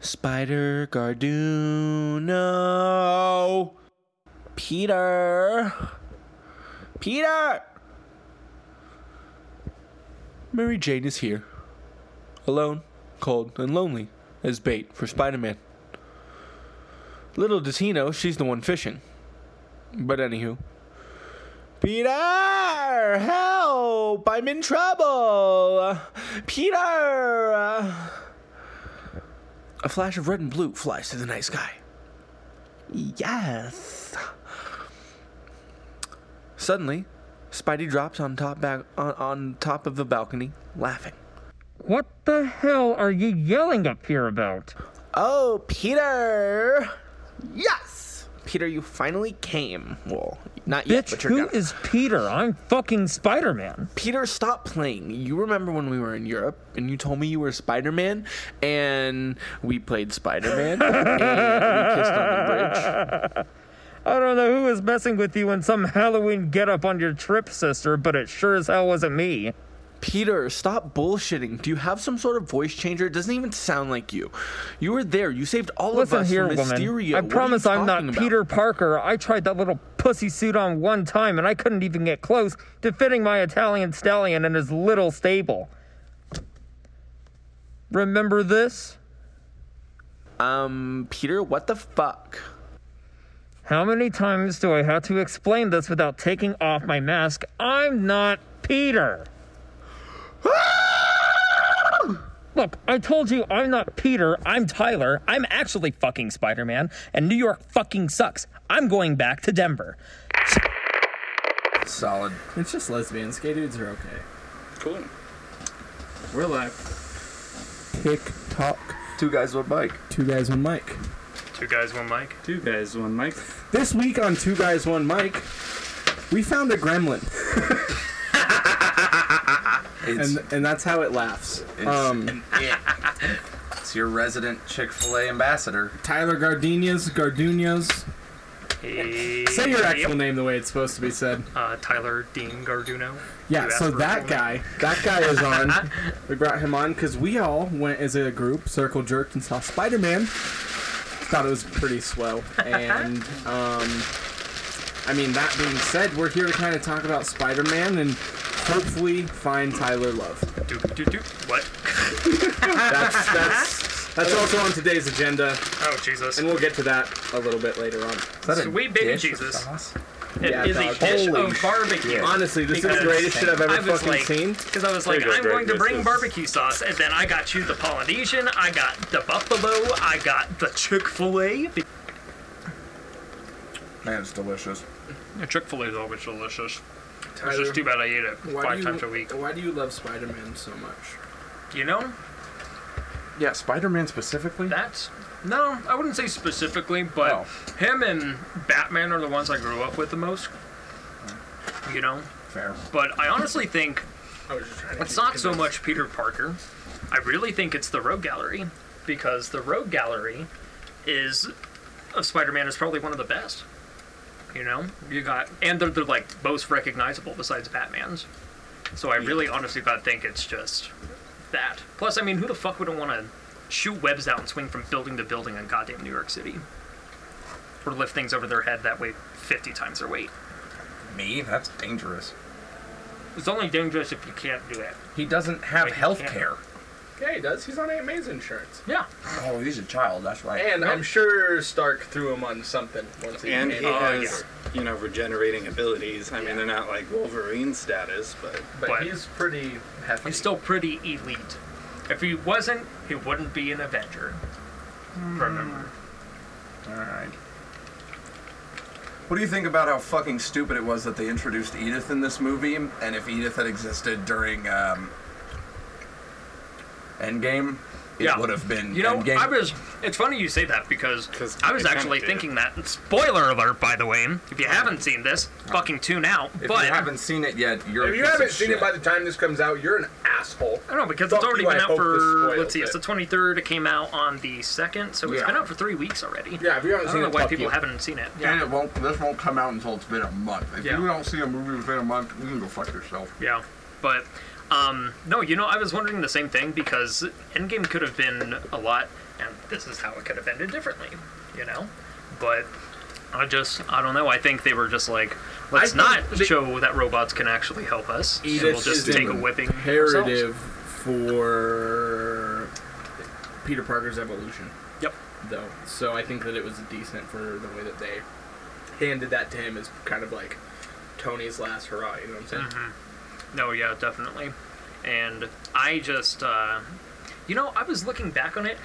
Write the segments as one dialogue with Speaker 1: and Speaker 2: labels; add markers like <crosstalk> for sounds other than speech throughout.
Speaker 1: Spider Garduno. Peter. Peter. Mary Jane is here. Alone, cold, and lonely as bait for Spider Man. Little does he know she's the one fishing. But anywho. Peter! Help! I'm in trouble! Peter! A flash of red and blue flies through the night sky. Yes! Suddenly, Spidey drops on top, ba- on, on top of the balcony, laughing.
Speaker 2: What the hell are you yelling up here about?
Speaker 1: Oh, Peter! Yes! Peter, you finally came. Well, not yet,
Speaker 2: Bitch,
Speaker 1: but you're
Speaker 2: who
Speaker 1: gonna.
Speaker 2: is Peter? I'm fucking Spider Man.
Speaker 1: Peter, stop playing. You remember when we were in Europe and you told me you were Spider Man and we played Spider Man and we kissed on the bridge.
Speaker 2: I don't know who was messing with you in some Halloween getup on your trip, sister, but it sure as hell wasn't me.
Speaker 1: Peter, stop bullshitting. Do you have some sort of voice changer? It doesn't even sound like you. You were there. You saved all of
Speaker 2: Listen
Speaker 1: us
Speaker 2: here,
Speaker 1: from
Speaker 2: woman.
Speaker 1: Mysterio.
Speaker 2: I
Speaker 1: What are you
Speaker 2: promise I'm not
Speaker 1: talking about?
Speaker 2: Peter Parker. I tried that little pussy suit on one time and I couldn't even get close to fitting my Italian stallion in his little stable. Remember this?
Speaker 1: Um, Peter, what the fuck?
Speaker 2: How many times do I have to explain this without taking off my mask? I'm not <laughs> Peter. Look, I told you I'm not Peter, I'm Tyler. I'm actually fucking Spider Man, and New York fucking sucks. I'm going back to Denver.
Speaker 3: Solid. It's just lesbians. Gay dudes are okay.
Speaker 4: Cool.
Speaker 3: We're live.
Speaker 5: Tick tock.
Speaker 1: Two guys, one bike.
Speaker 5: Two guys, one mic.
Speaker 4: Two guys, one mic.
Speaker 3: Two guys, one mic.
Speaker 5: This week on Two Guys, One Mic, we found a gremlin,
Speaker 6: It's,
Speaker 5: and and that's how it laughs.
Speaker 6: it's,
Speaker 5: Um,
Speaker 1: <laughs>
Speaker 6: it's your resident Chick Fil A ambassador.
Speaker 5: Tyler Gardenias, Gardunos.
Speaker 4: Hey,
Speaker 5: Say your
Speaker 4: yep.
Speaker 5: actual name the way it's supposed to be said.
Speaker 4: Uh, Tyler Dean Garduno.
Speaker 5: Yeah,
Speaker 4: You
Speaker 5: so
Speaker 4: asked for
Speaker 5: that
Speaker 4: a
Speaker 5: guy, that guy is <laughs> on. we brought him on because we all went as a group, circle jerked, and saw Spider Man. Thought it was pretty swell. And, <laughs> um, I mean, that being said, we're here to kind of talk about Spider Man and hopefully find Tyler Love.
Speaker 4: Doop, doop, doop. What?
Speaker 5: That's, that's, that's also on today's agenda,
Speaker 4: Oh, Jesus.
Speaker 5: and we'll get to that a little bit later on.
Speaker 6: Is that a
Speaker 4: Sweet baby
Speaker 6: dish of
Speaker 4: Jesus.
Speaker 6: sauce?
Speaker 4: It
Speaker 5: yeah,
Speaker 4: is
Speaker 5: dog.
Speaker 4: a dish
Speaker 5: Holy
Speaker 4: of barbecue.
Speaker 5: Honestly, this is the
Speaker 4: Because
Speaker 5: greatest shit I've ever
Speaker 4: I was
Speaker 5: fucking
Speaker 4: like-
Speaker 5: seen.
Speaker 4: Because I was like,
Speaker 7: Here you go,
Speaker 4: I'm
Speaker 7: Greg,
Speaker 4: going to
Speaker 7: this
Speaker 4: bring
Speaker 7: is-
Speaker 4: barbecue sauce, and then I got you the Polynesian, I got the buffalo, I got the Chick Fil A.
Speaker 6: Man, it's delicious.
Speaker 4: Chick Fil A is always delicious. It's
Speaker 5: Tyler,
Speaker 4: just too bad I eat it
Speaker 5: Why
Speaker 4: five
Speaker 5: do, you,
Speaker 4: times a week.
Speaker 5: why do you love Spider Man so much?
Speaker 4: You know,
Speaker 6: Yeah, Spider Man specifically.
Speaker 4: that's no, I wouldn't say specifically, but him and Batman are the ones I grew up with the most. You know,
Speaker 6: Fair.
Speaker 4: but I honestly think
Speaker 5: I was just trying
Speaker 4: It's not so much Peter Parker. I really think it's the Rogue Gallery because the Rogue Gallery is of Spider-Man is probably one of the best. You know, you got and they're, they're like most recognizable besides Batman's. So I really honestly got think it's just that. Plus, I mean, who the fuck wouldn't want to shoot webs out and swing from building to building in goddamn New York City, or lift things over their head that way fifty times their weight?
Speaker 6: Me? That's dangerous.
Speaker 4: It's only dangerous if you can't do it.
Speaker 6: He doesn't have
Speaker 4: Wait,
Speaker 6: health
Speaker 4: he can't.
Speaker 6: care.
Speaker 5: Yeah, he does. He's on Aunt May's insurance.
Speaker 4: Yeah.
Speaker 6: Oh, he's a child. That's right.
Speaker 5: And I'm sure Stark threw him on something once he
Speaker 7: And he
Speaker 5: came
Speaker 4: Oh,
Speaker 5: out,
Speaker 7: has, you know, regenerating abilities. I mean, they're not like Wolverine status, but
Speaker 5: but,
Speaker 4: but-
Speaker 5: he's pretty hefty.
Speaker 4: He's still pretty elite. If he wasn't, he wouldn't be an Avenger. Hmm. Remember.
Speaker 6: All right. What do you think about how fucking stupid it was that they introduced Edith in this movie? And if Edith had existed during um, Endgame, it
Speaker 4: Yeah.
Speaker 6: would have been
Speaker 4: You know,
Speaker 6: Endgame.
Speaker 4: I was. It's funny you say that because
Speaker 7: 'Cause
Speaker 4: I was
Speaker 7: they kinda
Speaker 4: actually
Speaker 7: did.
Speaker 4: thinking that. and Spoiler alert, by the way. If you haven't seen this, fucking tune out.
Speaker 6: if
Speaker 4: but
Speaker 6: you haven't seen it yet, you're.
Speaker 8: If you haven't seen it by the time this comes out, you're an asshole.
Speaker 4: I don't know because
Speaker 8: Fuck
Speaker 4: it's already
Speaker 8: you, I
Speaker 4: been out
Speaker 8: hope this
Speaker 4: for.
Speaker 8: spoils
Speaker 4: Let's see, it's
Speaker 8: it.
Speaker 4: the 23rd. It came out on the 2nd, so it's
Speaker 6: Yeah.
Speaker 4: been out for three weeks
Speaker 8: Yeah,
Speaker 4: already.
Speaker 8: if you
Speaker 4: I
Speaker 8: haven't
Speaker 4: don't
Speaker 8: seen
Speaker 4: know
Speaker 8: it,
Speaker 4: why
Speaker 8: fuck
Speaker 4: people
Speaker 8: you.
Speaker 4: haven't seen it.
Speaker 9: And
Speaker 4: Yeah.
Speaker 9: it won't. This won't come out until it's been a month. If
Speaker 4: Yeah.
Speaker 9: you don't see a movie within a month, you can go fuck yourself.
Speaker 4: Yeah. But Um, no, you know, I was wondering the same thing because Endgame could have been a lot, and this is how it could have ended differently, you know? But I just, I don't know. I think they were just like, let's
Speaker 10: think
Speaker 4: not
Speaker 10: they-
Speaker 4: show that robots can actually help us. and
Speaker 5: Edith
Speaker 4: we'll just
Speaker 5: is
Speaker 4: take a whipping. ourselves."
Speaker 5: imperative for Peter Parker's evolution,
Speaker 4: Yep.
Speaker 5: though. So I think that it was decent for the way that they handed that to him as kind of like Tony's last hurrah. You know what I'm saying?
Speaker 4: Mm-hmm. No, yeah, definitely. And I just, uh, you know, I was looking back on it,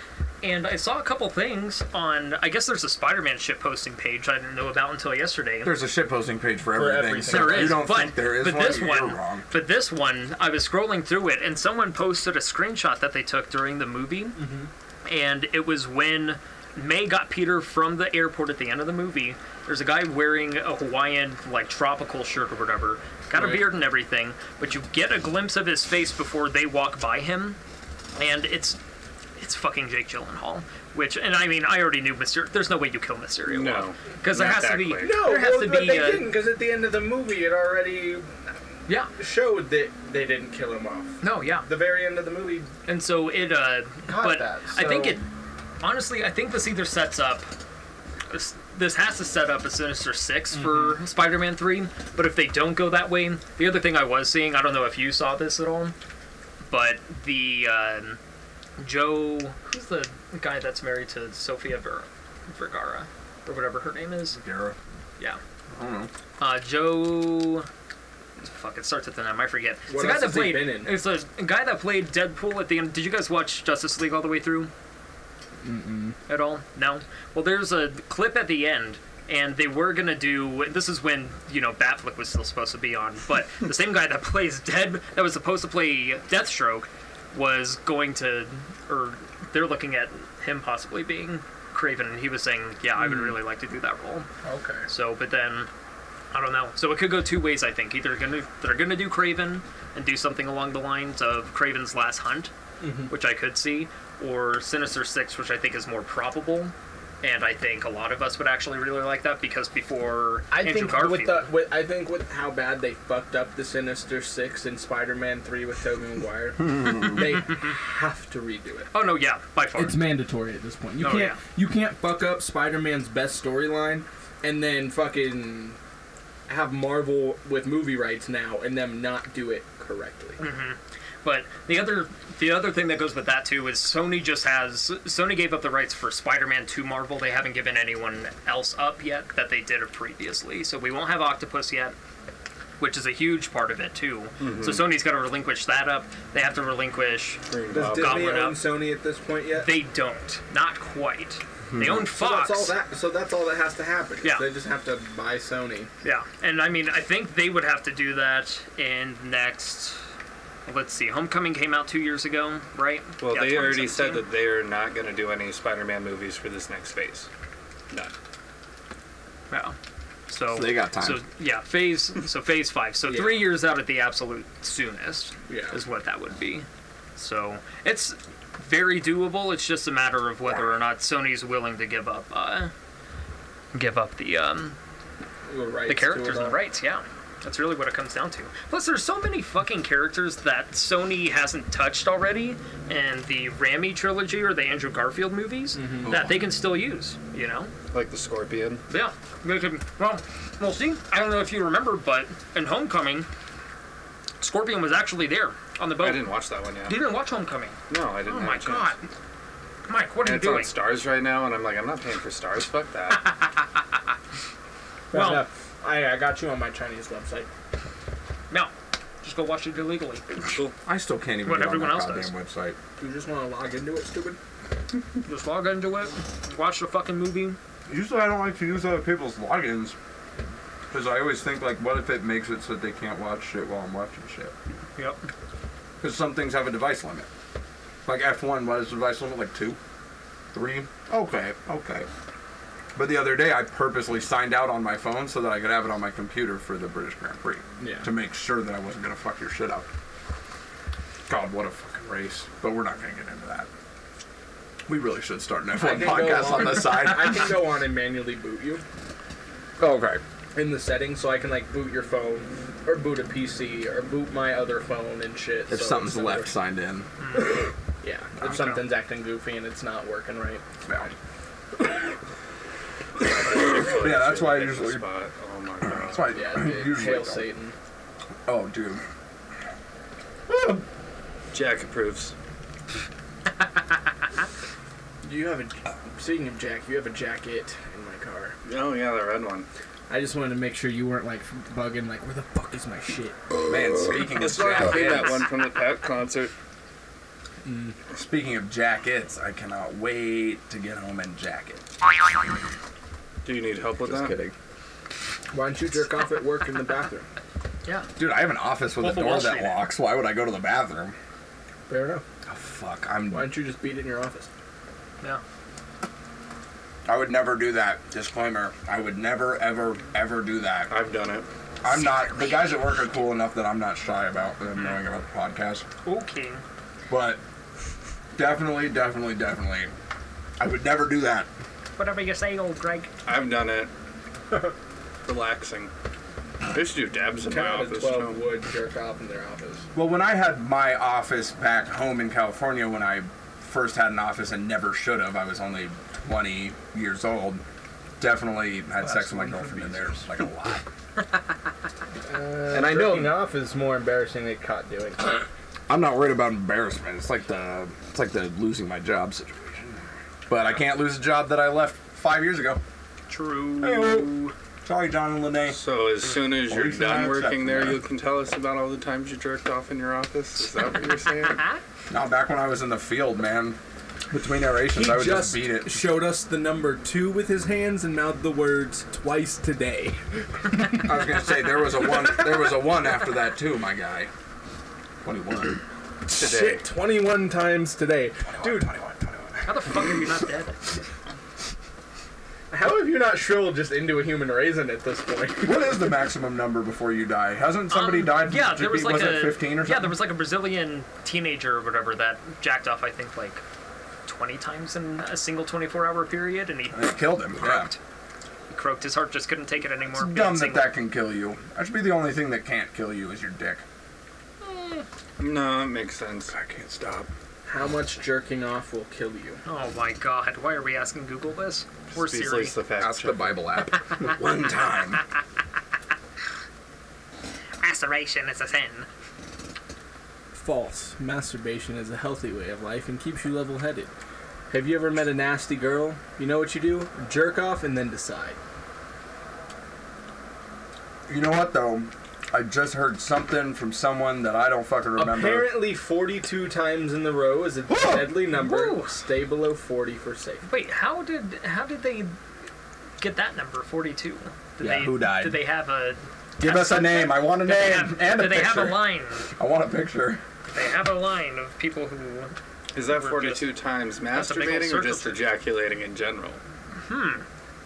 Speaker 4: and I saw a couple things on. I guess there's a Spider-Man ship posting page I didn't know about until yesterday.
Speaker 11: There's a shit posting page for everything.
Speaker 5: everything.
Speaker 11: So
Speaker 4: There
Speaker 11: if
Speaker 4: is,
Speaker 11: you don't
Speaker 4: but,
Speaker 11: think there is
Speaker 4: but
Speaker 11: one,
Speaker 4: this
Speaker 11: you're
Speaker 4: one,
Speaker 11: wrong.
Speaker 4: but this one, I was scrolling through it, and someone posted a screenshot that they took during the movie,
Speaker 11: Mm-hmm.
Speaker 4: and it was when May got Peter from the airport at the end of the movie. There's a guy wearing a Hawaiian like tropical shirt or whatever, got a beard and everything, but you get a glimpse of his face before they walk by him, and it's it's fucking Jake Gyllenhaal. Which, and I mean, I already knew Mysterio. There's no way you kill Mysterio.
Speaker 7: No,
Speaker 4: because there
Speaker 7: not
Speaker 4: has to
Speaker 7: that
Speaker 4: be.
Speaker 7: quick.
Speaker 10: No,
Speaker 4: there has
Speaker 10: well,
Speaker 4: to
Speaker 10: but
Speaker 4: be.
Speaker 10: they
Speaker 4: uh,
Speaker 10: didn't because at the end of the movie it already
Speaker 4: yeah.
Speaker 10: showed that they didn't kill him off.
Speaker 4: No. Yeah.
Speaker 10: The very end of the movie.
Speaker 4: And so it, uh,
Speaker 10: Got
Speaker 4: but
Speaker 10: that,
Speaker 4: I think
Speaker 10: so-
Speaker 4: it, honestly, I think this either sets up, this, this has to set up a Sinister 6
Speaker 10: Mm-hmm.
Speaker 4: for Spider Man 3, but if they don't go that way, the other thing I was seeing, I don't know if you saw this at all, but the, um, Joe, who's the guy that's married to Sofia Ver- Vergara, or whatever her name is?
Speaker 11: Vera.
Speaker 4: Yeah. I don't know. Uh, Joe. Fuck, it starts with an M. I forget. it's
Speaker 5: What
Speaker 4: a guy
Speaker 5: else
Speaker 4: that
Speaker 5: has he
Speaker 4: played.
Speaker 5: been in?
Speaker 4: It's a guy that played Deadpool at the end. Did you guys watch Justice League all the way through? Mm-mm. At all? No. Well, there's a clip at the end, and they were gonna do. This is when you know Batflick was still supposed to be on,
Speaker 5: <laughs>
Speaker 4: but the same guy that plays Dead, that was supposed to play Deathstroke, was going to, or they're looking at him possibly being Craven, and he was saying, "Yeah, I
Speaker 5: Mm.
Speaker 4: would really like to do that role."
Speaker 10: Okay.
Speaker 4: So, but then I don't know. So it could go two ways. I think either gonna they're gonna do Craven and do something along the lines of Craven's Last Hunt,
Speaker 5: Mm-hmm.
Speaker 4: which I could see, or Sinister Six, which I think is more probable. And I think a lot of us would actually really like that because before
Speaker 5: I
Speaker 4: Andrew
Speaker 5: think
Speaker 4: Garfield,
Speaker 5: with the with, I think with how bad they fucked up the Sinister Six and Spider-Man Three with Tobey
Speaker 4: <laughs>
Speaker 5: Maguire, they have to redo it.
Speaker 4: oh no, yeah, by far,
Speaker 12: It's mandatory at this point. You
Speaker 4: Oh,
Speaker 12: can't
Speaker 4: yeah.
Speaker 12: you can't fuck up Spider-Man's best storyline
Speaker 5: and then fucking have Marvel with movie rights now and them not do it correctly.
Speaker 4: But the other the other thing that goes with that too is Sony just has Sony gave up the rights for Spider-Man to Marvel. They haven't given anyone else up yet that they did previously. So we won't have Octopus yet, which is a huge part of it too.
Speaker 7: Mm-hmm.
Speaker 4: So Sony's got to relinquish that up. They have to relinquish.
Speaker 12: Does
Speaker 4: Disney Goblet own up.
Speaker 12: Sony at this point yet?
Speaker 4: They don't. Not quite.
Speaker 7: Mm-hmm.
Speaker 4: They own Fox.
Speaker 12: that. So that's all that has to happen.
Speaker 4: Yeah.
Speaker 12: They just have to buy Sony.
Speaker 4: Yeah, and I mean, I think they would have to do that in next. Let's see. Homecoming came out two years ago, right?
Speaker 7: Well,
Speaker 4: Yeah,
Speaker 7: they already said
Speaker 4: 2017.
Speaker 7: that they are not going to do any Spider-Man movies for this next phase. None.
Speaker 4: Yeah. So,
Speaker 11: So they got time.
Speaker 4: So yeah, phase so phase five. So three years out at the absolute soonest
Speaker 5: Yeah.
Speaker 4: is what that would be. So it's very doable. It's just a matter of whether or not Sony's willing to give up uh, give up the um, the characters and the rights. Yeah, that's really what it comes down to. Plus, there's so many fucking characters that Sony hasn't touched already, and the Rami trilogy or the Andrew Garfield movies that they can still use. You know.
Speaker 7: Like the Scorpion.
Speaker 4: Yeah. they could- Well, well, see, I don't know if you remember, but in Homecoming, Scorpion was actually there on the boat.
Speaker 7: I didn't watch that one yet.
Speaker 4: You didn't watch Homecoming.
Speaker 7: No, I didn't.
Speaker 4: Oh
Speaker 7: have
Speaker 4: my
Speaker 7: a chance.
Speaker 4: god. Mike, what are
Speaker 7: And
Speaker 4: you
Speaker 7: it's
Speaker 4: doing?
Speaker 7: on Stars right now, and I'm like, I'm not paying for Stars. Fuck
Speaker 4: <laughs>
Speaker 7: that.
Speaker 4: well,
Speaker 5: I, I got you on my Chinese website.
Speaker 4: no. Just go watch it illegally.
Speaker 7: cool.
Speaker 11: I still can't even
Speaker 4: What
Speaker 11: get on
Speaker 4: everyone
Speaker 11: that
Speaker 4: else
Speaker 11: goddamn
Speaker 4: does.
Speaker 11: website.
Speaker 5: You just want to log into it, stupid?
Speaker 4: Just log into it, watch the fucking movie.
Speaker 11: Usually, I don't like to use other people's logins because I always think like, what if it makes it so that they can't watch shit while I'm watching shit?
Speaker 4: Yep.
Speaker 11: Because some things have a device limit. Like F1, what is the device limit? Like two, three? Okay, okay. But the other day, I purposely signed out on my phone so that I could have it on my computer for the British Grand Prix.
Speaker 5: Yeah.
Speaker 11: To make sure that I wasn't going to fuck your shit up. God, what a fucking race. But we're not going to get into that. We really should start an F1
Speaker 5: can go
Speaker 11: podcast on
Speaker 5: on.
Speaker 11: the
Speaker 5: <laughs>
Speaker 11: side.
Speaker 5: I can go on and manually boot you
Speaker 11: okay.
Speaker 5: in the settings, so I can like boot your phone, or boot a PC or boot my other phone and shit. so
Speaker 11: If
Speaker 5: it's
Speaker 11: something's
Speaker 5: not
Speaker 11: left
Speaker 5: working.
Speaker 11: signed in.
Speaker 5: yeah. If something's acting goofy and it's not working right,
Speaker 11: Yeah.
Speaker 7: Chick-fil-A
Speaker 11: Yeah, that's
Speaker 7: shit
Speaker 11: why I
Speaker 7: hit the
Speaker 11: usually-
Speaker 7: Spot. Oh my god.
Speaker 11: That's why
Speaker 5: yeah, <clears throat>
Speaker 11: I
Speaker 5: dude,
Speaker 11: usually
Speaker 5: hail
Speaker 11: don't.
Speaker 5: Satan.
Speaker 11: Oh, dude.
Speaker 7: Jack approves.
Speaker 5: You have a speaking of Jack, you have a jacket in my car.
Speaker 7: Oh yeah, the red one.
Speaker 13: I just wanted to make sure you weren't like bugging, like where the fuck is my shit?
Speaker 11: Man, speaking of
Speaker 7: It's not gonna be that
Speaker 11: jackets,
Speaker 7: one from the Pat concert.
Speaker 11: speaking of jackets, I cannot wait to get home and jacket.
Speaker 7: Do you need help with that?
Speaker 5: Why don't you jerk off at work in the bathroom?
Speaker 4: Yeah.
Speaker 11: Dude, I have an office with
Speaker 4: Wolf
Speaker 11: a
Speaker 4: of Wall
Speaker 11: door
Speaker 4: Street.
Speaker 11: that locks. Why would I go to the bathroom?
Speaker 5: Fair enough.
Speaker 11: Oh, fuck. I'm.
Speaker 5: Why don't you just beat it in your office?
Speaker 4: Yeah.
Speaker 11: I would never do that. Disclaimer. I would never, ever, ever do that.
Speaker 7: I've done it.
Speaker 11: I'm not. The guys at work are cool enough that I'm not shy about them knowing about the podcast.
Speaker 4: Okay.
Speaker 11: But definitely, definitely, definitely, I would never do that.
Speaker 4: Whatever you say, old Greg.
Speaker 7: I've done it. <laughs> Relaxing. I used to do dabs in my
Speaker 5: Ten out of
Speaker 7: office.
Speaker 5: twelve
Speaker 7: too.
Speaker 5: would jerk off in their office.
Speaker 11: Well, when I had my office back home in California, when I first had an office and never should have, I was only 20 years old. Definitely had sex with my girlfriend in there, like a lot.
Speaker 13: and I know
Speaker 5: off is more embarrassing than caught doing.
Speaker 11: <laughs> I'm not worried about embarrassment. It's like the it's like the losing my job situation. But I can't lose a job that I left five years ago.
Speaker 4: True.
Speaker 11: Hey-o. Sorry, John and Lene.
Speaker 7: So as soon as
Speaker 11: Well,
Speaker 7: you're
Speaker 11: he's not
Speaker 7: done working
Speaker 11: accepting
Speaker 7: there,
Speaker 11: that.
Speaker 7: you can tell us about all the times you jerked off in your office. Is that what
Speaker 4: <laughs>
Speaker 7: you're saying?
Speaker 4: Uh-huh.
Speaker 11: Now back when I was in the field, man. Between narrations,
Speaker 13: He
Speaker 11: I would
Speaker 13: just
Speaker 11: just beat it.
Speaker 13: showed us the number two with his hands and mouthed the words twice today.
Speaker 11: <laughs> I was gonna say there was a one. There was a one after that too, my guy. Twenty-one.
Speaker 13: Shit, 21 times today.
Speaker 11: Dude, twenty-one, twenty-one.
Speaker 4: How the fuck are you not dead?
Speaker 5: How have you not shrilled just into a human raisin at this point? <laughs>
Speaker 11: What is the maximum number before you die? Hasn't somebody
Speaker 4: Um,
Speaker 11: died?
Speaker 4: Yeah, there was like
Speaker 11: was
Speaker 4: a
Speaker 11: it fifteen or something.
Speaker 4: Yeah, there was like a Brazilian teenager or whatever that jacked off. I think like twenty times in a single twenty-four hour period, and he
Speaker 11: And it killed him. Yeah.
Speaker 4: croaked. He croaked. His heart just couldn't take it anymore. being
Speaker 11: Dumb that
Speaker 4: single.
Speaker 11: that can kill you. That should be the only thing that can't kill you is your dick.
Speaker 7: No, it makes sense.
Speaker 11: I can't stop.
Speaker 5: How much jerking off will kill you?
Speaker 4: Oh my god! Why are we asking Google this? We're
Speaker 7: Beasley's
Speaker 4: serious.
Speaker 7: the fact
Speaker 11: That's the
Speaker 7: checker.
Speaker 11: Bible app. <laughs> One time.
Speaker 4: Maceration is a sin.
Speaker 13: False. Masturbation is a healthy way of life and keeps you level headed. Have you ever met a nasty girl? You know what you do? Jerk off and then decide.
Speaker 11: You know what though? I just heard something from someone that I don't fucking remember.
Speaker 13: Apparently, 42 times in the row is a deadly number. Stay below 40 for safe.
Speaker 4: Wait, how did how did they get that number forty-two? Did
Speaker 11: Yeah,
Speaker 4: they,
Speaker 11: who died?
Speaker 4: Did they have a?
Speaker 11: Give us a name. I want a
Speaker 4: Did they
Speaker 11: name
Speaker 4: have,
Speaker 11: and a
Speaker 4: did they
Speaker 11: picture.
Speaker 4: have a line?
Speaker 11: I want a picture.
Speaker 4: Did They have a line of people who.
Speaker 7: Is that
Speaker 4: We're
Speaker 7: 42 times
Speaker 4: That's a big old
Speaker 7: masturbating or
Speaker 4: circle
Speaker 7: just
Speaker 4: jerk.
Speaker 7: ejaculating in general?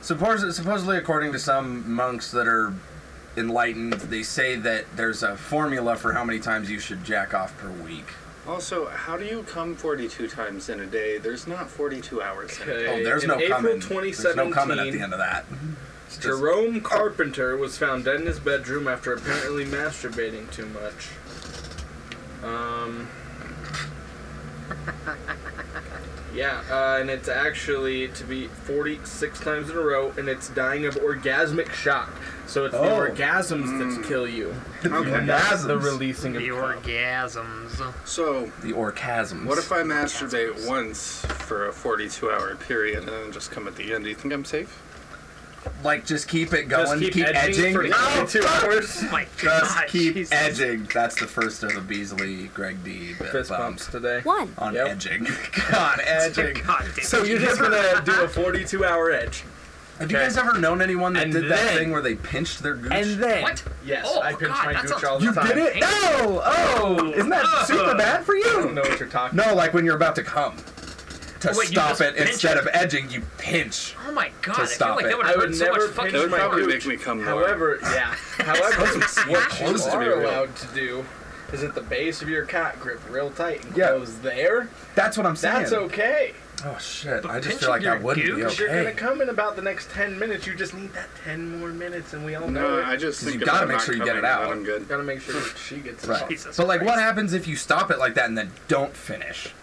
Speaker 11: Suppos- supposedly, according to some monks that are enlightened, they say that there's a formula for how many times you should jack off per week.
Speaker 7: Also, how do you come 42 times in a day? There's not 42 hours in a day.
Speaker 11: Oh, there's
Speaker 5: in
Speaker 11: no
Speaker 5: April
Speaker 11: coming. There's no
Speaker 5: 2017,
Speaker 11: coming at the end of that. It's just-
Speaker 5: Jerome Carpenter was found dead in his bedroom after apparently masturbating too much.
Speaker 11: <laughs>
Speaker 5: Um. Yeah, uh, and it's actually to be 46 times in a row, and it's dying of orgasmic shock. So it's the
Speaker 11: Oh.
Speaker 5: orgasms that kill you,
Speaker 7: Okay.
Speaker 5: not the
Speaker 11: orgasms.
Speaker 5: releasing
Speaker 4: The
Speaker 5: of cum.
Speaker 4: orgasms.
Speaker 7: So,
Speaker 11: The orgasms.
Speaker 7: what if I masturbate once for a 42 hour period and then just come at the end? Do you think I'm safe?
Speaker 11: like just keep it going?
Speaker 5: keep
Speaker 11: keep,
Speaker 5: edging
Speaker 11: edging. <laughs>
Speaker 5: for
Speaker 11: Oh,
Speaker 5: 22
Speaker 11: fuck.
Speaker 4: Oh my god!
Speaker 11: Just keep
Speaker 4: Jesus.
Speaker 11: edging. That's the first of the Beasley, Greg D. bit
Speaker 5: Fist
Speaker 11: bumps
Speaker 5: bumps today.
Speaker 14: One.
Speaker 11: on
Speaker 5: Yep.
Speaker 11: edging. <laughs> God, edging.
Speaker 4: God damn
Speaker 13: So
Speaker 4: it.
Speaker 13: you're just gonna do a 42 hour edge.
Speaker 11: Have you guys ever known anyone that
Speaker 13: And
Speaker 11: did that
Speaker 13: then-
Speaker 11: thing where they pinched their gooch?
Speaker 13: then.
Speaker 4: What?
Speaker 5: Yes,
Speaker 4: Oh,
Speaker 5: I pinch
Speaker 4: God,
Speaker 5: my
Speaker 4: that
Speaker 5: gooch
Speaker 4: sounds-
Speaker 5: all the
Speaker 11: You
Speaker 5: time.
Speaker 11: did it? No! Oh! Isn't that super bad for
Speaker 5: I don't
Speaker 11: you?
Speaker 5: know what you're talking
Speaker 11: No, like when you're about to come. To
Speaker 4: Oh, wait, you
Speaker 11: stop
Speaker 4: just
Speaker 11: it,
Speaker 4: pinch
Speaker 11: instead
Speaker 4: it?
Speaker 11: of edging, you pinch.
Speaker 4: Oh my god! I feel
Speaker 11: stop
Speaker 4: like
Speaker 11: it.
Speaker 4: that would
Speaker 5: I
Speaker 4: have
Speaker 5: would
Speaker 4: hurt so much
Speaker 5: never
Speaker 4: fucking.
Speaker 5: pinch
Speaker 7: That would
Speaker 5: my
Speaker 7: probably
Speaker 5: gooch.
Speaker 7: make me come lower.
Speaker 5: However, yeah. <laughs> However, what you
Speaker 11: close to
Speaker 7: be
Speaker 5: are
Speaker 7: real.
Speaker 5: allowed to do is at the base of your cock grip real tight and
Speaker 11: Yeah.
Speaker 5: close there.
Speaker 11: That's what I'm saying.
Speaker 5: That's okay.
Speaker 11: Oh shit!
Speaker 4: But
Speaker 11: I just feel like
Speaker 4: pinching
Speaker 11: I
Speaker 4: your
Speaker 11: wouldn't be
Speaker 4: gooch,
Speaker 11: okay.
Speaker 4: you're
Speaker 5: You're gonna come in about the next ten minutes. You just need that ten more minutes, and we all know
Speaker 7: No,
Speaker 5: it.
Speaker 7: I just think
Speaker 11: You
Speaker 7: if
Speaker 11: gotta
Speaker 7: I'm
Speaker 11: make
Speaker 7: not
Speaker 11: sure you get it
Speaker 7: coming, then
Speaker 11: out.
Speaker 7: I'm good.
Speaker 5: Gotta make sure that she gets
Speaker 4: <laughs>
Speaker 11: Right.
Speaker 4: Jesus
Speaker 11: but like, what
Speaker 4: Christ.
Speaker 11: happens if you stop it like that and then don't finish?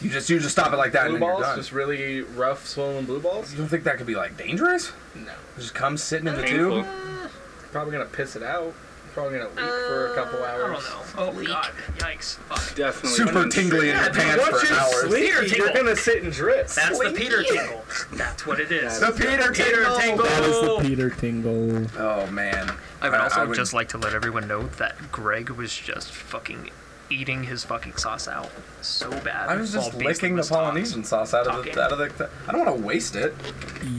Speaker 11: You just you just stop it like that
Speaker 5: blue
Speaker 11: and then you're
Speaker 5: balls.
Speaker 11: done.
Speaker 5: Just really rough, swollen blue balls.
Speaker 11: You don't think that could be like dangerous?
Speaker 5: No,
Speaker 11: Just come sitting in the
Speaker 7: Painful.
Speaker 11: tube.
Speaker 5: probably gonna piss it out. Probably gonna leak for a couple
Speaker 4: I don't
Speaker 5: hours.
Speaker 4: know. Oh god, yikes, fuck.
Speaker 7: Definitely.
Speaker 11: Super tingly in your pants
Speaker 5: Once
Speaker 11: for
Speaker 5: you're
Speaker 11: hours.
Speaker 4: Peter
Speaker 5: sleepy, you're
Speaker 4: tingle.
Speaker 5: gonna sit and drip.
Speaker 4: That's the Peter tingle. That's what it is.
Speaker 11: The
Speaker 4: Peter
Speaker 11: Peter Tingle.
Speaker 4: tingle.
Speaker 15: That is the Peter Tingle.
Speaker 11: Oh man.
Speaker 4: I would also
Speaker 11: I would-
Speaker 4: just like to let everyone know that Greg was just fucking eating his fucking sauce out so bad.
Speaker 11: I was just
Speaker 4: while Beasley
Speaker 11: licking the
Speaker 4: was talking.
Speaker 11: Polynesian sauce out of
Speaker 4: Talking.
Speaker 11: the out of the. I don't want to waste it.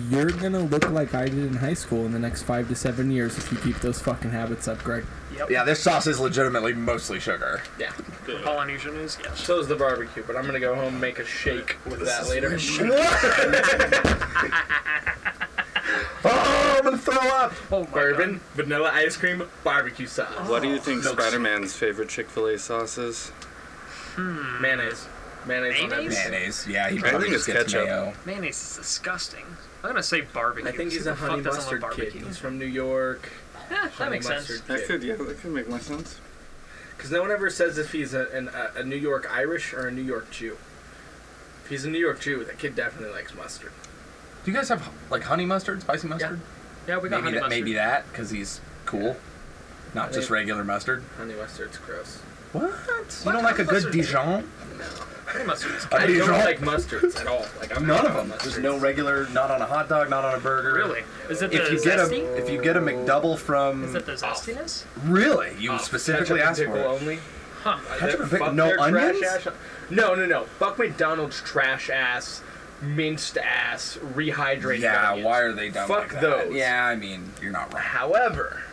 Speaker 15: You're gonna look like I did in high school in the next five to seven years if you keep those fucking habits up, Greg.
Speaker 4: Yep.
Speaker 11: Yeah, this sauce is legitimately mostly sugar.
Speaker 5: Yeah.
Speaker 4: Polynesian is yes.
Speaker 5: So is the barbecue, but I'm gonna go home and make a shake with that later. <laughs>
Speaker 11: Oh, I'm gonna throw up.
Speaker 4: Oh my
Speaker 5: Bourbon, vanilla ice cream, barbecue sauce,
Speaker 7: What do you think Spider-Man's favorite Chick-fil-A sauce is?
Speaker 5: mayonnaise, mayonnaise, on
Speaker 4: Mayonnaise?
Speaker 5: everything.
Speaker 11: Mayonnaise. Yeah, he
Speaker 7: I
Speaker 11: probably
Speaker 7: think
Speaker 11: just
Speaker 7: it's
Speaker 11: gets
Speaker 7: ketchup.
Speaker 11: mayo.
Speaker 4: God. Mayonnaise is disgusting. I'm gonna say barbecue.
Speaker 5: I think he's
Speaker 4: Who
Speaker 5: a
Speaker 4: the fuck
Speaker 5: honey
Speaker 4: doesn't
Speaker 5: mustard
Speaker 4: love
Speaker 5: kid.
Speaker 4: barbecue. <laughs>
Speaker 5: He's from New York.
Speaker 4: Yeah, that makes sense.
Speaker 7: That could, yeah, that could make more sense.
Speaker 5: Because no one ever says if he's a, an, a, a New York Irish or a New York Jew. If he's a New York Jew, that kid definitely likes mustard.
Speaker 11: Do you guys have like honey mustard, spicy mustard?
Speaker 4: Yeah, we got
Speaker 11: maybe
Speaker 4: honey
Speaker 11: that,
Speaker 4: mustard.
Speaker 11: maybe that, because he's cool, not just
Speaker 5: Maybe.
Speaker 11: regular mustard.
Speaker 5: Honey mustard's gross.
Speaker 11: What? You don't like a good
Speaker 4: Mustard.
Speaker 11: Dijon?
Speaker 4: Honey mustard. is-
Speaker 11: A
Speaker 5: I don't
Speaker 11: Dijon?
Speaker 5: like mustards at all. Like I'm
Speaker 11: None
Speaker 5: not
Speaker 11: of them.
Speaker 5: on
Speaker 11: There's
Speaker 5: mustards.
Speaker 11: no regular, not on a hot dog, not on a burger.
Speaker 4: Really? Is it the
Speaker 11: If you get
Speaker 4: zesty?
Speaker 11: a if you get a McDouble from
Speaker 4: Is it the zestiness?
Speaker 11: really, you
Speaker 4: Oh.
Speaker 5: ketchup
Speaker 11: specifically
Speaker 5: and
Speaker 11: asked
Speaker 5: pickle
Speaker 11: for it.
Speaker 5: only.
Speaker 4: Huh.
Speaker 11: Ketchup
Speaker 5: That
Speaker 11: and pickle,
Speaker 5: fuck
Speaker 11: no
Speaker 5: their trash
Speaker 11: onions?
Speaker 5: ass- No, no, no. Fuck McDonald's trash ass, minced ass, rehydrated.
Speaker 11: Yeah,
Speaker 5: onions.
Speaker 11: why are they done
Speaker 5: Fuck
Speaker 11: like that?
Speaker 5: those.
Speaker 11: Yeah, I mean, you're not wrong.
Speaker 5: However,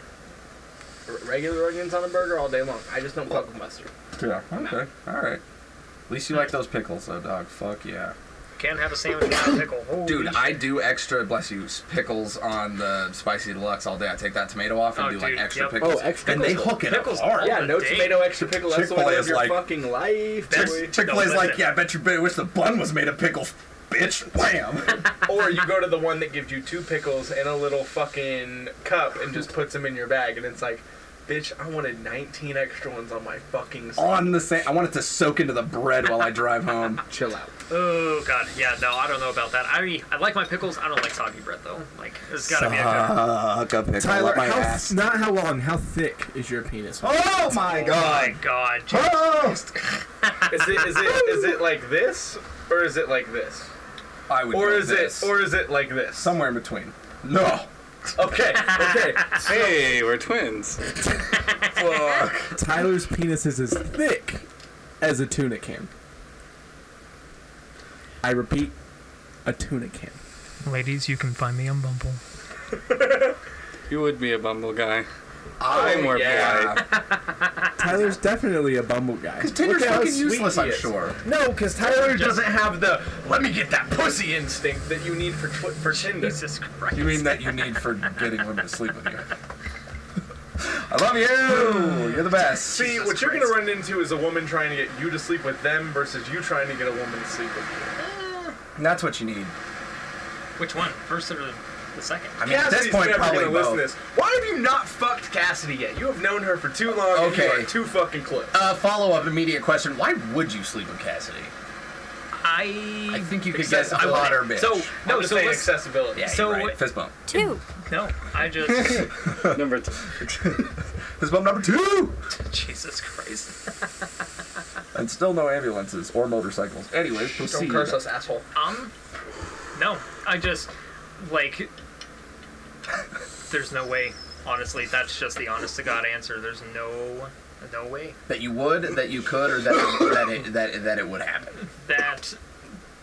Speaker 5: r- regular onions on a burger all day long. I just don't fuck with mustard.
Speaker 11: Yeah. Okay. All right. At least you like those pickles, though, dog. Fuck yeah.
Speaker 4: Can't have a sandwich without a
Speaker 11: <coughs>
Speaker 4: pickle. Oh, Holy
Speaker 11: Dude,
Speaker 4: shit.
Speaker 11: I do extra bless you pickles on the spicy deluxe all day. I take that tomato off and
Speaker 4: Oh,
Speaker 11: do like
Speaker 4: dude,
Speaker 11: extra
Speaker 4: yep.
Speaker 11: pickles.
Speaker 15: Oh, extra
Speaker 11: and they hook it
Speaker 4: Pickles
Speaker 11: up hard.
Speaker 4: all-
Speaker 5: Yeah, no
Speaker 4: dang.
Speaker 5: tomato, extra pickle. That's the way
Speaker 11: Chick-fil-A
Speaker 5: to
Speaker 11: is
Speaker 5: live your
Speaker 11: like-
Speaker 5: fucking life. boy.
Speaker 11: Chick Chick Fil
Speaker 4: No,
Speaker 11: A's like,
Speaker 4: listen.
Speaker 11: yeah, I bet you bet- wish the bun was made of pickles, bitch. <laughs> Wham.
Speaker 5: <laughs> Or you go to the one that gives you two pickles and a little fucking cup and just puts them in your bag, and it's like, bitch, I wanted 19 extra ones on my fucking. s-
Speaker 11: on the same. I want it to soak into the bread while I drive home. <laughs>
Speaker 5: Chill out.
Speaker 4: Oh god, yeah, no, I don't know about that. I mean, I like my pickles. I don't like soggy bread though. Like, it's gotta be a good.
Speaker 11: Suck a pickle
Speaker 15: Tyler,
Speaker 11: up my
Speaker 15: how,
Speaker 11: ass.
Speaker 15: not how long, how thick is your penis?
Speaker 11: oh
Speaker 4: My
Speaker 11: my god.
Speaker 4: God, Jesus
Speaker 11: Oh!
Speaker 5: Is it is it is it like this or is it like this
Speaker 11: I would
Speaker 5: or
Speaker 11: go
Speaker 5: is
Speaker 11: this.
Speaker 5: it or is it like this?
Speaker 11: somewhere in between? No.
Speaker 5: Okay, okay.
Speaker 7: Hey, we're twins.
Speaker 11: Fuck.
Speaker 15: Tyler's penis is as thick as a tuna can. I repeat, a tuna can.
Speaker 16: Ladies, you can find me on Bumble.
Speaker 7: You would be a bumble guy.
Speaker 11: I'm
Speaker 5: oh,
Speaker 7: I'm more
Speaker 11: yeah.
Speaker 15: Tyler's definitely a bumble guy.
Speaker 11: Tinder's
Speaker 5: Look at how
Speaker 11: fucking
Speaker 5: sweet
Speaker 11: useless,
Speaker 5: he
Speaker 11: I'm
Speaker 5: is.
Speaker 11: sure.
Speaker 5: No, because Tyler doesn't have the let me get that pussy instinct that you need for tw- for Tinder.
Speaker 4: Christ.
Speaker 11: You mean that you need for getting women to sleep with you? I love you. You're the
Speaker 5: <laughs>
Speaker 11: best.
Speaker 5: See, what you're gonna run into is a woman trying to get you to sleep with them versus you trying to get a woman to sleep with you.
Speaker 11: And that's what you need.
Speaker 4: Which one? First or the, the second?
Speaker 11: I mean, at this
Speaker 5: Cassidy's
Speaker 11: point,
Speaker 5: never
Speaker 11: probably
Speaker 5: gonna listen to
Speaker 11: both.
Speaker 5: this. Why have you not fucked Cassidy yet? You have known her for too long.
Speaker 11: Okay.
Speaker 5: And you are too fucking close.
Speaker 11: Uh, follow-up immediate question: Why would you sleep with Cassidy?
Speaker 4: I.
Speaker 11: I think you could
Speaker 4: Access-
Speaker 11: guess a
Speaker 4: I would-
Speaker 11: hotter bitch.
Speaker 4: So
Speaker 5: I'm
Speaker 4: no,
Speaker 5: just
Speaker 4: so
Speaker 5: saying
Speaker 4: let's,
Speaker 5: accessibility.
Speaker 11: yeah,
Speaker 4: so
Speaker 11: you're right.
Speaker 4: what-
Speaker 11: Fist bump.
Speaker 17: Two.
Speaker 4: no, I
Speaker 11: <laughs>
Speaker 4: just
Speaker 7: guy. Number two.
Speaker 11: Fist bump number two.
Speaker 4: Jesus Christ.
Speaker 11: And still no ambulances or motorcycles. Anyways,
Speaker 5: Don't
Speaker 11: proceed.
Speaker 5: curse us, asshole.
Speaker 4: Um, no, I just like. There's no way. Honestly, that's just the honest to God answer. There's no, no way
Speaker 11: That you would, that you could, or that that it, that that it would happen.
Speaker 4: that.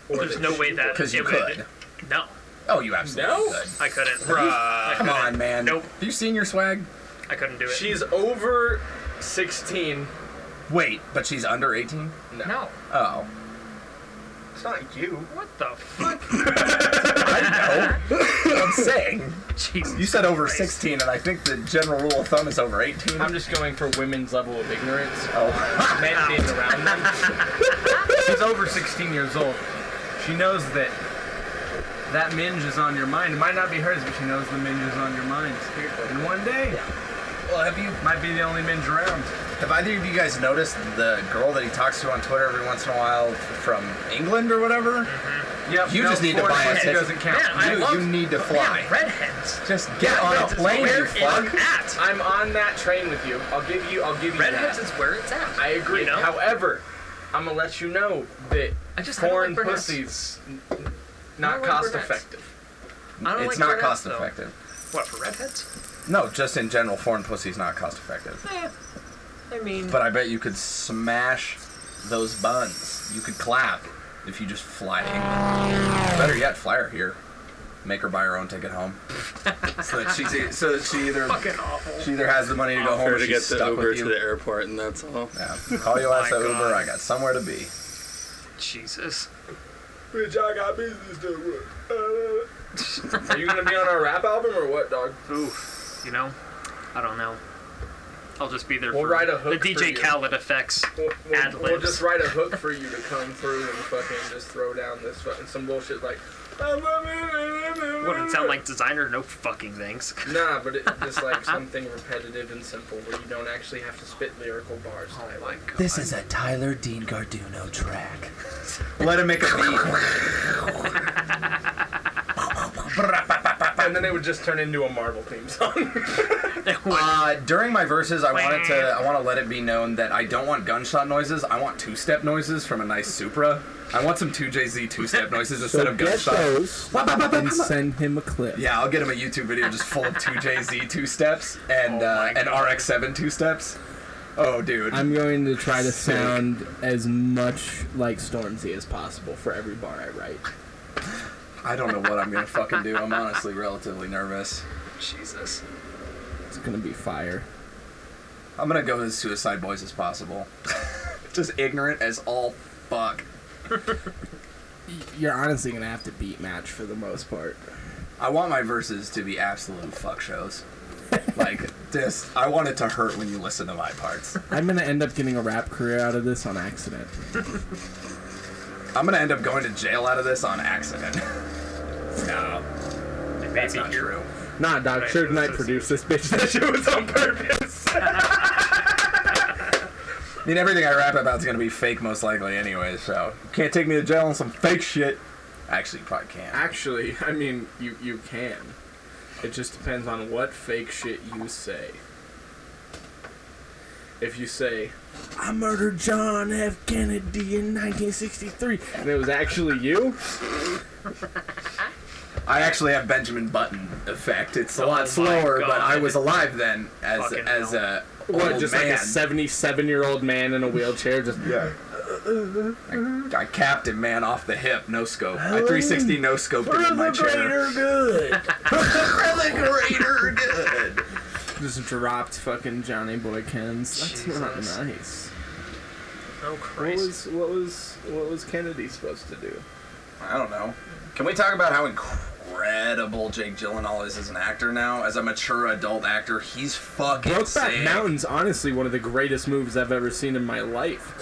Speaker 4: there's
Speaker 5: that
Speaker 4: no way that
Speaker 11: Because you
Speaker 4: it
Speaker 11: could.
Speaker 4: would. No,
Speaker 11: Oh, you absolutely
Speaker 5: No?
Speaker 11: could.
Speaker 4: I couldn't. Bruh,
Speaker 11: Come on, man.
Speaker 4: Nope.
Speaker 11: Have you seen your swag?
Speaker 4: I couldn't do it.
Speaker 5: She's over 16.
Speaker 11: Wait, but she's under 18.
Speaker 4: no.
Speaker 11: Oh.
Speaker 5: It's not you.
Speaker 4: What the fuck?
Speaker 11: I'm saying.
Speaker 4: Jesus.
Speaker 11: You said over
Speaker 4: Christ.
Speaker 11: 16, and I think the general rule of thumb is over 18.
Speaker 5: I'm just going for women's level of
Speaker 8: <laughs>
Speaker 5: ignorance.
Speaker 11: Oh. <laughs>
Speaker 5: Men being around them. She's over 16 years old.
Speaker 8: She knows that that minge is on your mind. It might not be hers, but she knows the minge is on your mind. And one day,
Speaker 11: Well, have you
Speaker 8: might be the only minge around.
Speaker 11: Have either of you guys noticed the girl that he talks to on Twitter every once in a while from England or whatever?
Speaker 8: Yep,
Speaker 11: You
Speaker 8: no,
Speaker 11: just need to
Speaker 8: foreign
Speaker 11: buy a
Speaker 8: pussy
Speaker 11: ticket.
Speaker 8: doesn't count.
Speaker 4: Man, I
Speaker 11: you,
Speaker 4: love
Speaker 11: you need to fly.
Speaker 4: man, redheads.
Speaker 11: Just get on a
Speaker 4: Redheads is
Speaker 11: plane,
Speaker 4: where
Speaker 11: you
Speaker 4: it's
Speaker 11: fuck.
Speaker 4: at.
Speaker 8: I'm on that train with you. I'll give you. I'll give you
Speaker 4: Redheads
Speaker 8: that.
Speaker 4: is where it's at.
Speaker 8: I agree.
Speaker 4: You know?
Speaker 8: However, I'm gonna let you know that
Speaker 4: I just I don't
Speaker 8: porn
Speaker 4: like brunettes.
Speaker 8: pussies n- n- not
Speaker 4: don't like
Speaker 8: cost
Speaker 4: brunettes.
Speaker 8: effective.
Speaker 4: I don't
Speaker 11: It's
Speaker 4: like
Speaker 11: not
Speaker 4: brunettes,
Speaker 11: cost
Speaker 4: though.
Speaker 11: effective.
Speaker 4: What for redheads?
Speaker 11: No, just in general, foreign pussy's not cost effective.
Speaker 4: Eh, I mean,
Speaker 11: But I bet you could smash those buns. You could clap if you just fly to England. Better yet, fly her here. Make her buy her own
Speaker 4: <laughs>
Speaker 11: ticket home. so that she, so that she either
Speaker 4: fucking awful.
Speaker 11: she either has the money to go home
Speaker 7: Offer
Speaker 11: or
Speaker 7: to
Speaker 11: she's
Speaker 7: get the
Speaker 11: stuck
Speaker 7: Uber
Speaker 11: with
Speaker 7: to
Speaker 11: you.
Speaker 7: the airport, and that's all.
Speaker 11: Yeah. Call your
Speaker 4: <laughs>
Speaker 11: ass
Speaker 4: Oh my
Speaker 11: a Uber.
Speaker 4: God.
Speaker 11: I got somewhere to be.
Speaker 4: Jesus.
Speaker 8: Bitch, I got business to run. Are you gonna be on our rap album or what, dog?
Speaker 4: Ooh, you know, I don't know. I'll just be there
Speaker 8: We'll
Speaker 4: for
Speaker 8: write a hook
Speaker 4: the
Speaker 8: for
Speaker 4: DJ
Speaker 8: you.
Speaker 4: Khaled effects.
Speaker 8: We'll, we'll, we'll
Speaker 4: Ad-libs.
Speaker 8: just write a hook for you to come through and fucking just throw down this fucking some bullshit like.
Speaker 4: Wouldn't sound like designer, no fucking thanks.
Speaker 8: Nah, but it, just like something repetitive and simple where you don't actually have to spit lyrical bars.
Speaker 4: Oh
Speaker 8: Tyler.
Speaker 4: my god.
Speaker 11: This is a Tyler Dean Garduno track. Let him make a beat.
Speaker 8: And then it would just turn into a Marvel theme song.
Speaker 11: Uh, during my verses, I wanted to I want to let it be known that I don't want gunshot noises. I want two-step noises from a nice Supra. I want some
Speaker 4: <laughs>
Speaker 11: 2JZ two-step noises
Speaker 5: So
Speaker 11: instead of
Speaker 5: get
Speaker 11: gunshot.
Speaker 5: those and send him a clip.
Speaker 11: Yeah, I'll get him a YouTube video just full of 2JZ two-steps and
Speaker 4: Oh
Speaker 11: uh,
Speaker 4: my
Speaker 11: and RX-7 two-steps. Oh, dude.
Speaker 5: I'm going to try to sound as much like Stormzy as possible for every bar I write.
Speaker 11: I don't know what I'm gonna fucking do. I'm honestly relatively nervous.
Speaker 4: Jesus.
Speaker 5: It's gonna be fire.
Speaker 11: I'm gonna go as Suicide Boys as possible. <laughs> Just ignorant as all fuck.
Speaker 5: You're honestly gonna have to beat match for the most part.
Speaker 11: I want my verses to be absolute fuck shows. like this, I want it to hurt when you listen to my parts.
Speaker 5: I'm gonna end up getting a rap career out of this on accident.
Speaker 11: I'm gonna end up going to jail out of this on accident. <laughs> no,
Speaker 4: Maybe
Speaker 11: that's not
Speaker 4: here.
Speaker 11: true.
Speaker 5: Nah, dog.
Speaker 4: Right,
Speaker 5: sure did
Speaker 4: this
Speaker 5: not
Speaker 4: is-
Speaker 5: produce this bitch.
Speaker 8: <laughs>
Speaker 5: That shit was on purpose.
Speaker 11: I mean, everything I rap about is gonna be fake most likely anyway. So you can't take me to jail on some fake shit. Actually, you probably can.
Speaker 5: Actually,
Speaker 8: I mean, you you can. It just depends on what fake shit you say. If you say,
Speaker 5: I murdered John F. Kennedy in 1963, and it was actually you.
Speaker 11: I actually have Benjamin Button effect. It's a
Speaker 4: Oh my
Speaker 11: lot slower,
Speaker 4: God.
Speaker 11: but I was alive then as
Speaker 4: Fucking
Speaker 11: as a old
Speaker 5: What, just
Speaker 11: man.
Speaker 5: like a 77 year old man in a wheelchair? Just
Speaker 8: <laughs>
Speaker 11: Yeah. I, I capped him, man, off the hip, no scope. I 360 no scoped him in my chair.
Speaker 8: <laughs>
Speaker 5: good.
Speaker 11: Relegator, <laughs> good.
Speaker 5: just dropped fucking Johnny Boykins. That's
Speaker 4: Jesus.
Speaker 5: not nice.
Speaker 4: Oh Christ.
Speaker 8: what was what was Kennedy supposed to do?"
Speaker 11: I don't know. Can we talk about how incredible Jake Gyllenhaal is as an actor now? As a mature adult actor, he's fucking
Speaker 5: Brokeback
Speaker 11: sick.
Speaker 5: Mountain's honestly one of the greatest movies I've ever seen in my life.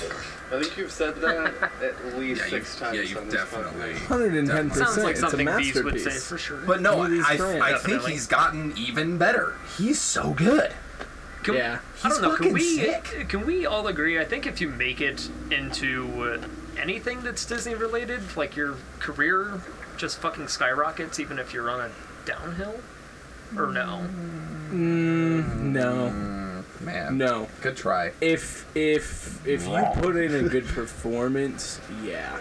Speaker 7: I think you've said <laughs> that at least
Speaker 11: Yeah, you, yeah, you definitely.
Speaker 5: 110.
Speaker 4: Sounds
Speaker 5: percent
Speaker 4: like
Speaker 5: It's a
Speaker 4: something Bees would say
Speaker 5: masterpiece.
Speaker 4: for sure.
Speaker 11: But no,
Speaker 5: Movies
Speaker 11: I,
Speaker 5: great.
Speaker 11: I think
Speaker 4: Definitely.
Speaker 11: he's gotten even better. He's so good.
Speaker 4: Can
Speaker 5: Yeah.
Speaker 4: I don't
Speaker 11: He's
Speaker 4: know. Can
Speaker 11: fucking
Speaker 4: we
Speaker 11: sick.
Speaker 4: can we all agree? I think if you make it into uh, anything that's Disney related, like your career just fucking skyrockets, even if you're on a downhill. Or no.
Speaker 5: No,
Speaker 11: Man,
Speaker 5: no.
Speaker 11: good try.
Speaker 5: If if if you put in a good performance, yeah.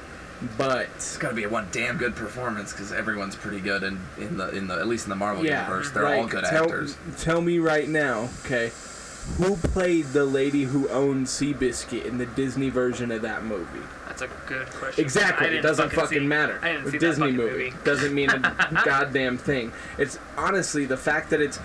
Speaker 5: But
Speaker 11: It's got to be one damn good performance because everyone's pretty good in, in the in the at least in the Marvel
Speaker 5: yeah,
Speaker 11: universe. They're all
Speaker 5: like,
Speaker 11: good
Speaker 5: tell,
Speaker 11: actors.
Speaker 5: Tell me right now, okay, who played the lady who owned Seabiscuit in the Disney version of that movie?
Speaker 4: That's a good question. I
Speaker 5: Exactly. It
Speaker 4: didn't
Speaker 5: doesn't fucking
Speaker 4: see-
Speaker 5: matter.
Speaker 4: I didn't
Speaker 5: It's
Speaker 4: see
Speaker 5: a Disney
Speaker 4: that fucking
Speaker 5: movie. Doesn't mean a
Speaker 4: <laughs>
Speaker 5: goddamn thing. It's honestly the fact that it's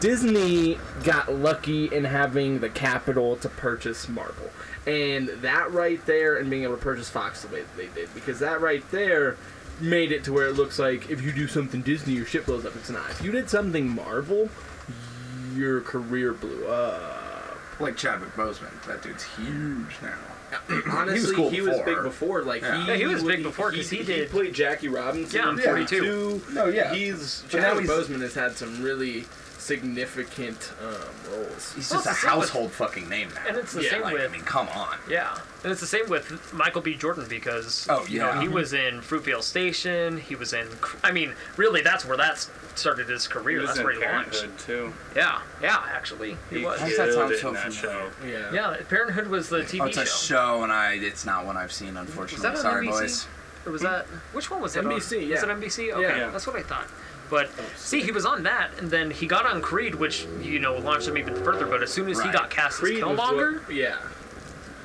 Speaker 5: Disney got lucky in having the capital to purchase Marvel. And that right there and being able to purchase Fox the way that they did because that right there made it to where it looks like if you do something Disney your shit blows up. It's not. If you did something Marvel, your career blew up.
Speaker 18: Like Chadwick Boseman. That dude's huge now.
Speaker 5: <clears throat> Honestly, he was,
Speaker 18: cool
Speaker 5: big before. Like
Speaker 18: Yeah.
Speaker 5: he,
Speaker 18: Yeah, he was
Speaker 4: big before 'cause he did-
Speaker 5: played Jackie Robinson.
Speaker 4: Yeah,
Speaker 5: in
Speaker 4: 42.
Speaker 18: No, yeah.
Speaker 5: he's
Speaker 18: But now
Speaker 5: Chadwick
Speaker 18: he's-
Speaker 5: Boseman has had some really significant um, roles.
Speaker 4: Well,
Speaker 11: He's
Speaker 4: it's
Speaker 11: just a
Speaker 4: the same with-
Speaker 11: household fucking name now.
Speaker 4: And it's the
Speaker 11: Yeah,
Speaker 4: same
Speaker 11: like,
Speaker 4: with-
Speaker 11: I mean, come on.
Speaker 4: Yeah, and it's the same with Michael B. Jordan because
Speaker 11: Oh,
Speaker 4: you
Speaker 11: yeah.
Speaker 4: know he was in Fruitvale Station. He was in. I mean, really, that's where that started his career.
Speaker 7: was
Speaker 4: that's
Speaker 7: in
Speaker 4: where he launched.
Speaker 7: Parenthood too.
Speaker 4: Yeah, yeah, actually, he, was.
Speaker 11: How's that
Speaker 7: Killed
Speaker 11: sound
Speaker 7: it
Speaker 11: so
Speaker 7: in that
Speaker 11: familiar?
Speaker 7: show.
Speaker 5: Yeah.
Speaker 4: Yeah, Parenthood was the TV
Speaker 11: Oh, it's
Speaker 4: show.
Speaker 11: a show, and I it's not one I've seen,
Speaker 4: Was
Speaker 11: unfortunately.
Speaker 4: that on
Speaker 11: Sorry,
Speaker 4: NBC?
Speaker 11: boys. Hmm?
Speaker 4: Or was that which one was that?
Speaker 5: NBC,
Speaker 4: On?
Speaker 5: yeah.
Speaker 4: Was it NBC? Okay,
Speaker 5: Yeah.
Speaker 4: that's what I thought. But
Speaker 11: Oh,
Speaker 4: see, he was on that, and then he got on Creed, which you know launched him even further. But as soon as he
Speaker 11: Right.
Speaker 4: got cast
Speaker 5: Creed
Speaker 4: as
Speaker 5: was what-
Speaker 4: Killmonger,
Speaker 5: yeah.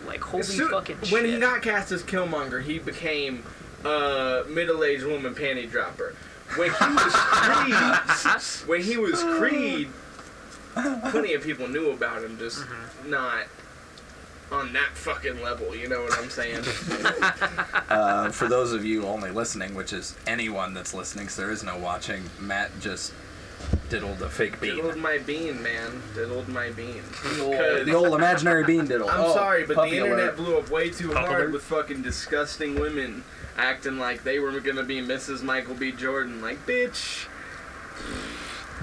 Speaker 4: like holy
Speaker 5: As soon-
Speaker 4: fucking shit!
Speaker 5: when he got cast as Killmonger, he became a middle-aged woman panty dropper. When he
Speaker 4: <laughs>
Speaker 5: was Creed, when he was Creed, plenty of people knew about him, just
Speaker 4: Mm-hmm.
Speaker 5: not on that fucking level. You know what I'm saying?
Speaker 11: Uh, for those of you only listening, which is anyone that's listening, so there is no watching. Matt just diddled a fake bean.
Speaker 5: Diddled my bean, man. Diddled my bean.
Speaker 11: The old, the old imaginary bean diddle.
Speaker 5: I'm
Speaker 11: Oh,
Speaker 5: sorry, but
Speaker 11: puppy
Speaker 5: the internet
Speaker 11: alert.
Speaker 5: blew up way too
Speaker 4: Pup
Speaker 5: hard
Speaker 4: alert.
Speaker 5: with fucking disgusting women acting like they were gonna be Mrs. Michael B. Jordan. Like, bitch,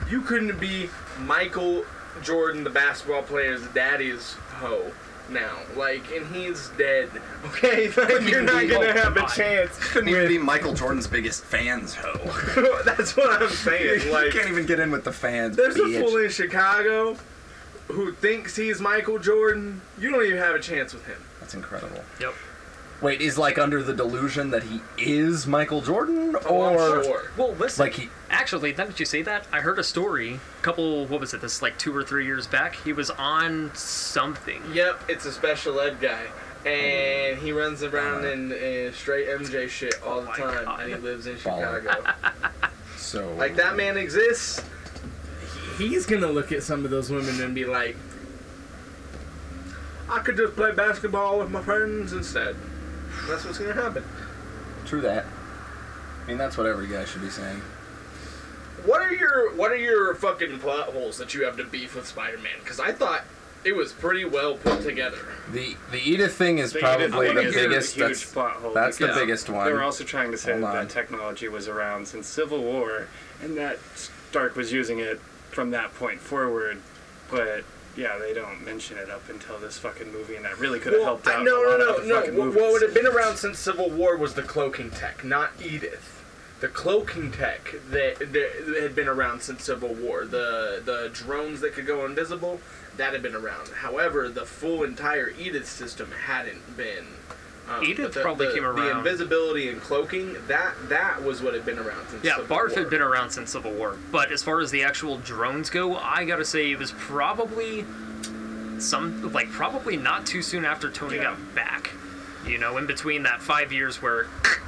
Speaker 5: you couldn't be Michael Jordan, the basketball player's daddy's hoe. Now, like, and he's dead. <laughs> Okay, like, you're not
Speaker 11: Oh,
Speaker 5: gonna have a chance. <laughs>
Speaker 11: couldn't even be Michael Jordan's biggest fans, ho. <laughs>
Speaker 5: That's what I'm saying.
Speaker 11: you
Speaker 5: Like,
Speaker 11: can't even get in with the fans.
Speaker 5: There's a
Speaker 11: bitch.
Speaker 5: fool in Chicago who thinks he's Michael Jordan. You don't even have a chance with him.
Speaker 11: That's incredible.
Speaker 4: Yep.
Speaker 11: Wait, is like under the delusion that he is Michael Jordan,
Speaker 5: Oh, I'm
Speaker 11: or
Speaker 5: sure.
Speaker 4: Well, listen.
Speaker 11: Like he-
Speaker 4: actually, now that you say that, I heard a story. Couple, what was it? This like two or three years back. He was on something.
Speaker 5: Yep, it's a special ed guy. And he runs around in, in straight MJ shit all the
Speaker 4: my
Speaker 5: time.
Speaker 4: God.
Speaker 5: And he lives in
Speaker 11: Baller.
Speaker 5: Chicago.
Speaker 11: so?
Speaker 5: like, that man exists. He's gonna look at some of those women and be like, I could just play basketball with my friends instead. That's what's gonna happen.
Speaker 11: True that. I mean, that's what every guy should be saying.
Speaker 5: What are your What are your fucking plot holes that you have to beef with Spider-Man? Because I thought it was pretty well put together.
Speaker 11: The the Edith thing is probably
Speaker 7: I
Speaker 11: the
Speaker 7: think it's a
Speaker 11: biggest.
Speaker 7: huge
Speaker 11: That's,
Speaker 7: plot hole
Speaker 11: that's the
Speaker 7: because
Speaker 11: biggest
Speaker 7: They were
Speaker 11: one.
Speaker 7: also trying to say
Speaker 11: Hold
Speaker 7: that,
Speaker 11: on.
Speaker 7: that technology was around since Civil War, and that Stark was using it from that point forward. But yeah, they don't mention it up until this fucking movie, and that really could have helped out.
Speaker 5: I- No,
Speaker 7: a
Speaker 5: no,
Speaker 7: lot
Speaker 5: no,
Speaker 7: of the
Speaker 5: no.
Speaker 7: fucking
Speaker 5: What,
Speaker 7: movies.
Speaker 5: what would have been around since Civil War was the cloaking tech, not Edith. The cloaking tech that, that, that had been around since Civil War, the the drones that could go invisible, that had been around. However, the full entire Edith system hadn't been. Um,
Speaker 4: Edith
Speaker 5: but the-
Speaker 4: probably
Speaker 5: the-
Speaker 4: came
Speaker 5: The
Speaker 4: around-
Speaker 5: invisibility and cloaking that that was what had been around since.
Speaker 4: Yeah,
Speaker 5: Civil
Speaker 4: Barf
Speaker 5: War.
Speaker 4: had been around since Civil War, but as far as the actual drones go, I gotta say it was probably some like probably not too soon after Tony got back. You know, in between that five years where <laughs>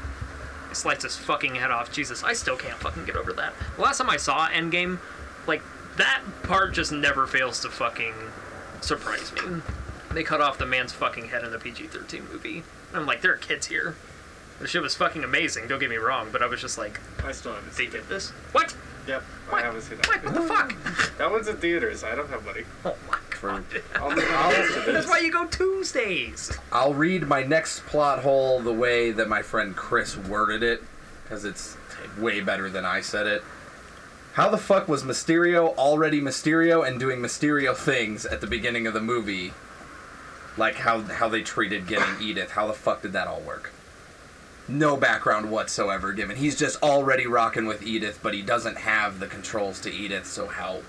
Speaker 4: he sliced his fucking head off. Jesus, I still can't fucking get over that. The last time I saw Endgame, like that part just never fails to fucking surprise me. They cut off the man's fucking head in a PG-13 movie. And I'm like, there are kids here. The shit was fucking amazing. Don't get me wrong, but I was just like,
Speaker 7: I still haven't
Speaker 4: they
Speaker 7: seen
Speaker 4: did this? What?
Speaker 7: it. Yep, I
Speaker 4: What?
Speaker 7: haven't seen
Speaker 4: What?
Speaker 7: that.
Speaker 4: What the fuck?
Speaker 7: That one's in theaters. I don't have money.
Speaker 4: Oh my god.
Speaker 7: I'll, I'll listen to
Speaker 4: That's <laughs>
Speaker 7: this.
Speaker 4: why you go Tuesdays.
Speaker 11: I'll read my next plot hole the way that my friend Chris worded it, because it's way better than I said it. How the fuck was Mysterio already Mysterio and doing Mysterio things at the beginning of the movie? Like how how they
Speaker 7: <coughs>
Speaker 11: treated getting Edith. How the fuck did that all work? No background whatsoever given. He's just already rocking with Edith, but he doesn't have the controls to Edith. So how?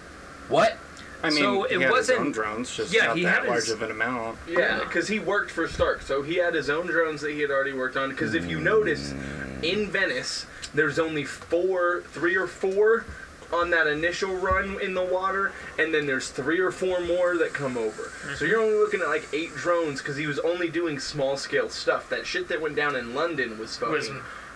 Speaker 11: What?
Speaker 7: I mean,
Speaker 4: So
Speaker 7: he
Speaker 4: it
Speaker 7: had his
Speaker 4: wasn't-
Speaker 7: own drones, just
Speaker 4: Yeah,
Speaker 7: not
Speaker 4: he
Speaker 7: that
Speaker 4: had
Speaker 7: large
Speaker 4: his-
Speaker 7: of an amount.
Speaker 5: Yeah, because he worked for Stark, so he had his own drones that he had already worked on. Because if you notice, in Venice, there's only four, three or four on that initial run in the water, and then there's three or four more that come over. So you're only looking at like eight drones because he was only doing small scale stuff. That shit that went down in London was fucking.
Speaker 4: Was-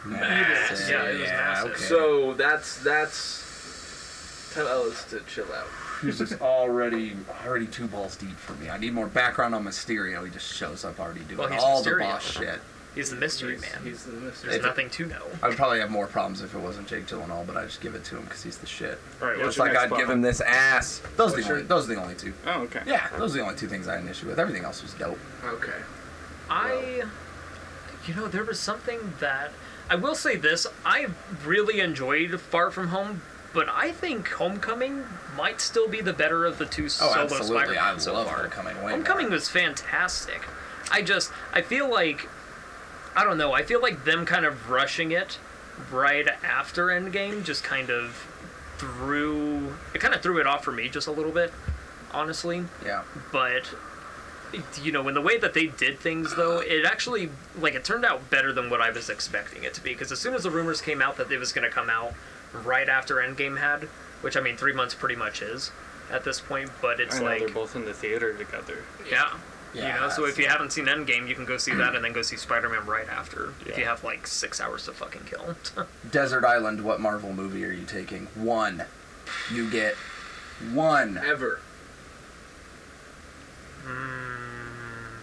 Speaker 11: Massive.
Speaker 4: Yeah, it was massive.
Speaker 11: okay.
Speaker 5: So that's that's. Tell Ellis to chill out.
Speaker 11: He's just already already two balls deep for me. I need more background on Mysterio. He just shows up already doing
Speaker 4: Well, he's
Speaker 11: all the
Speaker 4: Mysterio.
Speaker 11: boss shit.
Speaker 4: He's the mystery man.
Speaker 3: He's the mystery.
Speaker 4: There's
Speaker 11: It's-
Speaker 4: nothing to know.
Speaker 11: I would probably have more problems if it wasn't Jake Gyllenhaal, but I just give it to him because he's the shit.
Speaker 7: All right, what's
Speaker 11: Just
Speaker 7: your
Speaker 11: like
Speaker 7: next
Speaker 11: I'd
Speaker 7: spot?
Speaker 11: give him this ass. Those are, the
Speaker 7: What's your-
Speaker 11: only, those are the only two.
Speaker 7: Oh, okay.
Speaker 11: Yeah, those are the only two things I had an issue with. Everything else was dope.
Speaker 8: Okay.
Speaker 4: I, you know, there was something that I will say this. I really enjoyed Far From Home, but I think Homecoming might still be the better of the two
Speaker 11: Oh,
Speaker 4: solo
Speaker 11: absolutely. I
Speaker 4: Spider-Man
Speaker 11: love
Speaker 4: so far.
Speaker 11: Homecoming. Way
Speaker 4: Homecoming was fantastic. I just I feel like I don't know. I feel like them kind of rushing it right after Endgame just kind of threw it kind of threw it off for me just a little bit, honestly.
Speaker 11: more. Yeah.
Speaker 4: But you know, in the way that they did things though, it actually like it turned out better than what I was expecting it to be because as soon as the rumors came out that it was going to come out right after Endgame had, which I mean 3 months pretty much is at this point, but it's
Speaker 7: I know
Speaker 4: like
Speaker 7: they're both in the theater together.
Speaker 4: yeah.
Speaker 11: Yeah,
Speaker 4: you know, so
Speaker 11: that's-
Speaker 4: if you haven't seen Endgame, you can go see that and then go see Spider Man right after. If you
Speaker 7: Yeah.
Speaker 4: have like six hours to fucking kill. <laughs>
Speaker 11: Desert Island, what Marvel movie are you taking? One. You get one
Speaker 8: Ever.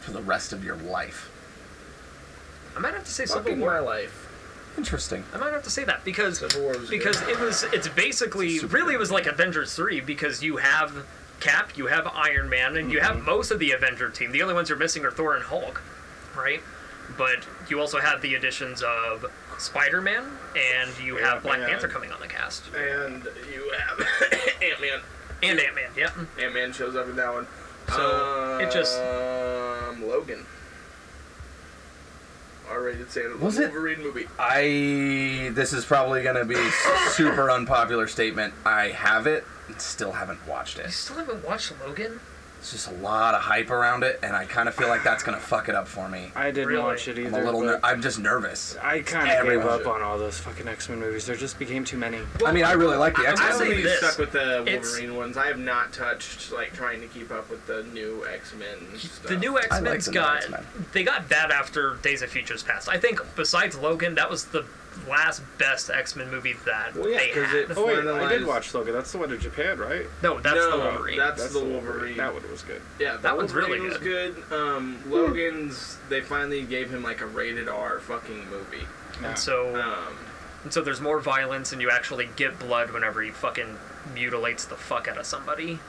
Speaker 11: for the rest of your life.
Speaker 4: I might have to say Civil
Speaker 8: Fucking my
Speaker 4: War.
Speaker 8: life.
Speaker 11: Interesting.
Speaker 4: I might have to say that because
Speaker 8: Civil War was good.
Speaker 4: because it was it's basically
Speaker 11: Super
Speaker 4: really it was like Avengers three because you have Cap, you have Iron Man, and you have most of the Avenger team. The only ones you're missing are Thor and Hulk, right? But you also have the additions of Spider Man, and you have Black
Speaker 7: man.
Speaker 4: Panther coming on the cast,
Speaker 8: And you have
Speaker 5: <coughs>
Speaker 8: Ant Man.
Speaker 4: and Ant Man. Yeah,
Speaker 8: Ant Man shows up in that one.
Speaker 4: So, it just-
Speaker 8: um, Logan. R-rated Santa
Speaker 11: Was it-
Speaker 8: Wolverine movie.
Speaker 11: I. This is probably going to be a super unpopular statement. I have it and still haven't watched
Speaker 4: you
Speaker 11: it.
Speaker 4: still haven't watched Logan.
Speaker 11: It's just a lot of hype around it, and I kind of feel like that's going to fuck it up for me.
Speaker 7: I didn't
Speaker 4: Really?
Speaker 7: watch it
Speaker 11: I'm
Speaker 7: either.
Speaker 11: a little. Ner-
Speaker 7: but
Speaker 11: I'm just nervous.
Speaker 7: I kind of gave
Speaker 11: Everyone.
Speaker 7: up on all those fucking X Men movies. There just became too many.
Speaker 11: I mean, I really like the
Speaker 4: I- I
Speaker 11: X
Speaker 4: will
Speaker 8: I
Speaker 11: Men.
Speaker 4: say
Speaker 8: only
Speaker 4: this.
Speaker 8: stuck with the
Speaker 4: It's-
Speaker 8: Wolverine ones. I have not touched like trying to keep up with the new X Men.
Speaker 4: The new X Men's
Speaker 11: the new
Speaker 4: got
Speaker 11: X-Men.
Speaker 4: they got that after Days of Futures Past. I think besides Logan, that was the last best X Men movie that
Speaker 8: Well, yeah,
Speaker 4: they
Speaker 8: 'cause
Speaker 4: had.
Speaker 8: it-
Speaker 7: Oh wait, I did
Speaker 8: finalized-
Speaker 7: watch Logan. That's the one in Japan, right?
Speaker 4: no, that's
Speaker 8: no,
Speaker 4: the Wolverine.
Speaker 8: that's- the Wolverine.
Speaker 7: That one was good.
Speaker 8: yeah, the
Speaker 4: that one's really
Speaker 8: Wolverine was good. Um, Logan's they finally gave him like a rated R fucking movie.
Speaker 7: Yeah.
Speaker 4: And so
Speaker 8: Um,
Speaker 4: and so there's more violence, and you actually get blood whenever he fucking mutilates the fuck out of somebody.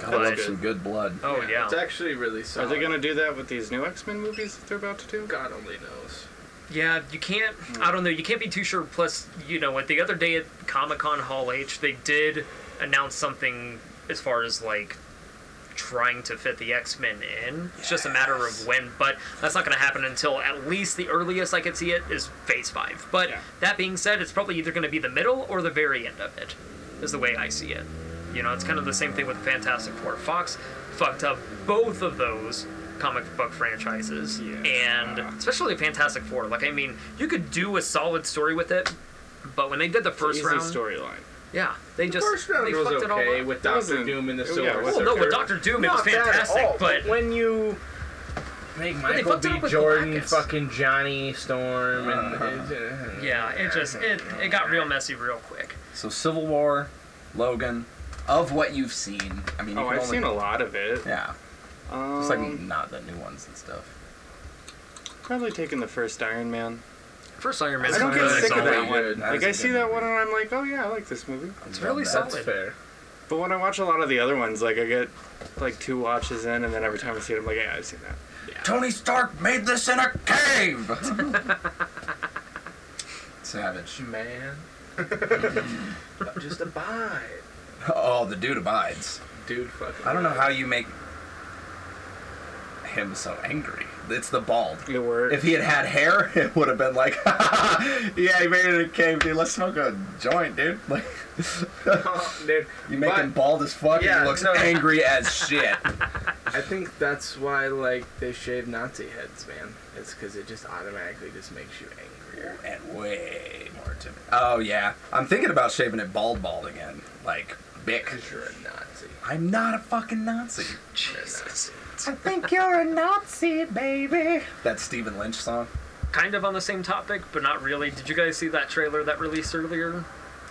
Speaker 11: God, I love
Speaker 4: good.
Speaker 11: some good blood.
Speaker 4: Oh yeah,
Speaker 8: it's actually really
Speaker 7: Are
Speaker 8: solid.
Speaker 7: they gonna do that with these new X Men movies that they're about to do?
Speaker 8: God only knows.
Speaker 4: yeah. You can't. I don't know. You can't be too sure. Plus, you know what? The other day at Comic Con Hall H, they did announce something as far as like trying to fit the X Men in. It's just a matter of when, but that's not going to happen until at least the earliest I could see it is Phase 5. But
Speaker 7: Yeah.
Speaker 4: that being said, it's probably either going to be the middle or the very end of it, is the way I see it. You know, it's kind of the same thing with Fantastic Four. Fox fucked up both of those comic book franchises, and especially Fantastic Four. Like, I mean, you could do a solid story with it. But when they did the first
Speaker 7: Easy
Speaker 4: round,
Speaker 7: storyline.
Speaker 4: yeah, they just
Speaker 8: First round
Speaker 4: they
Speaker 8: was
Speaker 4: Oh, fucked it all
Speaker 8: okay
Speaker 4: up.
Speaker 8: with
Speaker 7: That was
Speaker 8: Doctor
Speaker 7: in-
Speaker 8: Doom and the
Speaker 7: yeah,
Speaker 8: Silver.
Speaker 7: it was
Speaker 4: Well,
Speaker 8: Surfer.
Speaker 4: no, with Doctor Doom, it was
Speaker 8: Not bad at
Speaker 4: fantastic,
Speaker 8: all,
Speaker 4: but
Speaker 8: when you make
Speaker 4: they
Speaker 8: Michael
Speaker 4: fucked it
Speaker 8: B.
Speaker 4: up with
Speaker 8: Jordan,
Speaker 4: Galactus.
Speaker 8: fucking Johnny Storm, and
Speaker 4: Yeah, it just it, it got real messy real quick.
Speaker 11: So Civil War, Logan, of what you've seen. I mean, you
Speaker 7: Oh,
Speaker 11: can
Speaker 7: I've
Speaker 11: only,
Speaker 7: seen a lot of it.
Speaker 11: Yeah,
Speaker 7: Um,
Speaker 11: it's like not the new ones and stuff.
Speaker 7: probably taking the first Iron Man.
Speaker 4: First Iron Man,
Speaker 7: I don't get
Speaker 4: really
Speaker 7: sick of
Speaker 4: solid.
Speaker 7: that one.
Speaker 8: good.
Speaker 11: That is
Speaker 7: like
Speaker 11: a
Speaker 7: I
Speaker 11: good
Speaker 7: see that
Speaker 11: movie.
Speaker 7: one and I'm like, oh yeah, I like this movie.
Speaker 4: It's really
Speaker 8: that's
Speaker 4: solid.
Speaker 8: fair.
Speaker 7: But when I watch a lot of the other ones, like I get like two watches in, and then every time I see it, I'm like, yeah, I've seen that.
Speaker 11: Tony Stark made this in a cave.
Speaker 7: <laughs>
Speaker 11: Savage.
Speaker 8: Man, <laughs> just abide,
Speaker 11: Oh, the dude abides.
Speaker 8: dude. Fucking.
Speaker 11: I don't know how you make him so angry. It's the bald.
Speaker 7: It
Speaker 8: <laughs>
Speaker 7: worked.
Speaker 11: If he had had hair, <laughs> it would have been like, yeah, he made it in a cave, dude. Let's smoke a joint, dude. <laughs> Like,
Speaker 8: Oh, dude.
Speaker 11: you make
Speaker 8: But-
Speaker 11: him bald as fuck, and
Speaker 8: Yeah,
Speaker 11: he looks
Speaker 8: no.
Speaker 11: angry as
Speaker 8: <laughs>
Speaker 11: shit.
Speaker 8: I think that's why like they shave Nazi heads, man. It's because it just automatically just makes you angrier.
Speaker 11: and way more timid. Oh yeah, I'm thinking about shaving it bald, bald again, like Bick.
Speaker 8: Because you're a Nazi.
Speaker 11: I'm not a fucking Nazi.
Speaker 4: Jesus.
Speaker 11: I think you're a Nazi, baby. That Stephen Lynch song.
Speaker 4: Kind of on the same topic, but not really. Did you guys see that trailer that released earlier?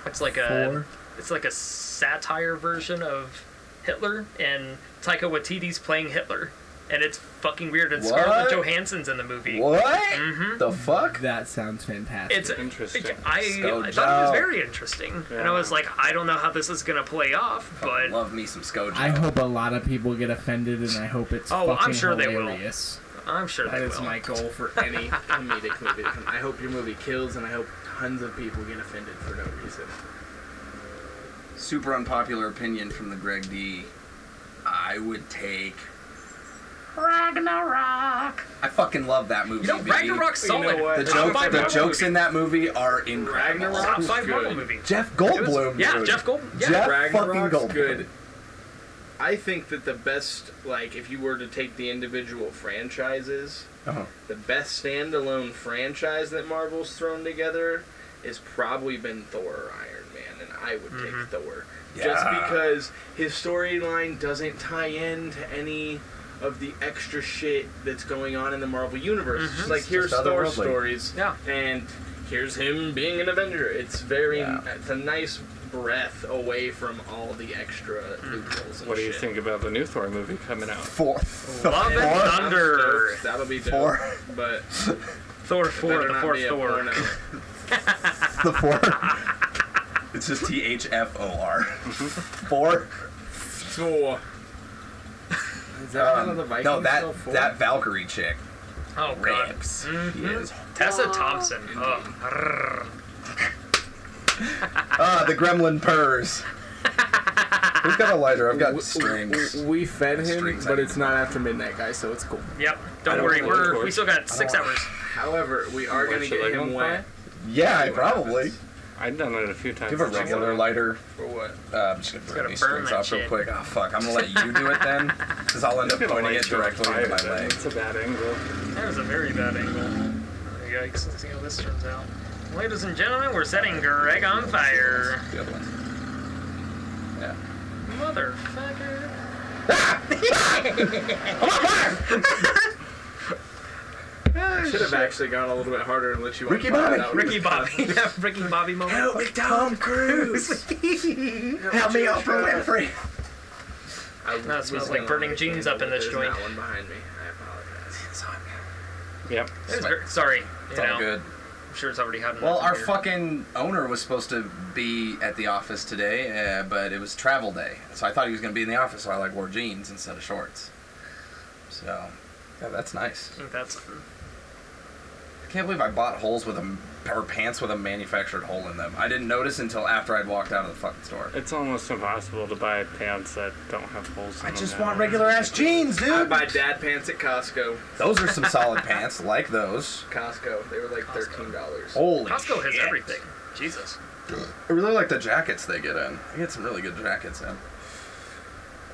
Speaker 4: It's like a it's like a satire version of Hitler, and Taika Waititi's playing Hitler. and it's fucking weird. And
Speaker 11: What?
Speaker 4: Scarlett Johansson's in the movie.
Speaker 11: What
Speaker 8: Mm-hmm.
Speaker 4: Mhm.
Speaker 11: the fuck?
Speaker 19: That sounds fantastic.
Speaker 4: It's
Speaker 7: Interesting.
Speaker 4: I,
Speaker 11: Scojo.
Speaker 4: I thought it was very interesting, and I
Speaker 7: Yeah.
Speaker 4: was like, I don't know how this is gonna play off, but
Speaker 11: Love me some Skojo.
Speaker 19: I hope a lot of people get offended, and I hope it's
Speaker 4: Oh, I'm
Speaker 19: fucking
Speaker 4: sure they will.
Speaker 19: hilarious.
Speaker 4: I'm sure
Speaker 5: That
Speaker 4: they
Speaker 5: is
Speaker 4: will.
Speaker 5: my
Speaker 8: <laughs>
Speaker 5: goal for any comedic movie. And I hope your movie kills, and I hope tons of people get offended for no reason.
Speaker 11: Super unpopular opinion from the Greg D. I would take
Speaker 4: Ragnarok.
Speaker 11: I fucking love that movie.
Speaker 4: You know,
Speaker 11: baby.
Speaker 4: Ragnarok's
Speaker 5: You know
Speaker 4: solid.
Speaker 5: what?
Speaker 11: The
Speaker 5: Top
Speaker 11: jokes,
Speaker 4: five
Speaker 11: the
Speaker 4: Marvel
Speaker 11: jokes in that movie are incredible.
Speaker 5: Ragnarok?
Speaker 4: Top five
Speaker 5: Good.
Speaker 4: Marvel movie.
Speaker 11: Jeff
Speaker 4: It was-
Speaker 11: Goldblum.
Speaker 4: yeah,
Speaker 11: dude.
Speaker 4: Jeff Gold. Yeah.
Speaker 11: Jeff fucking
Speaker 5: Ragnarok's
Speaker 11: Goldblum.
Speaker 5: good. I think that the best, like, if you were to take the individual franchises,
Speaker 11: Uh-huh.
Speaker 5: the best standalone franchise that Marvel's thrown together is probably been Thor or Iron Man, and I would take Thor. Just
Speaker 11: Yeah.
Speaker 5: because his storyline doesn't tie in to any of the extra shit that's going on in the Marvel universe. It's Just like here's
Speaker 11: just
Speaker 5: Thor
Speaker 11: otherworldly.
Speaker 5: stories,
Speaker 4: Yeah.
Speaker 5: and here's him being an Avenger. It's very,
Speaker 11: Yeah.
Speaker 5: it's a nice breath away from all the extra loopholes and
Speaker 7: What do you
Speaker 5: shit.
Speaker 7: think about the new Thor movie coming out?
Speaker 11: Fourth.
Speaker 4: Love and
Speaker 11: Thor?
Speaker 4: Thunder.
Speaker 5: That'll be dope.
Speaker 11: Thor.
Speaker 5: <laughs> But
Speaker 4: Thor four.
Speaker 5: better
Speaker 4: The
Speaker 5: not
Speaker 4: fourth
Speaker 5: be a
Speaker 4: Thor.
Speaker 5: porno.
Speaker 11: the four.
Speaker 4: <laughs>
Speaker 11: it's just T H F O R. Four.
Speaker 5: Thor. Is that one
Speaker 11: Um,
Speaker 5: of the Vikings?
Speaker 11: no,
Speaker 5: still
Speaker 11: that
Speaker 5: four?
Speaker 11: that Valkyrie chick
Speaker 4: Oh god.
Speaker 11: rips.
Speaker 4: Mm-hmm.
Speaker 11: He is.
Speaker 4: Tessa Thompson. Oh.
Speaker 11: Ah, the Gremlin purrs. Who's got a lighter? I've got strings.
Speaker 19: We, we fed him,
Speaker 11: Strings, I
Speaker 19: but
Speaker 11: mean.
Speaker 19: it's not after midnight, guys, so it's cool.
Speaker 4: Yep. Don't,
Speaker 11: don't
Speaker 4: worry.
Speaker 11: know,
Speaker 7: of
Speaker 4: We're,
Speaker 7: course.
Speaker 4: we still got six hours.
Speaker 5: However, we are
Speaker 7: Why
Speaker 5: going to
Speaker 7: should I
Speaker 5: get
Speaker 7: go
Speaker 5: him
Speaker 7: on
Speaker 5: wet
Speaker 11: Yeah, I probably.
Speaker 7: I've done it a few times.
Speaker 11: Give a regular lighter.
Speaker 5: for what?
Speaker 11: Uh, I'm just gonna burn
Speaker 4: gotta
Speaker 11: these
Speaker 4: burn
Speaker 11: strings
Speaker 4: that
Speaker 11: off real
Speaker 4: shit.
Speaker 11: quick. Oh fuck, I'm gonna let you do it then, because I'll end up pointing it directly into my leg.
Speaker 7: It's a bad angle.
Speaker 4: That was a very bad angle. Yikes. Let's see how this turns out. Ladies and gentlemen, we're setting Greg on fire.
Speaker 11: Good one. Yeah.
Speaker 4: Motherfucker.
Speaker 5: Should have actually gone a little bit harder and let you.
Speaker 11: Ricky
Speaker 5: unplug
Speaker 11: Bobby.
Speaker 5: that one.
Speaker 4: Ricky Bobby. <laughs> That Ricky Bobby moment.
Speaker 11: Help me, Oh, Tom Cruise. <laughs> Help me, Oprah Winfrey.
Speaker 5: I
Speaker 4: No, it smells
Speaker 5: was
Speaker 4: like
Speaker 5: gonna
Speaker 4: burning
Speaker 5: light
Speaker 4: jeans
Speaker 5: a
Speaker 4: up in
Speaker 5: candle,
Speaker 4: this
Speaker 5: but there's
Speaker 4: joint.
Speaker 5: not one behind me. I
Speaker 11: <laughs>
Speaker 5: apologize.
Speaker 7: Yep.
Speaker 4: It was very- sorry. You
Speaker 11: It's
Speaker 4: know,
Speaker 11: all good.
Speaker 4: I'm sure it's already hot enough
Speaker 11: Well,
Speaker 4: in
Speaker 11: our
Speaker 4: here.
Speaker 11: fucking owner was supposed to be at the office today, uh, but it was travel day, so I thought he was gonna be in the office. So I like wore jeans instead of shorts. So, yeah, that's nice.
Speaker 4: I think that's
Speaker 11: I can't believe I bought holes with a m- or pants with a manufactured hole in them. I didn't notice until after I'd walked out of the fucking store.
Speaker 7: It's almost impossible to buy pants that don't have holes in
Speaker 11: I
Speaker 7: them.
Speaker 11: just
Speaker 7: now.
Speaker 11: want regular ass jeans,
Speaker 5: I
Speaker 11: dude.
Speaker 5: buy dad pants at Costco.
Speaker 11: Those are some solid pants, like those.
Speaker 5: Costco. They were like thirteen dollars.
Speaker 11: Holy
Speaker 4: Costco has
Speaker 11: shit.
Speaker 4: everything. Jesus.
Speaker 11: I really like the jackets they get in. They get some really good jackets in.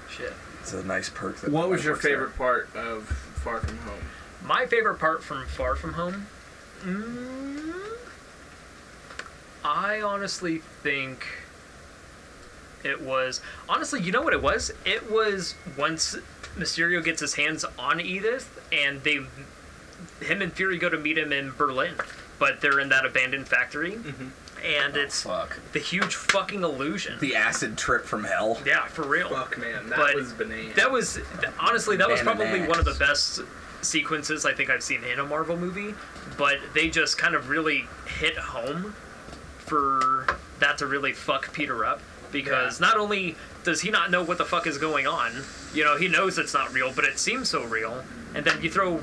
Speaker 4: Shit.
Speaker 11: It's a nice perk. That
Speaker 5: What was your
Speaker 11: works there.
Speaker 5: favorite part of Far From Home?
Speaker 4: My favorite part from Far From Home? Mm, I honestly think it was. Honestly, you know what it was? It was once Mysterio gets his hands on Edith, and they. Him and Fury go to meet him in Berlin, but they're in that abandoned factory, and it's
Speaker 11: Fuck.
Speaker 4: the huge fucking illusion.
Speaker 11: The acid trip from hell.
Speaker 4: yeah, for real.
Speaker 5: Fuck man, that
Speaker 4: But
Speaker 5: was banana.
Speaker 4: That was th- honestly that was
Speaker 11: Banana
Speaker 4: probably one of the best sequences I think I've seen in a Marvel movie, but they just kind of really hit home for that to really fuck Peter up because not only does he not know what the fuck is going on, you know, he knows it's not real, but it seems so real. And then you throw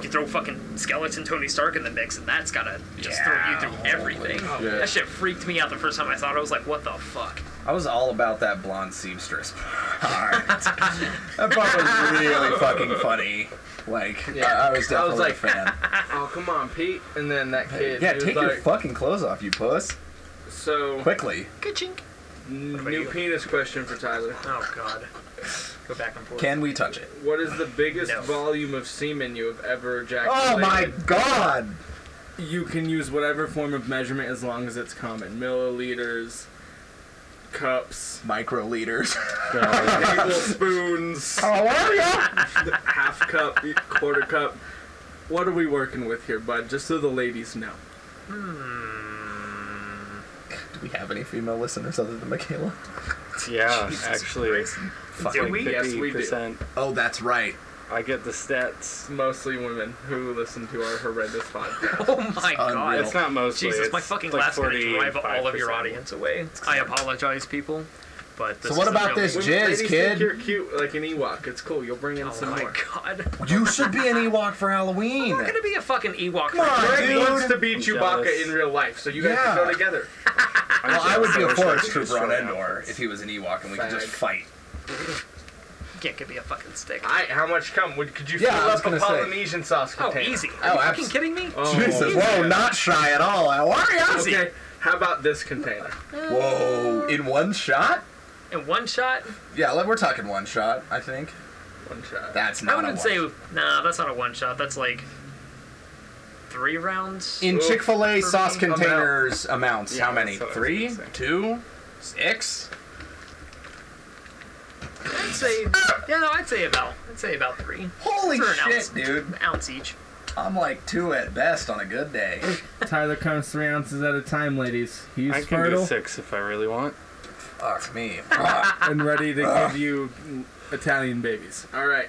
Speaker 4: you throw fucking skeleton Tony Stark in the mix, and that's gotta just
Speaker 11: Yeah,
Speaker 4: throw you through
Speaker 11: holy
Speaker 4: everything.
Speaker 11: shit.
Speaker 4: That shit freaked me out the first time I saw it. I was like, what the fuck?
Speaker 11: I was all about that blonde seamstress. part. that part was really fucking funny. Like, I-
Speaker 5: I
Speaker 11: I, was
Speaker 5: was
Speaker 11: definitely
Speaker 5: like-
Speaker 11: a fan.
Speaker 5: oh come on, Pete. And then that kid.
Speaker 11: yeah,
Speaker 5: he was
Speaker 11: take your
Speaker 5: like,
Speaker 11: fucking clothes off, you puss.
Speaker 5: So
Speaker 11: Quickly.
Speaker 4: Ka-chink. about
Speaker 5: new
Speaker 4: you?
Speaker 5: penis question for Tyler.
Speaker 4: Oh god. Go back and forth.
Speaker 11: Can we touch it?
Speaker 5: What is the biggest
Speaker 4: No.
Speaker 5: volume of semen you have ever ejaculated?
Speaker 11: Oh my god!
Speaker 19: You can use whatever form of measurement as long as it's
Speaker 5: Common milliliters,
Speaker 11: <laughs>
Speaker 5: cups,
Speaker 11: Microliters. <laughs>
Speaker 5: tablespoons,
Speaker 11: How are ya?
Speaker 5: half cup, quarter cup. What are we working with here, bud? Just so the ladies know.
Speaker 11: Do we have any female listeners other than Michaela?
Speaker 7: Yeah, actually.
Speaker 4: Christ.
Speaker 7: it's
Speaker 4: Do
Speaker 7: like
Speaker 4: we?
Speaker 5: Yes, we do.
Speaker 7: 50%.
Speaker 11: Oh, that's right.
Speaker 7: I get the stats.
Speaker 8: Mostly women who listen to our horrendous podcast.
Speaker 4: Oh my god.
Speaker 7: It's not mostly.
Speaker 4: Jesus,
Speaker 7: it's
Speaker 4: my fucking
Speaker 7: like
Speaker 4: laugh's gonna drive all of your
Speaker 7: 45%.
Speaker 4: audience away. I apologize, people. But this
Speaker 11: So what
Speaker 4: is
Speaker 11: about
Speaker 4: really-
Speaker 11: this
Speaker 8: Women-
Speaker 11: Jizz,
Speaker 8: ladies
Speaker 11: kid.
Speaker 8: think you're cute like an Ewok. It's cool. You'll bring in
Speaker 4: Oh
Speaker 8: some
Speaker 4: my
Speaker 8: more.
Speaker 4: god.
Speaker 11: You should be an Ewok for Halloween.
Speaker 4: We're gonna be a fucking Ewok.
Speaker 11: Come on,
Speaker 8: Greg
Speaker 11: dude.
Speaker 8: wants to be
Speaker 7: I'm
Speaker 8: Chewbacca
Speaker 7: jealous.
Speaker 8: in real life, so you guys
Speaker 11: Yeah.
Speaker 8: can go together.
Speaker 11: Well, I would be a
Speaker 7: wish I
Speaker 11: forest
Speaker 7: could
Speaker 11: trooper on
Speaker 7: destroy
Speaker 11: Endor if he was an Ewok and we could just
Speaker 8: Fag.
Speaker 11: fight.
Speaker 4: Can't give me a fucking stick.
Speaker 8: I, how much cum would could you
Speaker 11: Yeah, I
Speaker 8: fill
Speaker 11: was
Speaker 8: up a
Speaker 11: gonna say.
Speaker 8: Polynesian sauce
Speaker 4: oh,
Speaker 8: container?
Speaker 4: easy.
Speaker 11: Oh,
Speaker 4: Are you fucking
Speaker 11: abs-
Speaker 4: kidding me?
Speaker 8: Oh,
Speaker 11: Jesus, whoa, not shy at all. How are ya?
Speaker 4: Easy.
Speaker 8: Okay, how about this container?
Speaker 11: Whoa, in one shot?
Speaker 4: In one shot?
Speaker 11: Yeah, like, we're talking one shot, I think.
Speaker 8: One shot.
Speaker 11: That's
Speaker 4: I
Speaker 11: not
Speaker 4: wouldn't
Speaker 11: a
Speaker 4: say,
Speaker 11: one.
Speaker 4: nah, that's not a one shot. That's like three rounds.
Speaker 11: In Chick fil A sauce
Speaker 4: Amount.
Speaker 11: containers amounts, how
Speaker 7: Yeah,
Speaker 11: many?
Speaker 7: that's what I was
Speaker 11: Three?
Speaker 7: gonna say.
Speaker 11: Two? Six?
Speaker 4: I'd say, yeah, no, I'd say about, I'd say about three
Speaker 11: Holy
Speaker 4: Throw an ounce.
Speaker 11: shit, dude.
Speaker 4: an ounce each.
Speaker 11: I'm like two at best on a good day.
Speaker 5: Tyler comes three ounces at a time, ladies. He's
Speaker 7: I can do
Speaker 5: fertile
Speaker 7: six if I really want.
Speaker 11: Fuck me.
Speaker 5: and ready
Speaker 7: <laughs>
Speaker 5: to give you Italian babies.
Speaker 8: All right,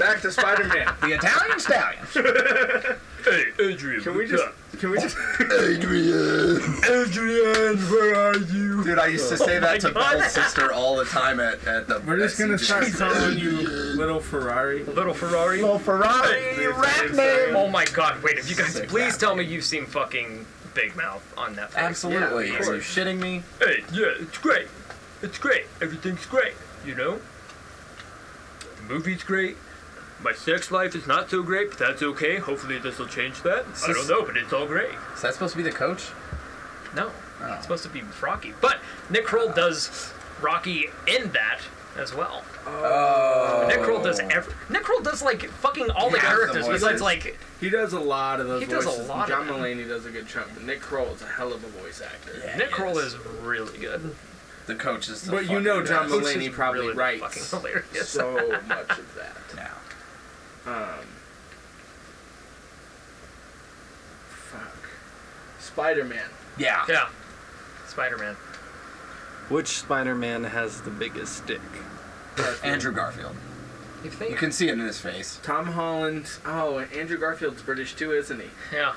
Speaker 8: back to Spider-Man.
Speaker 11: <laughs> the
Speaker 5: <laughs>
Speaker 11: Italian stallion.
Speaker 4: Hey, Adrian.
Speaker 8: Can we just can we just
Speaker 11: Adrian! Adrian, where are you? Dude, I used to say that to
Speaker 4: God.
Speaker 11: Belle's sister all the time at, at the.
Speaker 5: We're just
Speaker 11: at
Speaker 5: gonna
Speaker 11: CGI.
Speaker 5: start calling you Little Ferrari.
Speaker 4: Little Ferrari.
Speaker 11: Little Ferrari, rat man.
Speaker 4: Oh my god, wait, if you guys
Speaker 11: Sick
Speaker 4: please
Speaker 11: rap
Speaker 4: tell me you've seen fucking Big Mouth on Netflix.
Speaker 11: Absolutely.
Speaker 8: Yeah,
Speaker 11: Are you shitting me?
Speaker 4: Hey, yeah, it's great. It's great. Everything's great, you know? The movie's great. My sex life is not so great, but that's okay. Hopefully this will change that. I don't know, but it's all great.
Speaker 11: Is that supposed to be the coach?
Speaker 4: No,
Speaker 11: Oh.
Speaker 4: it's supposed to be Rocky. But Nick Kroll does Rocky in that as well.
Speaker 11: Oh.
Speaker 4: Nick Kroll does every. Nick Kroll does like fucking all the
Speaker 11: Half the
Speaker 4: characters besides
Speaker 11: voices.
Speaker 4: like
Speaker 8: He does a lot of those
Speaker 4: He does
Speaker 8: voices.
Speaker 4: a lot of
Speaker 8: John
Speaker 4: them.
Speaker 8: Mulaney does a good chunk, but Nick Kroll is a hell of a voice actor.
Speaker 4: Nick Kroll is really good.
Speaker 11: The coach is. The
Speaker 8: But you know
Speaker 11: fucking
Speaker 8: John
Speaker 11: best.
Speaker 8: Mulaney
Speaker 4: Which is
Speaker 8: probably
Speaker 4: really <laughs> Fucking
Speaker 8: writes <laughs>
Speaker 4: hilarious.
Speaker 8: so much of that.
Speaker 11: Now.
Speaker 8: Um, fuck. Spider-Man.
Speaker 11: Yeah.
Speaker 4: yeah, Spider-Man.
Speaker 7: Which Spider-Man has the biggest dick?
Speaker 11: Andrew Garfield.
Speaker 4: You
Speaker 11: You
Speaker 4: think?
Speaker 11: can see it in his face.
Speaker 8: Tom Holland. Oh, and Andrew Garfield's British too, isn't he?
Speaker 4: Yeah.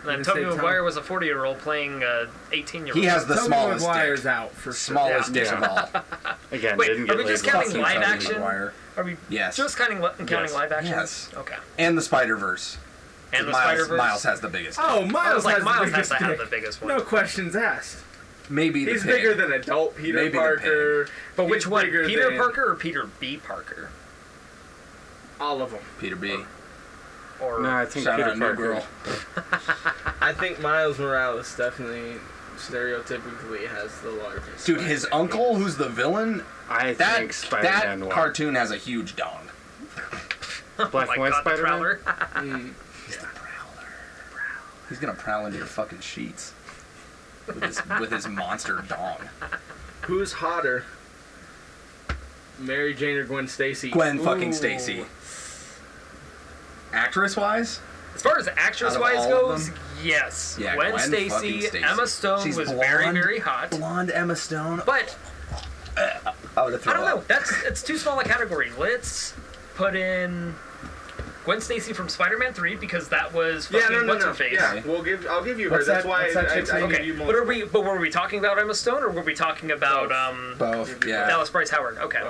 Speaker 4: And then
Speaker 8: Gonna
Speaker 4: Tobey
Speaker 8: say Tom-
Speaker 4: Maguire was a 40-year-old playing an 18-year-old.
Speaker 11: He has the
Speaker 5: Tobey
Speaker 11: smallest
Speaker 5: Maguire's
Speaker 11: dick.
Speaker 5: out for sure.
Speaker 11: Smallest dick
Speaker 7: Yeah.
Speaker 4: <laughs>
Speaker 11: of all.
Speaker 7: Again,
Speaker 4: Wait,
Speaker 7: didn't
Speaker 4: are
Speaker 7: get
Speaker 4: we just
Speaker 7: labeled.
Speaker 4: counting
Speaker 11: Fucking
Speaker 4: live
Speaker 11: Tobey
Speaker 4: action?
Speaker 11: Maguire.
Speaker 4: Are we
Speaker 11: Yes.
Speaker 4: just counting li- counting
Speaker 7: Yes.
Speaker 4: live action?
Speaker 11: Yes.
Speaker 4: Okay.
Speaker 11: And the Spider Verse.
Speaker 4: And the
Speaker 11: Miles,
Speaker 4: Spider-Verse. Uh,
Speaker 11: Miles has the biggest.
Speaker 8: Oh,
Speaker 4: I
Speaker 8: Miles
Speaker 4: was like,
Speaker 8: has
Speaker 4: Miles
Speaker 8: the
Speaker 4: has
Speaker 8: biggest
Speaker 4: to have
Speaker 8: dick.
Speaker 4: the biggest one.
Speaker 8: No questions asked.
Speaker 11: Maybe the
Speaker 8: He's
Speaker 11: pig.
Speaker 8: bigger than adult Peter
Speaker 11: Maybe the
Speaker 8: Parker.
Speaker 4: But
Speaker 8: He's
Speaker 4: which one?
Speaker 8: bigger
Speaker 4: Peter
Speaker 8: than
Speaker 4: Parker or Peter B. Parker?
Speaker 8: All of them.
Speaker 11: Peter B.
Speaker 4: Or
Speaker 7: No, I think
Speaker 11: Shout
Speaker 7: Peter
Speaker 11: out New
Speaker 7: Parker.
Speaker 11: Girl.
Speaker 8: I think Miles Morales definitely stereotypically has the largest.
Speaker 11: Dude, his uncle, who's the villain,
Speaker 7: I
Speaker 11: that,
Speaker 7: think
Speaker 11: that
Speaker 7: Spider-Man won.
Speaker 11: cartoon has a huge dong.
Speaker 7: Black
Speaker 4: my
Speaker 7: and
Speaker 4: God,
Speaker 7: White
Speaker 4: the
Speaker 7: Spider-Man.
Speaker 4: Prowler.
Speaker 11: He's gonna prowl into your fucking sheets
Speaker 4: <laughs>
Speaker 11: with his, with his monster dong.
Speaker 8: Who's hotter? Mary Jane or Gwen Stacy?
Speaker 11: Gwen fucking Stacy. Actress wise,
Speaker 4: As far as actress
Speaker 11: Out
Speaker 4: wise
Speaker 11: of all of
Speaker 4: goes, yes.
Speaker 11: Yeah,
Speaker 4: Gwen,
Speaker 11: Gwen
Speaker 4: Stacy,
Speaker 11: fucking Stacy.
Speaker 4: Emma Stone
Speaker 11: She's
Speaker 4: was
Speaker 11: blonde.
Speaker 4: very, very hot.
Speaker 11: blonde Emma Stone.
Speaker 4: But
Speaker 11: I would have
Speaker 4: I
Speaker 11: thrown.
Speaker 4: don't know. That's it's too small a category. Let's put in Gwen Stacy from Spider-Man Three because that was fucking
Speaker 8: Yeah, no, no,
Speaker 4: what's
Speaker 8: no.
Speaker 4: her face.
Speaker 8: Yeah, we'll give. I'll give you her.
Speaker 5: What's
Speaker 8: That's
Speaker 5: that-
Speaker 8: why
Speaker 5: what's
Speaker 8: I,
Speaker 5: that chick's
Speaker 8: I, I
Speaker 5: name?
Speaker 8: gave
Speaker 4: Okay,
Speaker 8: you
Speaker 4: but are we? But were we talking about Emma Stone or were we talking about um,
Speaker 11: Both. Yeah.
Speaker 4: Dallas Bryce Howard? Okay,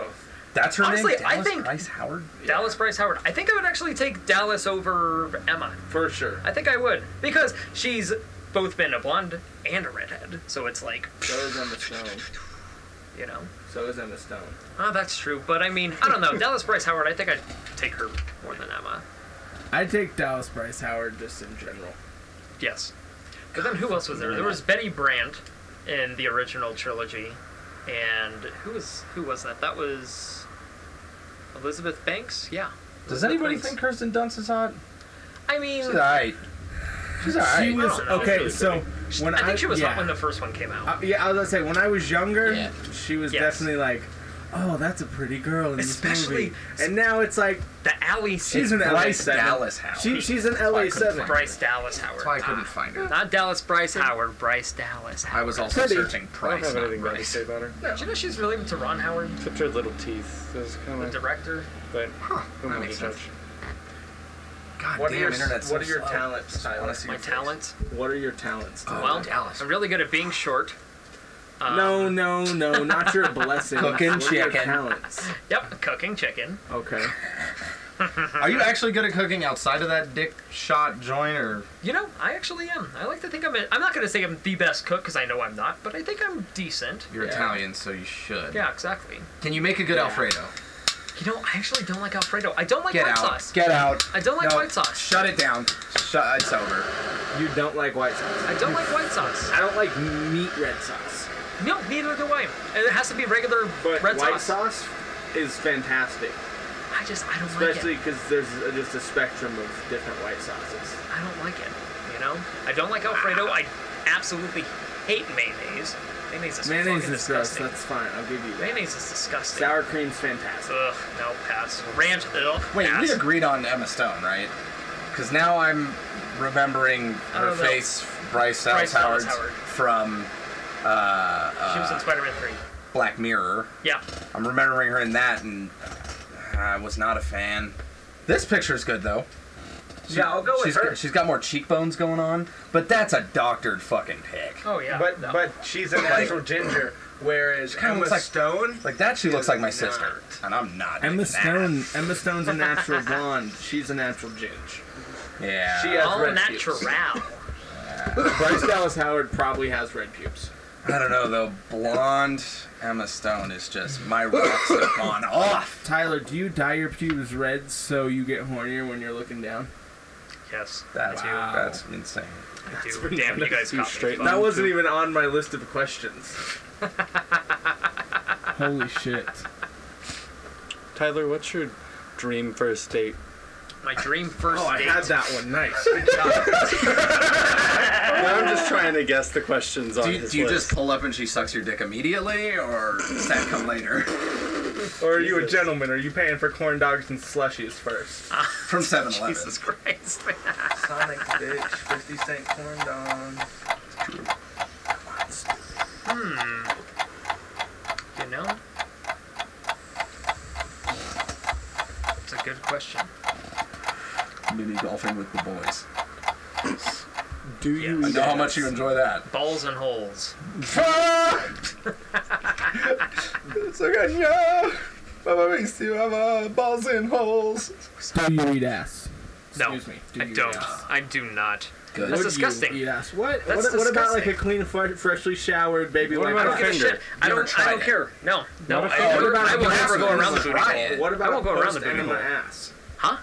Speaker 11: That's her
Speaker 4: Honestly,
Speaker 11: name.
Speaker 4: I
Speaker 11: Dallas
Speaker 4: think-
Speaker 11: Bryce Howard.
Speaker 4: Dallas Bryce Howard. I think I would actually take Dallas over Emma.
Speaker 8: for sure.
Speaker 4: I think I would because she's both been a blonde and a redhead, so it's like
Speaker 8: So is Emma Stone.
Speaker 4: you know.
Speaker 8: So is Emma Stone.
Speaker 4: Oh, that's true. But I mean, I
Speaker 8: <laughs>
Speaker 4: don't know. Dallas Bryce Howard. I think I'd take her more than Emma.
Speaker 5: I take Dallas.
Speaker 8: Bryce Howard, just in general.
Speaker 4: Yes. Because then who else was there? There was Betty Brandt in the original trilogy, and who was who was that? That was Elizabeth Banks. Yeah.
Speaker 11: Does anybody think Kirsten Dunst is hot?
Speaker 4: I mean,
Speaker 11: She's alright. She's alright.
Speaker 5: She was
Speaker 4: I don't know.
Speaker 5: okay. So when
Speaker 4: I think she was
Speaker 5: yeah,
Speaker 4: hot when the first one came out.
Speaker 5: Uh, yeah, I was gonna say when I was younger,
Speaker 11: Yeah.
Speaker 5: she was
Speaker 4: Yes.
Speaker 5: definitely like, oh, that's a pretty girl in
Speaker 11: Especially-
Speaker 5: this movie. And now it's like
Speaker 4: The alley.
Speaker 5: she's an LA
Speaker 11: Bryce
Speaker 5: seven.
Speaker 11: Dallas Howard.
Speaker 5: She, she's an
Speaker 11: I
Speaker 5: LA
Speaker 11: couldn't
Speaker 5: seven.
Speaker 11: find-
Speaker 4: Bryce Dallas Howard. Ah,
Speaker 11: That's why I couldn't find her.
Speaker 4: Not Dallas Bryce Howard. Bryce Dallas.
Speaker 11: I was also
Speaker 5: Pretty.
Speaker 11: searching
Speaker 7: I don't
Speaker 11: Price,
Speaker 7: have
Speaker 11: not
Speaker 7: anything bad to
Speaker 11: Bryce.
Speaker 7: say about her.
Speaker 4: Howard. Do you know she's related to Ron Howard,
Speaker 7: Except her little teeth. Those kind
Speaker 4: the
Speaker 7: of.
Speaker 4: director?
Speaker 7: But
Speaker 11: That
Speaker 7: who am I to
Speaker 11: makes
Speaker 7: judge?
Speaker 11: God
Speaker 5: What are
Speaker 11: damn,
Speaker 5: your-
Speaker 11: internet's
Speaker 5: what
Speaker 11: so
Speaker 5: are your
Speaker 11: slow.
Speaker 5: talents,
Speaker 11: Just wanna
Speaker 5: Tyler?
Speaker 11: see
Speaker 4: My
Speaker 11: your face.
Speaker 4: talents.
Speaker 5: What are your talents?
Speaker 11: Oh,
Speaker 4: Well,
Speaker 11: Dallas.
Speaker 4: I'm really good at being short. Um,
Speaker 5: Uh, no, no, no, not your blessing.
Speaker 11: Cooking chicken.
Speaker 5: talents.
Speaker 4: Yep, cooking chicken.
Speaker 5: Okay.
Speaker 11: Are you actually good at cooking outside of that dick shot joint, or
Speaker 4: You know, I actually am. I like to think I'm. A, I'm not gonna say I'm the best cook because I know I'm not, but I think I'm decent.
Speaker 11: you're Italian, so you should?
Speaker 4: Yeah, exactly.
Speaker 11: Can you make a good Alfredo?
Speaker 4: You know, I actually don't like Alfredo. I don't like
Speaker 11: Get
Speaker 4: white
Speaker 11: out!
Speaker 4: sauce.
Speaker 11: Get out!
Speaker 4: I don't like
Speaker 11: No,
Speaker 4: white sauce.
Speaker 11: Shut it down. Shut. It's over.
Speaker 5: You don't like white sauce.
Speaker 4: I don't like white sauce.
Speaker 5: I don't like meat red sauce.
Speaker 4: No, neither do I. And it has to be regular
Speaker 5: But
Speaker 4: red
Speaker 5: white
Speaker 4: sauce.
Speaker 5: sauce is fantastic,
Speaker 4: I just, I don't
Speaker 5: especially
Speaker 4: like it.
Speaker 5: because there's uh, just a spectrum of different white sauces.
Speaker 4: I don't like it. You know, I don't like Alfredo. I absolutely hate mayonnaise. Mayonnaise is
Speaker 5: Mayonnaise
Speaker 4: fucking
Speaker 5: is gross.
Speaker 4: disgusting.
Speaker 5: That's fine. I'll give you that.
Speaker 4: Mayonnaise is disgusting.
Speaker 5: Sour cream's fantastic.
Speaker 4: Ugh, no pass. Ranch, ugh,
Speaker 11: Wait, we
Speaker 4: pass.
Speaker 11: agreed on Emma Stone, right? Because now I'm remembering her
Speaker 4: don't know.
Speaker 11: face, Bryce
Speaker 4: Bryce
Speaker 11: Dallas Howard,
Speaker 4: Dallas Howard.
Speaker 11: from
Speaker 4: She was in Spider-Man 3.
Speaker 11: Black Mirror.
Speaker 4: Yeah.
Speaker 11: I'm remembering her in that, and I was not a fan. This picture's good though.
Speaker 4: yeah, I'll go
Speaker 11: she's, She's got more cheekbones going on, but that's a doctored fucking pick.
Speaker 4: Oh yeah.
Speaker 8: But
Speaker 4: no.
Speaker 8: but she's a natural ginger, whereas
Speaker 11: kinda
Speaker 8: Emma
Speaker 11: looks like-
Speaker 8: Stone.
Speaker 11: Like that, she looks like my
Speaker 8: Not.
Speaker 11: sister, and I'm not.
Speaker 5: Emma
Speaker 11: into that.
Speaker 5: Stone. Emma Stone's a natural blonde. She's a natural ginge.
Speaker 11: Yeah.
Speaker 5: She has
Speaker 4: all
Speaker 5: red
Speaker 4: natural.
Speaker 5: pubes. Bryce Dallas Howard probably has red pubes.
Speaker 11: I don't know though. Blonde Emma Stone is just <laughs> my rocks have gone off.
Speaker 5: Tyler, do you dye your pubes red so you get hornier when you're looking down?
Speaker 4: Yes.
Speaker 11: That's
Speaker 5: Wow.
Speaker 11: that's insane.
Speaker 4: I do. Damn, you guys
Speaker 7: You
Speaker 4: got me.
Speaker 7: straight
Speaker 5: That
Speaker 7: line
Speaker 5: wasn't
Speaker 7: to-
Speaker 5: even on my list of questions. Holy shit.
Speaker 7: Tyler, what's your dream first date?
Speaker 4: My dream first
Speaker 5: I
Speaker 4: date.
Speaker 5: had that one. <laughs> Nice.
Speaker 7: I'm just trying to guess the questions on
Speaker 11: Do you,
Speaker 7: his
Speaker 11: do you
Speaker 7: list.
Speaker 11: just pull up and she sucks your dick immediately, or does that come later?
Speaker 5: Or are you a gentleman? Are you paying for corn dogs and slushies first?
Speaker 11: <laughs> From 7 Eleven.
Speaker 4: Jesus <laughs> Christ.
Speaker 5: Sonic bitch, 50 cent corn dogs.
Speaker 4: You know? It's a good question.
Speaker 11: Maybe golfing with the boys.
Speaker 5: Do you
Speaker 11: I
Speaker 5: eat
Speaker 11: know how much you enjoy that.
Speaker 4: Balls and holes.
Speaker 11: so good, yeah. Mama makes you have uh, balls in holes.
Speaker 5: ass? Do you eat ass?
Speaker 4: No,
Speaker 5: Excuse me. Do
Speaker 4: I
Speaker 5: you
Speaker 4: don't.
Speaker 5: eat ass?
Speaker 4: I do not.
Speaker 11: Good.
Speaker 4: That's
Speaker 5: Would you
Speaker 4: disgusting.
Speaker 5: eat ass? What?
Speaker 4: That's
Speaker 5: what, what about like a
Speaker 4: disgusting.
Speaker 5: clean, fre- freshly showered baby?
Speaker 7: What
Speaker 5: wipe
Speaker 7: about
Speaker 4: I
Speaker 7: a
Speaker 5: off?
Speaker 4: don't give a
Speaker 7: finger.
Speaker 4: shit. I
Speaker 11: Never
Speaker 4: don't.
Speaker 11: tried
Speaker 4: I don't
Speaker 11: it.
Speaker 4: care. No, no.
Speaker 5: What
Speaker 4: I,
Speaker 5: about- what about
Speaker 4: I
Speaker 5: a
Speaker 4: will
Speaker 5: glass
Speaker 4: never go
Speaker 5: of
Speaker 4: around the
Speaker 11: wine?
Speaker 4: booty
Speaker 11: Try
Speaker 4: hole.
Speaker 11: it.
Speaker 5: What
Speaker 4: I
Speaker 5: about
Speaker 4: won't go around
Speaker 5: post
Speaker 4: the booty
Speaker 5: enema
Speaker 4: hole.
Speaker 5: ass?
Speaker 4: Huh?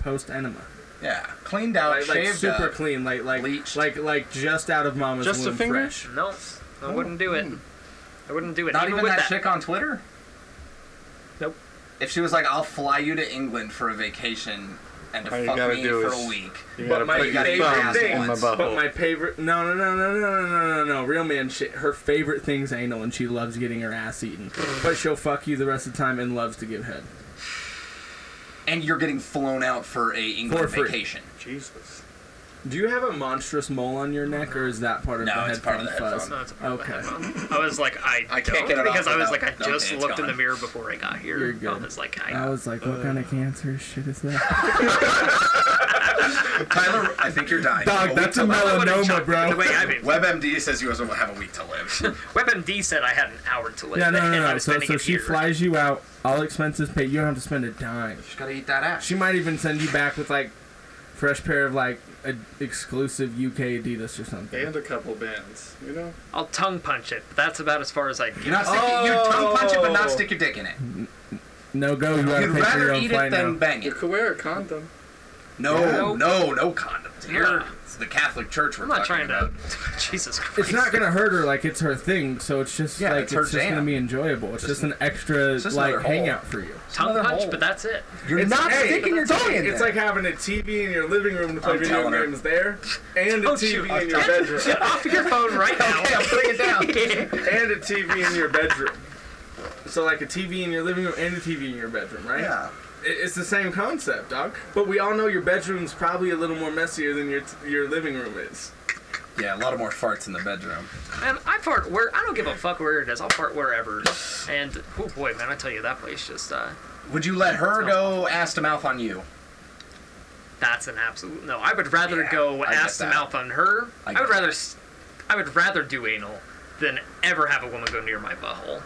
Speaker 5: Post enema.
Speaker 11: Yeah, cleaned out,
Speaker 5: Like, like uh,
Speaker 11: shaved
Speaker 5: super
Speaker 11: up.
Speaker 5: clean, like like
Speaker 11: bleached.
Speaker 5: like like just out of mama's
Speaker 7: Just a
Speaker 5: womb,
Speaker 7: finger?
Speaker 5: fresh.
Speaker 4: No, I wouldn't do it. I wouldn't do it.
Speaker 11: Not even,
Speaker 4: with
Speaker 11: that,
Speaker 4: that.
Speaker 11: chick on Twitter.
Speaker 4: Nope.
Speaker 11: If she was like, "I'll fly you to England for a vacation and to
Speaker 7: All you
Speaker 11: fuck
Speaker 7: gotta
Speaker 11: me
Speaker 7: do
Speaker 11: for
Speaker 7: is-
Speaker 11: a week,"
Speaker 7: You
Speaker 5: But
Speaker 7: gotta
Speaker 5: my
Speaker 7: put your
Speaker 5: favorite
Speaker 7: thumbs
Speaker 5: thing-
Speaker 7: in my
Speaker 11: But
Speaker 5: But
Speaker 7: butthole.
Speaker 5: my favorite, no, no, no, no, no, no, no, no, no, real man shit. Her favorite thing's anal, and she loves getting her ass eaten. But she'll fuck you the rest of the time and loves to give head.
Speaker 11: and you're getting flown out for a England
Speaker 5: For free.
Speaker 11: vacation.
Speaker 7: Jesus.
Speaker 5: Do you have a monstrous mole on your neck, or is that part of
Speaker 11: No,
Speaker 5: the
Speaker 11: it's
Speaker 5: headphone
Speaker 11: part of the
Speaker 5: fuzz?
Speaker 11: headphone.
Speaker 4: No, it's a problem.
Speaker 5: Okay.
Speaker 4: I was like, I,
Speaker 11: I
Speaker 4: don't,
Speaker 11: can't get it off
Speaker 4: because I was
Speaker 11: without-
Speaker 4: like, I
Speaker 11: okay,
Speaker 4: just
Speaker 11: it's
Speaker 4: looked in the
Speaker 11: gone.
Speaker 4: mirror before I got here.
Speaker 5: You're good.
Speaker 4: I was like, I,
Speaker 5: I was like, what kind of cancer shit is
Speaker 11: <laughs>
Speaker 5: that?
Speaker 11: Tyler, I think you're dying. You have a week to live.
Speaker 5: Oh,
Speaker 4: I would've chopped it The way I mean,
Speaker 11: WebMD says you also have a week to
Speaker 4: <laughs>
Speaker 11: live.
Speaker 4: WebMD said I had an hour to live.
Speaker 5: yeah, no, no,
Speaker 4: and
Speaker 5: no.
Speaker 4: I'm
Speaker 5: So,
Speaker 4: spending
Speaker 5: so
Speaker 4: it
Speaker 5: she
Speaker 4: here.
Speaker 5: flies you out, all expenses paid. You don't have to spend a dime.
Speaker 11: Just gotta eat that ass.
Speaker 5: She might even send you back with like fresh pair of like a exclusive UK Adidas or something.
Speaker 7: And a couple bands, you know?
Speaker 4: I'll tongue punch it. But that's about as far as I
Speaker 11: You're
Speaker 4: get.
Speaker 11: not sticking, you
Speaker 5: Oh.
Speaker 11: tongue punch it, but not stick your dick in it.
Speaker 5: No go. You gotta
Speaker 11: You'd
Speaker 5: pay for your
Speaker 11: rather
Speaker 5: own
Speaker 11: eat it
Speaker 5: flight
Speaker 11: than
Speaker 5: now.
Speaker 11: bang
Speaker 7: You
Speaker 11: it.
Speaker 7: could wear a condom.
Speaker 11: No, no, no condoms here.
Speaker 4: Yeah.
Speaker 11: It's the Catholic Church we're
Speaker 4: I'm not
Speaker 11: talking
Speaker 4: trying to.
Speaker 11: about.
Speaker 4: <laughs> Jesus Christ.
Speaker 5: It's not gonna hurt her. Like it's her thing, so it's just
Speaker 11: Yeah,
Speaker 5: like
Speaker 11: it's
Speaker 5: it's,
Speaker 11: her
Speaker 5: just
Speaker 11: jam.
Speaker 5: gonna be enjoyable. It's just, an extra
Speaker 11: just
Speaker 5: like
Speaker 11: another hole.
Speaker 5: hangout for you.
Speaker 4: tongue
Speaker 11: another
Speaker 4: punch,
Speaker 11: hole.
Speaker 4: but that's it.
Speaker 11: You're not sticking your dick in
Speaker 8: It's
Speaker 11: there.
Speaker 8: like having a TV in your living room to play
Speaker 11: I'm
Speaker 8: video
Speaker 11: telling her. Oh,
Speaker 8: games there, and a
Speaker 4: Don't you-
Speaker 8: TV in your bedroom,
Speaker 4: Get off your phone right
Speaker 5: <laughs>
Speaker 4: now.
Speaker 11: Okay, I'm putting it down.
Speaker 8: and a TV in your bedroom.
Speaker 5: So like a TV in your living room and a TV in your bedroom, right?
Speaker 11: Yeah.
Speaker 5: It- It's the same concept, dog. But we all know your bedroom's probably a little more messier than your t- your living room is.
Speaker 11: Yeah, a lot of more farts in the bedroom.
Speaker 4: Man, I fart where I don't give a fuck where it is. I'll fart wherever. And oh boy, man, I tell you that place just uh,
Speaker 11: Would you let her go ass to mouth on you?
Speaker 4: that's an absolute no. I would rather
Speaker 11: Yeah,
Speaker 4: go
Speaker 11: I get
Speaker 4: ass to
Speaker 11: that.
Speaker 4: mouth on her.
Speaker 11: I
Speaker 4: I,
Speaker 11: get
Speaker 4: would rather
Speaker 11: that.
Speaker 4: s- I would rather do anal than ever have a woman go near my butthole.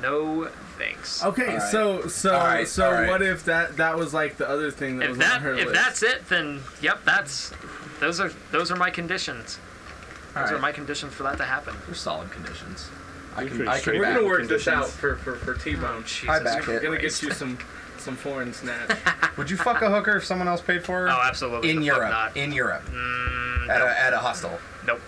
Speaker 4: No thanks.
Speaker 5: Okay,
Speaker 11: All right.
Speaker 5: so so
Speaker 11: All right,
Speaker 5: so
Speaker 11: all right.
Speaker 5: what if that that was like the other thing that
Speaker 4: if
Speaker 5: was on
Speaker 4: that
Speaker 5: her
Speaker 4: if
Speaker 5: list?
Speaker 4: that's it, then yep, that's those are those are my conditions. Those are
Speaker 11: Alright.
Speaker 4: my conditions for that to happen.
Speaker 11: They're solid conditions. I
Speaker 7: pretty
Speaker 11: can, I
Speaker 7: straight
Speaker 11: can
Speaker 5: We're
Speaker 11: back.
Speaker 5: gonna work this
Speaker 7: Conditions.
Speaker 5: out for for for T-Bone.
Speaker 4: Jesus
Speaker 11: back it.
Speaker 5: We're gonna
Speaker 4: Christ.
Speaker 5: get you some some foreign snatch. <laughs>
Speaker 11: Would you fuck a hooker if someone else paid for her?
Speaker 4: Oh, absolutely.
Speaker 11: in
Speaker 4: the fuck
Speaker 11: Europe.
Speaker 4: Not.
Speaker 11: In Europe. at, a, at a hostel.
Speaker 4: nope.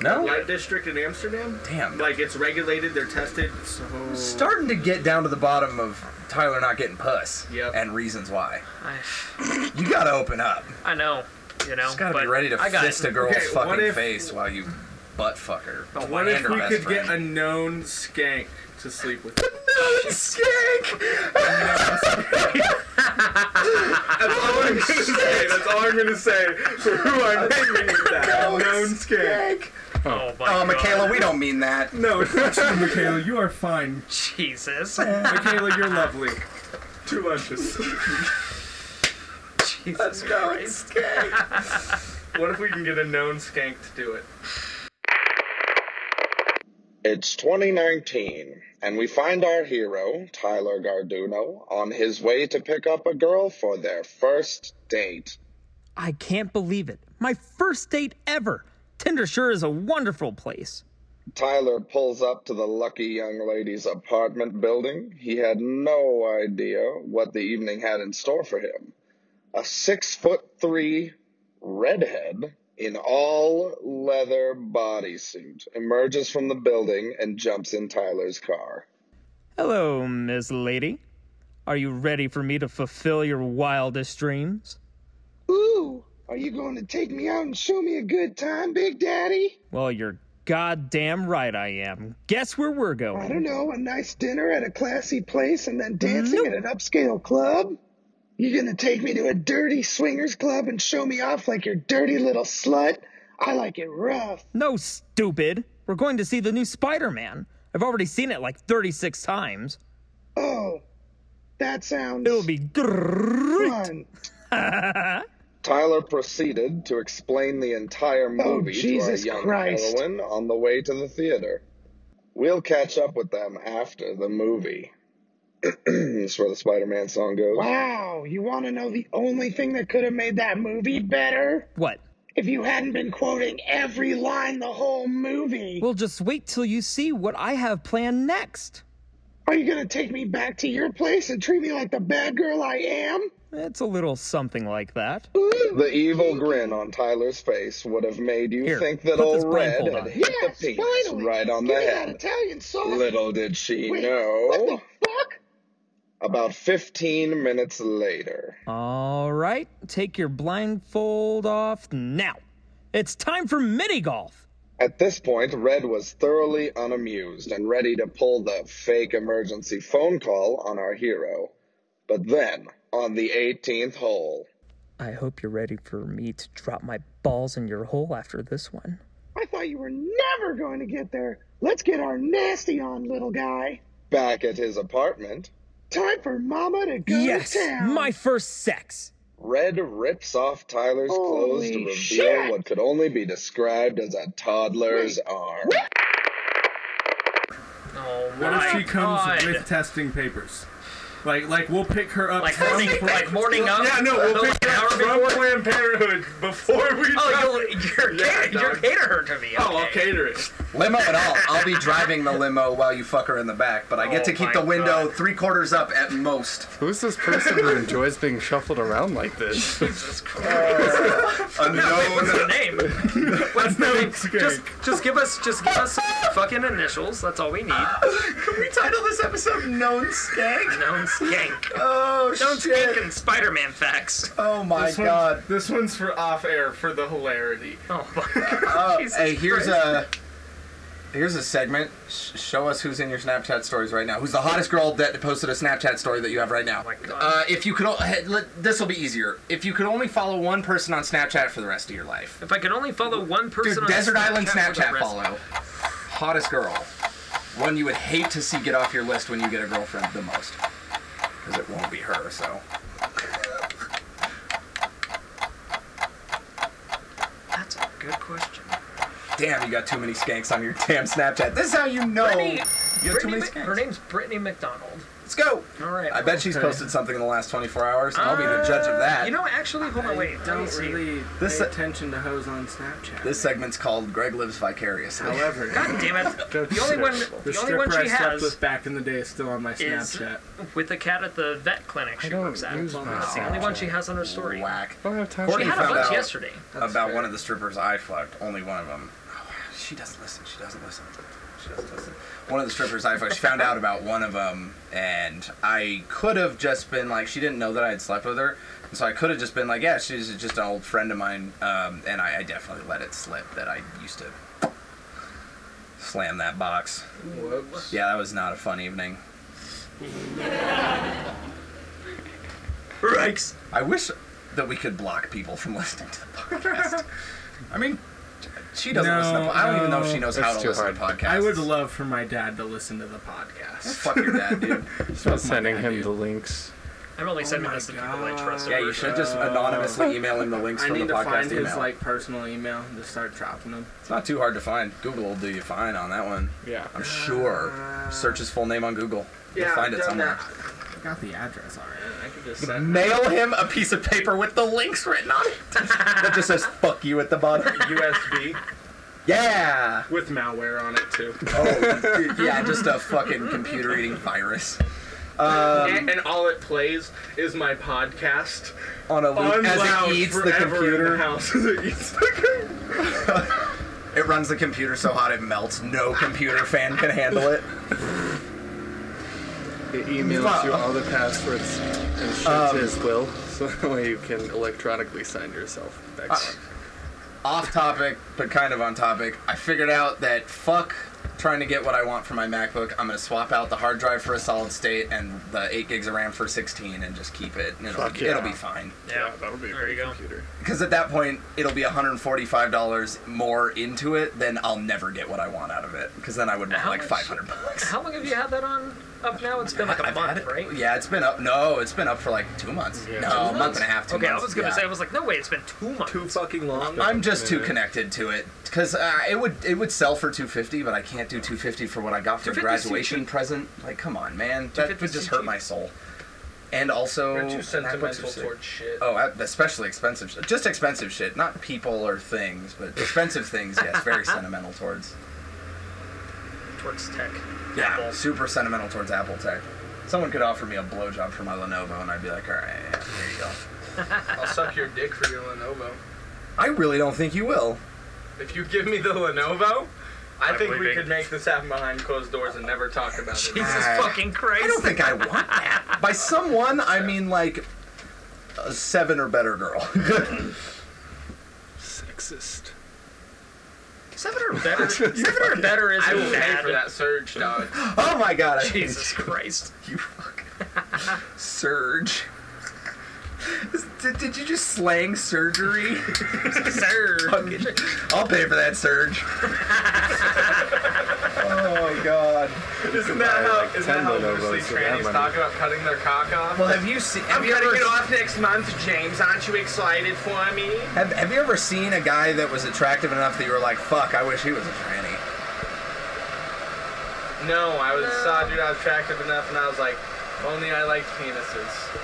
Speaker 11: No?
Speaker 5: Light district in Amsterdam.
Speaker 11: Damn.
Speaker 5: Like it's regulated. They're tested. So
Speaker 11: Starting to get down to the bottom of Tyler not getting puss
Speaker 5: Yep.
Speaker 11: and reasons why.
Speaker 4: I,
Speaker 11: You gotta open up.
Speaker 4: I know. You know.
Speaker 11: Just gotta
Speaker 4: but
Speaker 11: be ready to
Speaker 4: I got
Speaker 11: fist a girl's
Speaker 5: Okay, what
Speaker 11: fucking
Speaker 5: if-
Speaker 11: face while you butt fuck her.
Speaker 4: But
Speaker 5: What
Speaker 11: And
Speaker 5: if
Speaker 11: her
Speaker 5: we
Speaker 11: best
Speaker 5: could
Speaker 11: friend.
Speaker 5: get a known skank to sleep <laughs> with? <laughs>
Speaker 11: No, skank!
Speaker 5: That's all I'm gonna say for who I'm naming it that. known skank.
Speaker 4: Oh my
Speaker 11: Oh,
Speaker 4: god.
Speaker 11: Michaela, we don't mean that.
Speaker 5: No, Michaela, you are fine.
Speaker 4: Jesus.
Speaker 11: Eh.
Speaker 5: Michaela, you're lovely. Two lunches.
Speaker 4: Jesus Christ.
Speaker 5: What if we can get a known skank to do it?
Speaker 20: It's 2019, and we find our hero, Tyler Garduno, on his way to pick up a girl for their first date.
Speaker 2: I can't believe it. My first date ever. Tinder sure is a wonderful place.
Speaker 20: Tyler pulls up to the lucky young lady's apartment building. He had no idea what the evening had in store for him. A six foot three redhead in all leather bodysuit emerges from the building and jumps in Tyler's car.
Speaker 2: Hello, Miss Lady. Are you ready for me to fulfill your wildest dreams?
Speaker 20: Ooh, are you going to take me out and show me a good time, Big Daddy?
Speaker 2: Well, you're goddamn right I am. Guess where we're
Speaker 20: I
Speaker 2: going.
Speaker 20: don't know, a nice dinner at a classy place and then dancing at an upscale club? You're gonna take me to a dirty swingers club and show me off like your dirty little slut? I like it rough.
Speaker 2: No, stupid. We're going to see the new Spider Man. I've already seen it like 36 times.
Speaker 20: Oh, that sounds
Speaker 2: It'll be great.
Speaker 20: fun.
Speaker 21: <laughs>
Speaker 20: Tyler proceeded to explain the entire movie
Speaker 21: Oh, Jesus
Speaker 20: to our young
Speaker 21: Christ.
Speaker 20: heroine on the way to the theater. We'll catch up with them after the movie. <clears throat> That's where the Spider-Man song goes.
Speaker 21: Wow, you want to know the only thing that could have made that movie better?
Speaker 2: What?
Speaker 21: If you hadn't been quoting every line the whole movie.
Speaker 2: Well, just wait till you see what I have planned next.
Speaker 21: Are you going to take me back to your place and treat me like the bad girl I am?
Speaker 2: It's a little something like that.
Speaker 20: The evil grin on Tyler's face would have made you
Speaker 2: Here,
Speaker 20: think that
Speaker 2: put this
Speaker 20: old Red
Speaker 2: blindfold
Speaker 20: had
Speaker 2: on.
Speaker 20: hit
Speaker 21: Yes,
Speaker 20: the piece
Speaker 21: finally.
Speaker 20: right on the
Speaker 21: Give me that
Speaker 20: head.
Speaker 21: Italian sauce.
Speaker 20: Little did she
Speaker 21: Wait, What
Speaker 20: know.
Speaker 21: the fuck?
Speaker 20: About 15 minutes later,
Speaker 2: Uh. All right, take your blindfold off now. It's time for mini golf.
Speaker 20: at this point, Red was thoroughly unamused and ready to pull the fake emergency phone call on our hero. But then, on the 18th hole,
Speaker 2: I hope you're ready for me to drop my balls in your hole after this one.
Speaker 21: I thought you were never going to get there. Let's get our nasty on, little guy.
Speaker 20: back at his apartment,
Speaker 21: Time for Mama to go
Speaker 2: yes,
Speaker 21: to town.
Speaker 2: my first sex.
Speaker 20: Red rips off Tyler's clothes to
Speaker 21: Holy
Speaker 20: reveal
Speaker 21: shit.
Speaker 20: what could only be described as a toddler's arm.
Speaker 4: Oh my
Speaker 5: What if she comes
Speaker 4: god.
Speaker 5: with testing papers? Like, like we'll pick her up
Speaker 4: like
Speaker 5: from
Speaker 4: morning,
Speaker 5: Pla-
Speaker 4: like morning up?
Speaker 5: Yeah, no, we'll pick
Speaker 4: an
Speaker 5: her
Speaker 4: hour
Speaker 5: up from
Speaker 4: before?
Speaker 5: Planned Parenthood before we.
Speaker 4: Oh, you'll, you're,
Speaker 5: Yeah,
Speaker 4: cater, you're
Speaker 5: dog.
Speaker 4: cater her to me. Okay.
Speaker 5: Oh, I'll cater it.
Speaker 11: Limo and all. I'll be driving the limo while you fuck her in the back, but I get
Speaker 4: Oh
Speaker 11: to keep
Speaker 4: my
Speaker 11: the window
Speaker 4: God.
Speaker 11: three quarters up at most.
Speaker 21: Who's this person who enjoys being shuffled around like this?
Speaker 4: Jesus Christ. What's the
Speaker 5: <laughs>
Speaker 11: Unknown.
Speaker 4: name? What's the name?
Speaker 5: scary.
Speaker 4: Just, just give us, just
Speaker 5: <laughs>
Speaker 4: give us some fucking initials. That's all we need.
Speaker 11: Can we title this episode "Known Skank"?
Speaker 4: Known skank.
Speaker 11: Oh
Speaker 4: Known
Speaker 11: shit!
Speaker 4: skank and Spider-Man facts.
Speaker 11: Oh my
Speaker 5: This one's-
Speaker 11: god.
Speaker 5: This one's for off air for the hilarity.
Speaker 4: Oh my.
Speaker 11: Uh,
Speaker 4: Jesus
Speaker 11: hey, here's
Speaker 4: Christ.
Speaker 11: a Here's a segment. Sh- show us who's in your Snapchat stories right now. Who's the hottest girl that posted a Snapchat story that you have right
Speaker 4: Oh
Speaker 11: now? Uh, if you could, o- hey, let- this will be easier. If you could only follow one person on Snapchat for the rest of your life,
Speaker 4: If I could only follow one person
Speaker 11: dude,
Speaker 4: on
Speaker 11: Desert
Speaker 4: Snapchat
Speaker 11: Island
Speaker 4: for the
Speaker 11: Snapchat
Speaker 4: rest-
Speaker 11: follow, hottest girl, one you would hate to see get off your list when you get a girlfriend the most, because it won't be her. So
Speaker 4: That's a good question.
Speaker 11: damn, you got too many skanks on your <laughs> damn Snapchat. This is how you know.
Speaker 4: Brittany,
Speaker 11: You have too
Speaker 4: Brittany
Speaker 11: many
Speaker 4: Mc- her name's Brittany McDonald.
Speaker 11: Let's go.
Speaker 4: All right.
Speaker 11: I bet she's
Speaker 4: Okay. Uh,
Speaker 11: posted something in the last 24 hours, and I'll be the judge of that.
Speaker 4: You know, actually, hold on, wait. Let me
Speaker 5: Don't
Speaker 4: see.
Speaker 5: really
Speaker 11: This-
Speaker 5: pay attention to hoes on Snapchat.
Speaker 11: This segment's called Greg Lives Vicariously.
Speaker 5: However,
Speaker 4: God damn it! The only one,
Speaker 5: the,
Speaker 4: the only
Speaker 5: stripper
Speaker 4: one
Speaker 5: I
Speaker 4: she
Speaker 5: slept
Speaker 4: has
Speaker 5: with back in the day is still on my
Speaker 4: is
Speaker 5: Snapchat.
Speaker 4: with the cat at the vet clinic she works at. That's the only one she has on her story.
Speaker 11: <laughs> Whack.
Speaker 5: I don't have time
Speaker 4: She had a
Speaker 11: found
Speaker 4: bunch
Speaker 11: out
Speaker 4: yesterday.
Speaker 11: about one of the strippers I fucked. Only one of them. Oh, She doesn't listen. She doesn't listen. She doesn't listen. One of the strippers I fucked. She found out about one of them, and I could have just been like, she didn't know that I had slept with her, and so I could have just been like, yeah, she's just an old friend of mine, um, and I, I definitely let it slip that I used to slam that box.
Speaker 8: Whoops.
Speaker 11: Yeah, that was not a fun evening.
Speaker 4: Yikes.
Speaker 11: I wish that we could block people from <laughs> listening to the podcast. I mean, she doesn't
Speaker 5: No,
Speaker 11: listen to podcasts. I don't even know if she knows
Speaker 5: no.
Speaker 11: how
Speaker 5: It's
Speaker 11: to
Speaker 5: too
Speaker 11: listen to podcasts.
Speaker 5: I would love for my dad to listen to the podcast.
Speaker 11: Fuck your dad, dude.
Speaker 5: Fuck my
Speaker 22: sending
Speaker 5: dad,
Speaker 22: him
Speaker 5: dude.
Speaker 22: the links.
Speaker 4: I'm only sending this to people I trust.
Speaker 11: Yeah, you should just anonymously email him the links
Speaker 5: I
Speaker 11: from
Speaker 5: need to
Speaker 11: the podcast
Speaker 5: find
Speaker 11: email.
Speaker 5: his like personal email and just start dropping them.
Speaker 11: it's not too hard to find. Google will do you fine on that one.
Speaker 5: Yeah.
Speaker 11: I'm sure. Search his full name on Google. You'll
Speaker 5: Yeah,
Speaker 11: find
Speaker 5: I've
Speaker 11: it
Speaker 5: done
Speaker 11: somewhere.
Speaker 5: I got the address already. I could just send
Speaker 11: Mail him a piece of paper with the links written
Speaker 5: <laughs>
Speaker 11: on it. that just says fuck you at the bottom.
Speaker 8: USB
Speaker 11: Yeah.
Speaker 8: with malware on it too.
Speaker 11: Oh, yeah, just a fucking computer eating virus.
Speaker 8: and, and all it plays is my podcast
Speaker 11: On a loop
Speaker 8: on
Speaker 11: as
Speaker 8: loud
Speaker 11: it eats the
Speaker 8: forever In
Speaker 11: computer.
Speaker 8: the house as it eats the computer.
Speaker 11: It runs the computer so hot it melts. No computer fan can handle it.
Speaker 22: It emails you all the passwords and shit
Speaker 11: Um,
Speaker 22: to his
Speaker 7: <laughs>
Speaker 22: will, so that way you can electronically sign yourself. Back
Speaker 11: Uh, off topic, but kind of on topic. I figured out that fuck trying to get what I want for my MacBook. I'm gonna swap out the hard drive for a solid state and the eight gigs of RAM for 16, and just keep it. And it'll,
Speaker 22: Fuck yeah.
Speaker 11: it'll be fine.
Speaker 4: Yeah,
Speaker 22: that'll be a
Speaker 4: there you go.
Speaker 11: Because at that point, it'll be 145 dollars more into it. Then I'll never get what I want out of it. Because then I would want
Speaker 4: How
Speaker 11: like
Speaker 4: much?
Speaker 11: 500 bucks.
Speaker 4: How long have you had that on? Up now, it's been like a month, right?
Speaker 11: Yeah, it's been up. No, it's been up for like two months. No,
Speaker 4: Two
Speaker 11: a month
Speaker 4: months?
Speaker 11: and a half. Two
Speaker 4: okay,
Speaker 11: months.
Speaker 4: I was gonna
Speaker 11: yeah.
Speaker 4: say, I was like, no way, it's been two months. Too
Speaker 8: fucking long.
Speaker 11: I'm just too connected to it because uh, it would it would sell for 250, but I can't do 250 for what I got for
Speaker 8: 250
Speaker 11: a
Speaker 8: is too
Speaker 11: graduation
Speaker 8: cheap.
Speaker 11: present. Like, come on, man, that would just hurt my soul. And also,
Speaker 8: You're too
Speaker 11: MacBooks are
Speaker 8: sentimental
Speaker 11: sick.
Speaker 8: towards shit.
Speaker 11: Oh, uh, especially expensive, sh- just expensive shit, not people or things, but expensive things.
Speaker 4: <laughs>
Speaker 11: Yes, very sentimental towards.
Speaker 4: Towards tech.
Speaker 11: Yeah, super sentimental towards Apple Tech. Someone could offer me a blowjob for my Lenovo, and I'd be like, all right, yeah, there you go.
Speaker 8: I'll suck your dick for your Lenovo.
Speaker 11: I really don't think you will.
Speaker 8: If you give me the Lenovo, I
Speaker 11: I'm
Speaker 8: think we
Speaker 11: leaving.
Speaker 8: could make this happen behind closed doors and never talk about it.
Speaker 11: Jesus Uh, fucking
Speaker 4: Christ!
Speaker 11: I don't think I want that. By someone, I mean like a seven or better girl. <laughs> Sexist.
Speaker 4: Seven or better. seven or better is
Speaker 8: I will pay
Speaker 4: bad.
Speaker 8: for that surge,
Speaker 11: <laughs>
Speaker 8: dog.
Speaker 11: Oh my god! I
Speaker 4: Jesus Christ!
Speaker 11: You fuck. Surge. Is- Did, did you just slang surgery? <laughs>
Speaker 4: Surge.
Speaker 11: I'll pay for
Speaker 4: <laughs>
Speaker 11: that surge. oh my god.
Speaker 8: Isn't that how,
Speaker 11: Like
Speaker 8: isn't that
Speaker 11: ten
Speaker 8: how
Speaker 11: Lenovo's
Speaker 8: loosely
Speaker 11: for that
Speaker 8: trannies
Speaker 11: money.
Speaker 8: talk about cutting their cock off?
Speaker 11: Well, have you seen?
Speaker 8: I'm
Speaker 11: have you
Speaker 8: cutting
Speaker 11: ever
Speaker 8: it
Speaker 11: s-
Speaker 8: off next month, James. Aren't you excited for me?
Speaker 11: Have, have you ever seen a guy that was attractive enough that you were like, fuck, I wish he was a tranny?
Speaker 8: No, I was saw a dude I was attractive enough, and I was like, if only I liked penises.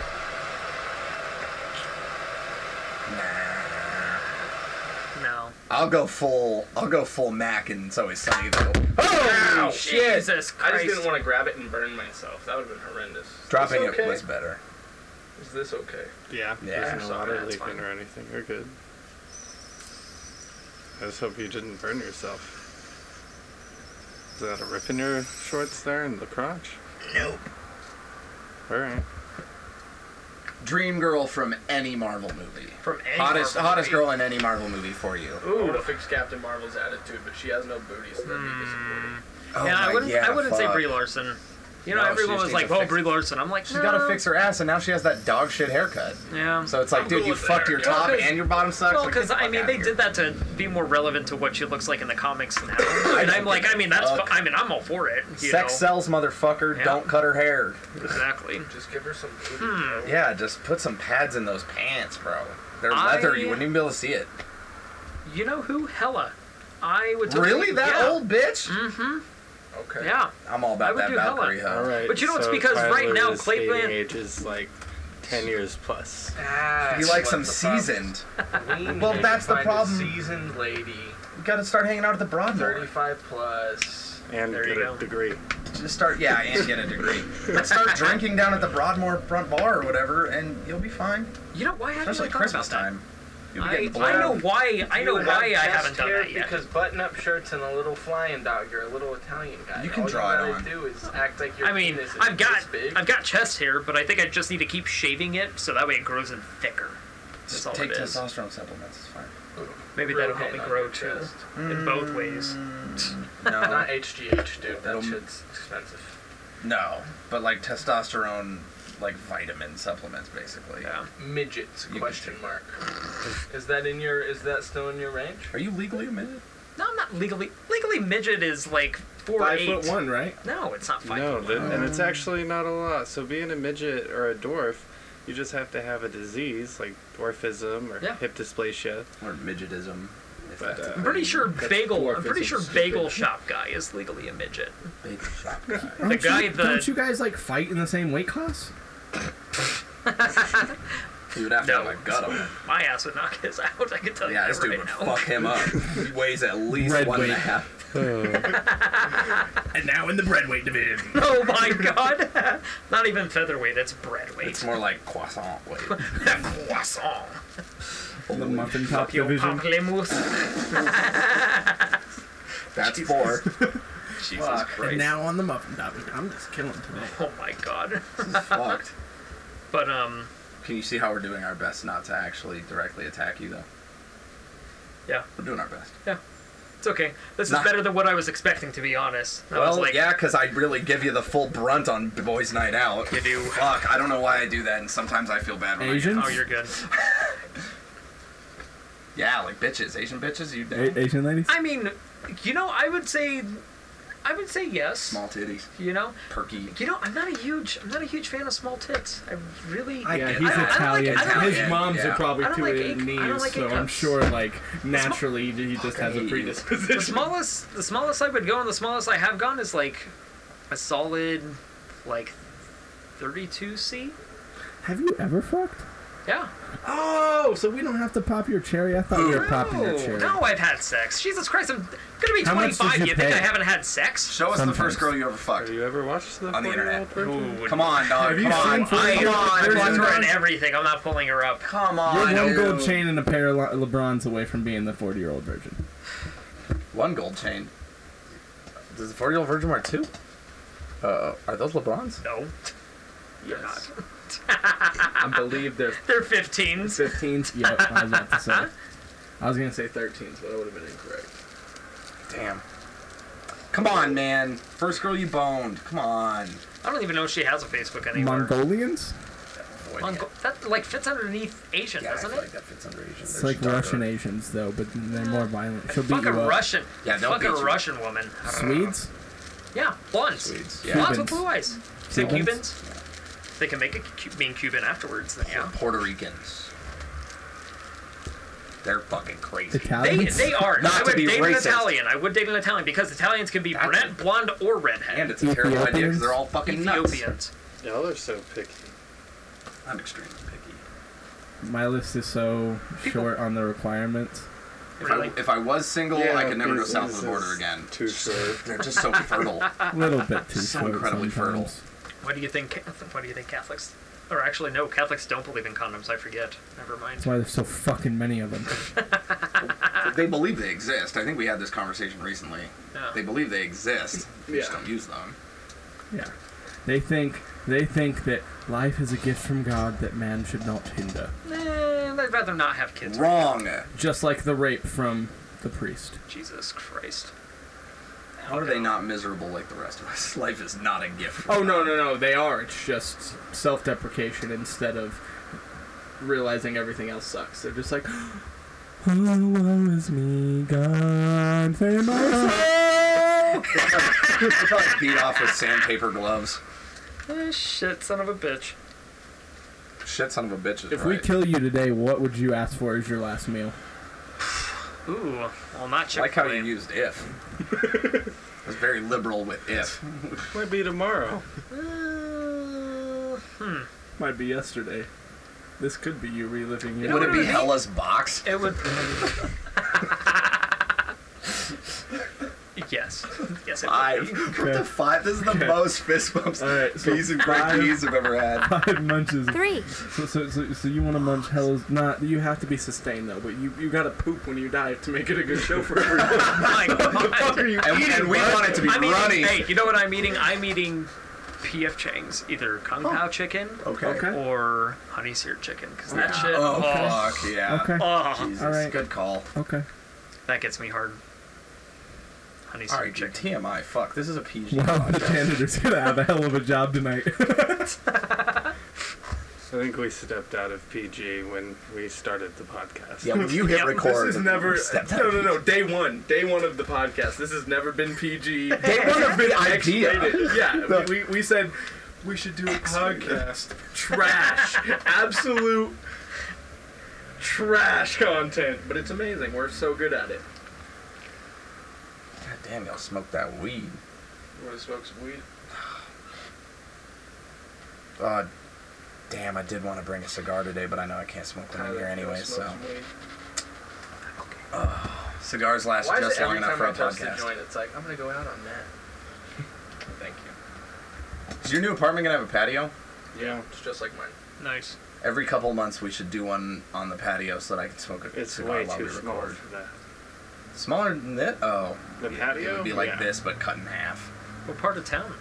Speaker 4: No.
Speaker 11: I'll go full. I'll go full Mac, and it's always sunny though.
Speaker 8: Oh
Speaker 4: shit! Jesus
Speaker 8: I just
Speaker 4: Christ.
Speaker 8: didn't want to grab it and burn myself. That would have been horrendous. Is
Speaker 11: Dropping
Speaker 8: this okay?
Speaker 11: it was better.
Speaker 8: Is this okay?
Speaker 22: Yeah.
Speaker 11: Yeah.
Speaker 22: There's no
Speaker 11: Sorry,
Speaker 22: water
Speaker 11: that's
Speaker 22: leaking
Speaker 11: fine.
Speaker 22: or anything. You're good. I just hope you didn't burn yourself. Is that a rip in your shorts there in the crotch?
Speaker 11: Nope.
Speaker 22: All right.
Speaker 11: dream girl from any Marvel movie.
Speaker 3: From any
Speaker 11: hottest
Speaker 3: Marvel
Speaker 11: hottest
Speaker 3: movie.
Speaker 11: girl in any Marvel movie for you.
Speaker 3: Ooh. I want to fix Captain Marvel's attitude, but she has no booty, so that'd be disappointing.
Speaker 11: Oh
Speaker 4: yeah,
Speaker 11: my-
Speaker 4: I wouldn't.
Speaker 11: yeah,
Speaker 4: I wouldn't say
Speaker 11: fuck.
Speaker 4: Brie Larson. You know,
Speaker 11: No, she
Speaker 4: everyone
Speaker 11: just
Speaker 4: was
Speaker 11: needs
Speaker 4: like,
Speaker 11: to
Speaker 4: "Oh,
Speaker 11: fix-
Speaker 4: Brie Larson." I'm like,
Speaker 11: She's got to
Speaker 4: "No."
Speaker 11: fix her ass, and now she has that dog shit haircut.
Speaker 4: Yeah.
Speaker 11: So it's like,
Speaker 4: I'm
Speaker 11: dude,
Speaker 4: cool
Speaker 11: you
Speaker 4: with
Speaker 11: fucked
Speaker 4: that.
Speaker 11: your top
Speaker 4: Okay.
Speaker 11: and your bottom socks.
Speaker 4: Well,
Speaker 11: Like,
Speaker 4: because
Speaker 11: get the
Speaker 4: I
Speaker 11: fuck
Speaker 4: mean,
Speaker 11: outta
Speaker 4: they
Speaker 11: here.
Speaker 4: did that to be more relevant to what she looks like in the comics now. and I'm like, I mean, that's.
Speaker 11: fuck.
Speaker 4: I mean, I'm all for it. You
Speaker 11: Sex
Speaker 4: know?
Speaker 11: sells, motherfucker.
Speaker 4: Yeah.
Speaker 11: Don't cut her hair.
Speaker 4: Exactly.
Speaker 3: Just give her some booty.
Speaker 4: Oh.
Speaker 11: Yeah, just put some pads in those pants, bro. They're
Speaker 4: I-
Speaker 11: leather. You wouldn't even be able to see it.
Speaker 4: You know who? Hella. I would. totally-
Speaker 11: Really? That
Speaker 4: yeah.
Speaker 11: old bitch?
Speaker 4: Mm-hmm.
Speaker 11: Okay.
Speaker 4: Yeah.
Speaker 11: I'm all
Speaker 4: I
Speaker 11: about
Speaker 4: would
Speaker 11: that
Speaker 4: do
Speaker 11: Valkyrie,
Speaker 4: Hella.
Speaker 11: huh?
Speaker 4: All right, But you know, it's so because right Tyler now, is Clay dating Blan-
Speaker 7: age is like ten years plus.
Speaker 11: You like some seasoned.
Speaker 4: <laughs>
Speaker 11: Well, that's the problem.
Speaker 3: Seasoned lady,
Speaker 11: You gotta start hanging out at the Broadmoor.
Speaker 3: 35 plus.
Speaker 7: and
Speaker 3: There
Speaker 7: get
Speaker 3: you
Speaker 7: a
Speaker 3: go.
Speaker 7: degree.
Speaker 11: Just start, yeah, and get a degree.
Speaker 4: <laughs>
Speaker 11: Let's start drinking down at the Broadmoor front bar or whatever, and you'll be fine.
Speaker 4: You know why I haven't
Speaker 11: Especially
Speaker 4: really thought about
Speaker 11: Christmas
Speaker 4: that?
Speaker 11: time. You'll be
Speaker 4: I,
Speaker 11: getting
Speaker 4: I know
Speaker 11: blowed.
Speaker 4: why. I
Speaker 3: You
Speaker 4: know
Speaker 3: would
Speaker 4: why I
Speaker 3: have
Speaker 4: haven't
Speaker 3: chest
Speaker 4: done
Speaker 3: hair
Speaker 4: that yet.
Speaker 3: Because button-up shirts and a little flying dog, you're a little Italian guy.
Speaker 11: You can
Speaker 3: All
Speaker 11: draw it
Speaker 3: you gotta
Speaker 11: on.
Speaker 3: do is act like your
Speaker 4: I mean,
Speaker 3: penis is
Speaker 4: I've got
Speaker 3: this big.
Speaker 4: I've got chest hair, but I think I just need to keep shaving it so that way it grows in thicker. That's
Speaker 11: Just
Speaker 4: all
Speaker 11: take
Speaker 4: it is.
Speaker 11: testosterone supplements. It's
Speaker 4: <laughs>
Speaker 11: fine.
Speaker 4: Maybe that'll help me grow too, in
Speaker 11: Mm.
Speaker 4: both ways.
Speaker 11: No,
Speaker 3: Not HGH, dude.
Speaker 11: That'll-
Speaker 3: That shit's expensive.
Speaker 11: no, but like testosterone, like vitamin supplements, basically.
Speaker 4: Yeah.
Speaker 3: Midgets?
Speaker 11: You can
Speaker 3: question mark. Is that in your? Is that still in your range?
Speaker 11: Are you legally a midget?
Speaker 4: No, I'm not legally legally midget is like four
Speaker 5: Five
Speaker 4: eight.
Speaker 5: foot one, right?
Speaker 4: No, it's not five.
Speaker 7: No,
Speaker 4: foot
Speaker 7: th-
Speaker 4: one.
Speaker 7: and it's actually not a lot. So being a midget or a dwarf, you just have to have a disease like dwarfism or
Speaker 4: Yeah.
Speaker 7: hip dysplasia.
Speaker 11: Or midgetism. if
Speaker 7: But,
Speaker 11: that's a
Speaker 7: uh,
Speaker 4: I'm pretty sure
Speaker 5: That's
Speaker 4: bagel. I'm
Speaker 5: dwarfism,
Speaker 4: pretty sure
Speaker 5: stupid.
Speaker 4: bagel shop guy is legally a midget.
Speaker 11: big shop guy. <laughs>
Speaker 4: The guy
Speaker 5: you,
Speaker 4: that
Speaker 5: don't you guys like fight in the same weight class?
Speaker 11: He would have to
Speaker 4: No.
Speaker 11: have a gut on him.
Speaker 4: my ass would knock his out. I can tell
Speaker 11: <laughs> Yeah,
Speaker 4: you
Speaker 11: this
Speaker 4: that
Speaker 11: dude
Speaker 4: right
Speaker 11: would
Speaker 4: now.
Speaker 11: fuck him <laughs> up. He weighs at least
Speaker 5: Red
Speaker 11: one and a
Speaker 5: weight.
Speaker 11: half.
Speaker 5: And now in the bread weight division.
Speaker 4: <laughs> Oh my god! <laughs> Not even featherweight. It's bread weight.
Speaker 11: It's more like croissant <laughs> weight.
Speaker 4: <laughs> croissant.
Speaker 5: the muffin top
Speaker 4: Yo,
Speaker 5: division.
Speaker 4: pamplemousse.
Speaker 11: That's <laughs> four.
Speaker 4: Jesus
Speaker 5: And
Speaker 4: Christ.
Speaker 5: now on the muffin top. I'm just killing today.
Speaker 4: oh my god.
Speaker 11: This is fucked.
Speaker 4: But um,
Speaker 11: Can you see how we're doing our best not to actually directly attack you, though?
Speaker 4: yeah,
Speaker 11: We're doing our best.
Speaker 4: it's okay. This is
Speaker 11: Nah.
Speaker 4: better than what I was expecting, to be honest. I was
Speaker 11: well,
Speaker 4: like,
Speaker 11: yeah, because I really give you the full brunt on B- Boys Night Out.
Speaker 4: You do.
Speaker 11: Fuck, I don't know why I do that, and sometimes I feel bad when I
Speaker 5: Asians?
Speaker 4: Oh, you're good.
Speaker 11: Yeah, like bitches. Asian bitches, you down?
Speaker 5: A- Asian ladies?
Speaker 4: I mean, you know, I would say, I would say yes.
Speaker 11: Small titties.
Speaker 4: You know,
Speaker 11: Perky.
Speaker 4: you know, I'm not a huge, I'm not a huge fan of small tits. I really.
Speaker 5: yeah,
Speaker 11: get
Speaker 5: he's
Speaker 4: I don't- I
Speaker 11: it.
Speaker 4: don't
Speaker 5: Italian.
Speaker 4: like- I don't
Speaker 5: His
Speaker 11: like-
Speaker 5: moms
Speaker 11: yeah.
Speaker 5: are probably
Speaker 4: I don't
Speaker 5: two
Speaker 4: like
Speaker 5: in
Speaker 4: ache- I don't
Speaker 5: knees,
Speaker 4: like
Speaker 5: so
Speaker 4: ache
Speaker 5: I'm
Speaker 4: cups.
Speaker 5: sure like naturally he just has a
Speaker 11: hate you.
Speaker 5: predisposition.
Speaker 4: the smallest the smallest I would go and the smallest I have gone is like a solid like 32C.
Speaker 5: Have you ever fucked?
Speaker 4: Yeah.
Speaker 5: Oh, so we don't have to pop your cherry. I thought we were popping your
Speaker 4: No,
Speaker 5: cherry.
Speaker 4: Oh, no, I've had sex. Jesus Christ, I'm gonna be
Speaker 5: How much did
Speaker 4: 25.
Speaker 5: you
Speaker 4: You, think
Speaker 5: pay?
Speaker 4: I haven't had sex?
Speaker 11: Show us
Speaker 5: Sometimes.
Speaker 11: the first girl you ever fucked.
Speaker 7: Have you ever watched the
Speaker 11: On the internet.
Speaker 7: Porn
Speaker 11: Come on, dog.
Speaker 5: Have you
Speaker 11: Come on.
Speaker 5: seen
Speaker 11: Come
Speaker 5: Fortnite?
Speaker 11: on.
Speaker 5: There's one
Speaker 4: I'm
Speaker 11: Come
Speaker 5: girl-
Speaker 11: on.
Speaker 4: wondering everything. I'm not pulling her up. <laughs>
Speaker 11: Come
Speaker 5: You're
Speaker 11: on.
Speaker 5: one
Speaker 11: dude.
Speaker 5: gold chain and a pair of Le- LeBrons away from being the 40 year old virgin.
Speaker 11: One gold chain. Does the 40 year old virgin wear two? Uh, are those LeBrons?
Speaker 4: No,
Speaker 5: Yes. I believe they're
Speaker 4: they're 15s.
Speaker 5: 15s. Yep, I was about to say. I was going to say 13s, but I would have been incorrect.
Speaker 11: Damn. Come on, man. First girl you boned. Come on.
Speaker 4: I don't even know if she has a Facebook anymore.
Speaker 5: Mongolians?
Speaker 11: Boy,
Speaker 4: Mongol- that like fits underneath Asian,
Speaker 11: yeah, I
Speaker 4: doesn't
Speaker 11: feel
Speaker 4: it?
Speaker 11: like that fits under Asian.
Speaker 5: It's like Russian Asians, though, but they're more violent. She'll beat
Speaker 4: Fuck a
Speaker 5: you up.
Speaker 4: Russian.
Speaker 11: Yeah, they'll
Speaker 4: fuck a
Speaker 11: beat you.
Speaker 4: Russian woman.
Speaker 5: Swedes?
Speaker 4: Yeah, blondes.
Speaker 11: Swedes.
Speaker 4: Blondes with
Speaker 5: Cubans.
Speaker 4: blue eyes. Is it
Speaker 5: Cubans?
Speaker 4: Cubans? They can make it cu- being Cuban afterwards. Then, yeah.
Speaker 11: Puerto Ricans. They're fucking crazy.
Speaker 4: They,
Speaker 5: Italians?
Speaker 4: they are.
Speaker 11: Not
Speaker 4: I
Speaker 11: to
Speaker 4: would
Speaker 11: be
Speaker 4: date an
Speaker 11: racist.
Speaker 4: Italian. I would date an Italian because Italians can be
Speaker 11: That's
Speaker 4: brunette,
Speaker 11: a-
Speaker 4: blonde, or redhead.
Speaker 11: and it's a terrible idea because they're all fucking nuts.
Speaker 4: Ethiopians.
Speaker 7: Y'all are so picky.
Speaker 11: I'm extremely picky.
Speaker 5: My list is so short on the requirements.
Speaker 11: If,
Speaker 4: Really?
Speaker 11: I, if I was single,
Speaker 7: Yeah,
Speaker 11: I could never go
Speaker 7: this-
Speaker 11: south
Speaker 7: this
Speaker 11: of the border
Speaker 7: is
Speaker 11: again. <laughs>
Speaker 7: <laughs> Too short.
Speaker 11: They're just so fertile. <laughs>
Speaker 5: A little bit too
Speaker 11: So
Speaker 5: short
Speaker 11: incredibly fertile.
Speaker 5: sometimes.
Speaker 4: Why do you think? Why do you think Catholics? Or actually, no, Catholics don't believe in condoms. I forget. Never mind.
Speaker 5: That's why there's so fucking many of them.
Speaker 11: they believe they exist. I think we had this conversation recently.
Speaker 4: Yeah.
Speaker 11: They believe they exist. They just
Speaker 3: Yeah.
Speaker 11: don't use them.
Speaker 5: Yeah. They think they think that Life is a gift from God that man should not hinder.
Speaker 4: Eh, I'd rather not have kids. right
Speaker 11: Wrong.
Speaker 4: now.
Speaker 5: Just like the rape from the priest.
Speaker 4: Jesus Christ.
Speaker 11: How are they not miserable like the rest of us? <laughs> Life is not a gift.
Speaker 5: Oh no no no! They are. It's just self-deprecation instead of realizing everything else sucks. They're just like, <gasps> "Oh, woe is me, God, save <laughs> my
Speaker 11: They probably beat off with sandpaper gloves.
Speaker 4: Eh, shit, son of a bitch.
Speaker 11: Shit, son of a bitch is
Speaker 5: If we
Speaker 11: right.
Speaker 5: kill you today, what would you ask for as your last meal?
Speaker 4: Ooh, well, not Chick-fil-A.
Speaker 11: Like how you used <laughs> if. I was very liberal with if.
Speaker 7: Might be tomorrow.
Speaker 4: hmm.
Speaker 5: Might be yesterday. This could be you reliving your.
Speaker 11: Would it be Hella's box?
Speaker 4: It would. yes. <laughs> Yes, it
Speaker 11: Five.
Speaker 4: <laughs>
Speaker 11: What the five? This is the most fist bumps peas and
Speaker 5: five-
Speaker 11: great peas I've ever had.
Speaker 5: Five munches.
Speaker 23: Three.
Speaker 5: So, so, so, so you want to munch Hella's? Not. You have to be sustained though, but you you gotta poop when you dive to make it a good show for everyone.
Speaker 4: <laughs> and,
Speaker 5: eating,
Speaker 4: and we
Speaker 5: bud?
Speaker 4: want it to be
Speaker 5: I'm eating-
Speaker 4: runny.
Speaker 5: hey,
Speaker 4: you know what I'm eating? I'm eating PF Chang's, either Kung Pao chicken
Speaker 11: Okay.
Speaker 4: or honey seared chicken, because
Speaker 11: Yeah.
Speaker 4: that shit.
Speaker 11: Oh,
Speaker 4: oh,
Speaker 11: fuck, yeah.
Speaker 5: <laughs> Okay.
Speaker 4: Oh,
Speaker 11: Jesus, All right. good call.
Speaker 5: Okay.
Speaker 4: That gets me hard. Honey
Speaker 11: All
Speaker 4: seared
Speaker 11: right, dude, TMI. Fuck, this is a PG.
Speaker 5: Wow, the janitor's gonna have a hell of a job tonight. <laughs>
Speaker 7: I think we stepped out of PG when we started the podcast.
Speaker 11: Yeah, when you hit Yep. record,
Speaker 8: This is never.
Speaker 5: <laughs>
Speaker 11: we stepped
Speaker 8: No, no, no. Day one. Day one of the podcast. This has never been PG.
Speaker 11: Day one of the
Speaker 8: Next
Speaker 11: idea.
Speaker 8: rated. Yeah,
Speaker 11: <laughs> The-
Speaker 8: we, we, we said we should do a podcast. Trash. Absolute trash content. But it's amazing. We're so good at it.
Speaker 11: God damn, y'all smoke that weed.
Speaker 8: You want to smoke some weed?
Speaker 11: Uh, damn, I did want to bring a cigar today, but I know I can't smoke one in
Speaker 8: Tyler,
Speaker 11: here
Speaker 8: you wanna
Speaker 11: anyway,
Speaker 8: smoke
Speaker 11: so.
Speaker 8: some weed?
Speaker 11: Cigars last
Speaker 8: Why is
Speaker 11: just
Speaker 8: it every
Speaker 11: long enough
Speaker 8: time
Speaker 11: for
Speaker 8: I
Speaker 11: a
Speaker 8: touch the
Speaker 11: podcast.
Speaker 8: joint, it's like I'm gonna go out on that? Thank you.
Speaker 11: Is your new apartment gonna have a patio?
Speaker 8: Yeah, it's just like mine.
Speaker 4: Nice.
Speaker 11: Every couple months, we should do one on the patio so that I can smoke a
Speaker 7: It's
Speaker 11: cigar
Speaker 7: way
Speaker 11: while
Speaker 7: too
Speaker 11: we
Speaker 7: small
Speaker 11: record.
Speaker 7: for that.
Speaker 11: Smaller than that? Oh.
Speaker 7: The
Speaker 11: It
Speaker 7: patio?
Speaker 11: would be like
Speaker 7: Yeah.
Speaker 11: this, but cut in half.
Speaker 4: What part of town?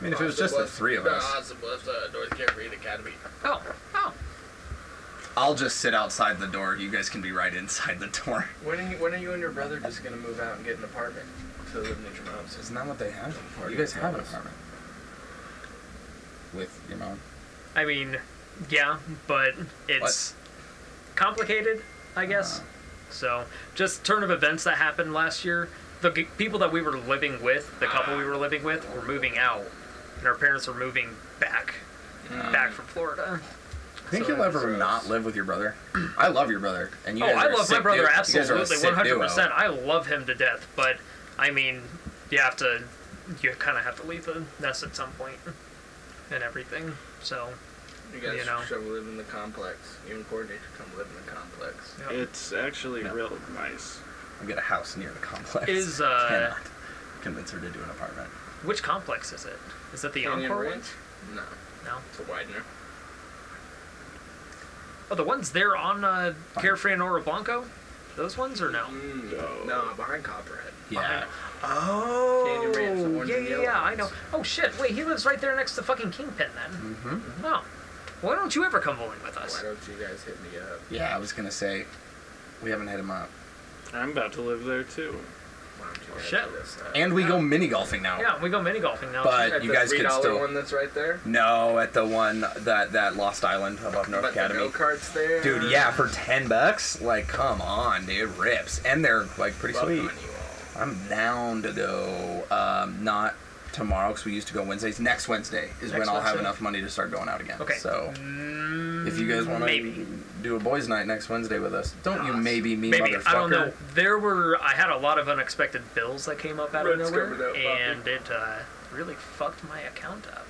Speaker 11: I mean, if it was just the three of us,
Speaker 8: uh, North Carolina Academy.
Speaker 4: Oh, oh.
Speaker 11: I'll just sit outside the door. You guys can be right inside the door.
Speaker 8: When are you, when are you and your brother just gonna move out and get an apartment to live near your mom's?
Speaker 11: Isn't that what they have? You guys have an apartment. With your mom.
Speaker 4: I mean, yeah, but it's complicated, I guess.
Speaker 11: Uh-huh.
Speaker 4: so, just turn of events that happened last year. The g- people that we were living with, the couple we were living with, were moving out, and our parents were moving back,
Speaker 11: Mm.
Speaker 4: back from Florida.
Speaker 11: Think you'll ever not live with your brother? <clears throat> I love your brother, and you
Speaker 4: oh,
Speaker 11: guys
Speaker 4: I
Speaker 11: are a
Speaker 4: love my
Speaker 11: sick
Speaker 4: brother
Speaker 11: duo. You guys are a
Speaker 4: absolutely,
Speaker 11: sick
Speaker 4: one hundred
Speaker 11: duo.
Speaker 4: percent. I love him to death, but I mean, you have to, you kind of have to leave the nest at some point, and everything. So,
Speaker 8: You guys
Speaker 4: you know,
Speaker 8: should live in the complex. You and Courtney should come live in the complex.
Speaker 7: It's actually real nice.
Speaker 11: I'll get a house near the complex.
Speaker 4: Is, uh,
Speaker 11: Cannot convince her to do an apartment.
Speaker 4: which complex is it? Is it the
Speaker 8: Canyon
Speaker 4: Encore one?
Speaker 8: Ranch? No,
Speaker 4: No.
Speaker 8: it's a widener.
Speaker 4: Oh, the ones there on uh, Carefree and Oro Blanco? Those ones or no?
Speaker 8: Mm-hmm.
Speaker 11: Oh.
Speaker 8: No. No, behind Copperhead.
Speaker 11: Yeah.
Speaker 4: Oh.
Speaker 8: Canyon Ranch, the orange
Speaker 4: yeah,
Speaker 8: and
Speaker 4: yeah,
Speaker 8: yellow
Speaker 4: yeah, I
Speaker 8: ones.
Speaker 4: know. Oh, shit. Wait, he lives right there next to fucking Kingpin then.
Speaker 11: Mm-hmm.
Speaker 4: Oh. Why don't you ever come bowling with us?
Speaker 8: Why don't you guys hit me up?
Speaker 11: Yeah, I was gonna say, we haven't hit him up,
Speaker 7: I'm about to live there too.
Speaker 8: Why don't you
Speaker 4: Shit.
Speaker 11: and we go mini golfing now.
Speaker 4: Yeah, we go mini golfing now.
Speaker 11: But
Speaker 8: At
Speaker 11: you
Speaker 8: the
Speaker 11: guys
Speaker 8: three
Speaker 11: could still.
Speaker 8: one that's right there.
Speaker 11: No, at the one that that Lost Island above North
Speaker 8: But
Speaker 11: Academy.
Speaker 8: the go karts there.
Speaker 11: Dude, yeah, for ten bucks, like, come on, dude, rips, and they're like pretty
Speaker 8: Love
Speaker 11: sweet.
Speaker 8: on
Speaker 11: I'm down to go. Um, not tomorrow because we used to go Wednesdays. Next Wednesday is when
Speaker 4: Next
Speaker 11: I'll have
Speaker 4: Wednesday?
Speaker 11: enough money to start going out again.
Speaker 4: Okay.
Speaker 11: So if you guys want
Speaker 4: Mm, Maybe.
Speaker 11: to do a boys' night next Wednesday with us, don't you maybe me,
Speaker 4: Maybe.
Speaker 11: motherfucker?
Speaker 4: I don't know. There were. I had a lot of unexpected bills that came up out
Speaker 8: Red's
Speaker 4: of nowhere.
Speaker 8: covered up, Bobby.
Speaker 4: and it uh, really fucked my account up.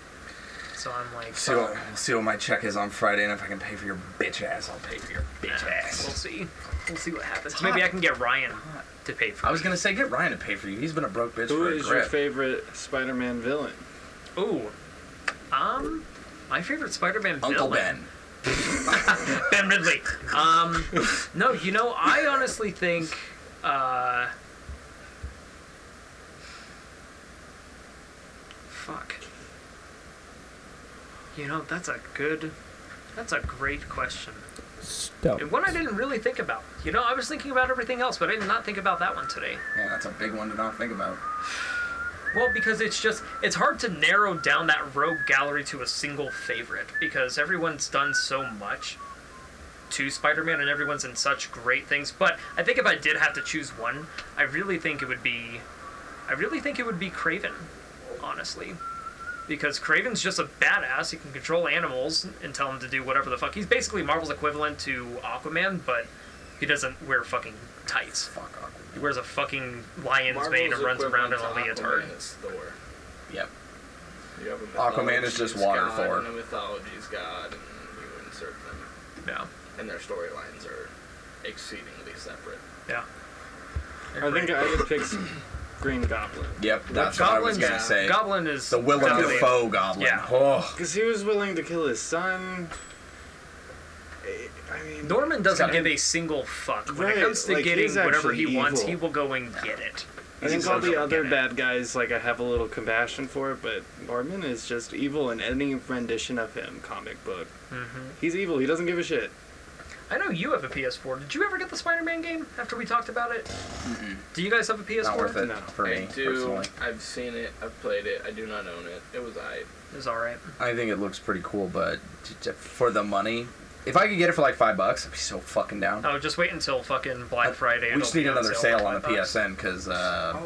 Speaker 4: So I'm like.
Speaker 11: See what, see what my check is on Friday, and if I can pay for your bitch ass, I'll pay for your bitch ass.
Speaker 4: We'll see. We'll see what happens.
Speaker 11: It's
Speaker 4: Maybe
Speaker 11: hot.
Speaker 4: I can get Ryan to pay for.
Speaker 11: I was gonna say get Ryan to pay for you. He's been a broke bitch
Speaker 7: Who
Speaker 11: for a
Speaker 7: is your
Speaker 11: grip.
Speaker 7: favorite Spider-Man villain?
Speaker 4: Ooh. Um, my favorite Spider-Man
Speaker 11: Uncle
Speaker 4: villain. Ben. <laughs> ben Ridley. Um, no, you know, I honestly think. Uh, fuck. You know, that's a good, that's a great question.
Speaker 24: Stealth.
Speaker 4: And one I didn't really think about. You know, I was thinking about everything else, but I did not think about that one today.
Speaker 11: Yeah, that's a big one to not think about.
Speaker 4: Well, because it's just it's hard to narrow down that rogue gallery to a single favorite because everyone's done so much to Spider-Man and everyone's in such great things. But I think if I did have to choose one, I really think it would be I really think it would be Craven, honestly. Because Craven's just a badass. He can control animals and tell them to do whatever the fuck. He's basically Marvel's equivalent to Aquaman, but he doesn't wear fucking tights. Fuck Aquaman. He wears a fucking lion's mane and runs around in a leotard.
Speaker 5: Thor.
Speaker 11: Yep.
Speaker 5: You have a
Speaker 11: Aquaman is
Speaker 5: mythology's
Speaker 11: just water
Speaker 5: god
Speaker 11: Thor.
Speaker 5: And a mythology's god, and you insert them.
Speaker 4: Yeah.
Speaker 5: And their storylines are exceedingly separate.
Speaker 4: Yeah.
Speaker 7: I think I would
Speaker 11: <laughs>
Speaker 7: pick Green Goblin.
Speaker 11: Yep, that's what I was gonna say.
Speaker 4: Goblin is
Speaker 11: the Willem
Speaker 7: Goblin.
Speaker 11: Dafoe Goblin.
Speaker 7: Yeah.
Speaker 11: Oh,
Speaker 7: Because he was willing to kill his son. I mean,
Speaker 4: Norman doesn't give a single fuck when
Speaker 7: Right,
Speaker 4: it comes to
Speaker 7: like,
Speaker 4: getting
Speaker 7: he's
Speaker 4: whatever he
Speaker 7: actually
Speaker 4: wants.
Speaker 7: evil.
Speaker 4: He will go and get it.
Speaker 7: I
Speaker 4: He's
Speaker 7: think all the
Speaker 4: gonna
Speaker 7: other
Speaker 4: get it.
Speaker 7: bad guys, like I have a little compassion for, but Norman is just evil in any rendition of him, comic book.
Speaker 11: Mm-hmm.
Speaker 4: Mhm.
Speaker 7: He's evil. He doesn't give a shit.
Speaker 4: I know you have a PS4. Did you ever get the Spider-Man game after we talked about it? Do you guys have a PS4?
Speaker 5: I do. I've seen it. I've played it. I do not own it. It was I.
Speaker 4: It was all right.
Speaker 11: I think it looks pretty cool, but t- t- for the money, if I could get it for like five bucks, I'd be so fucking down.
Speaker 4: Oh, just wait until fucking Black Friday.
Speaker 11: we just need another sale on the PSN because. Uh,
Speaker 5: Oh,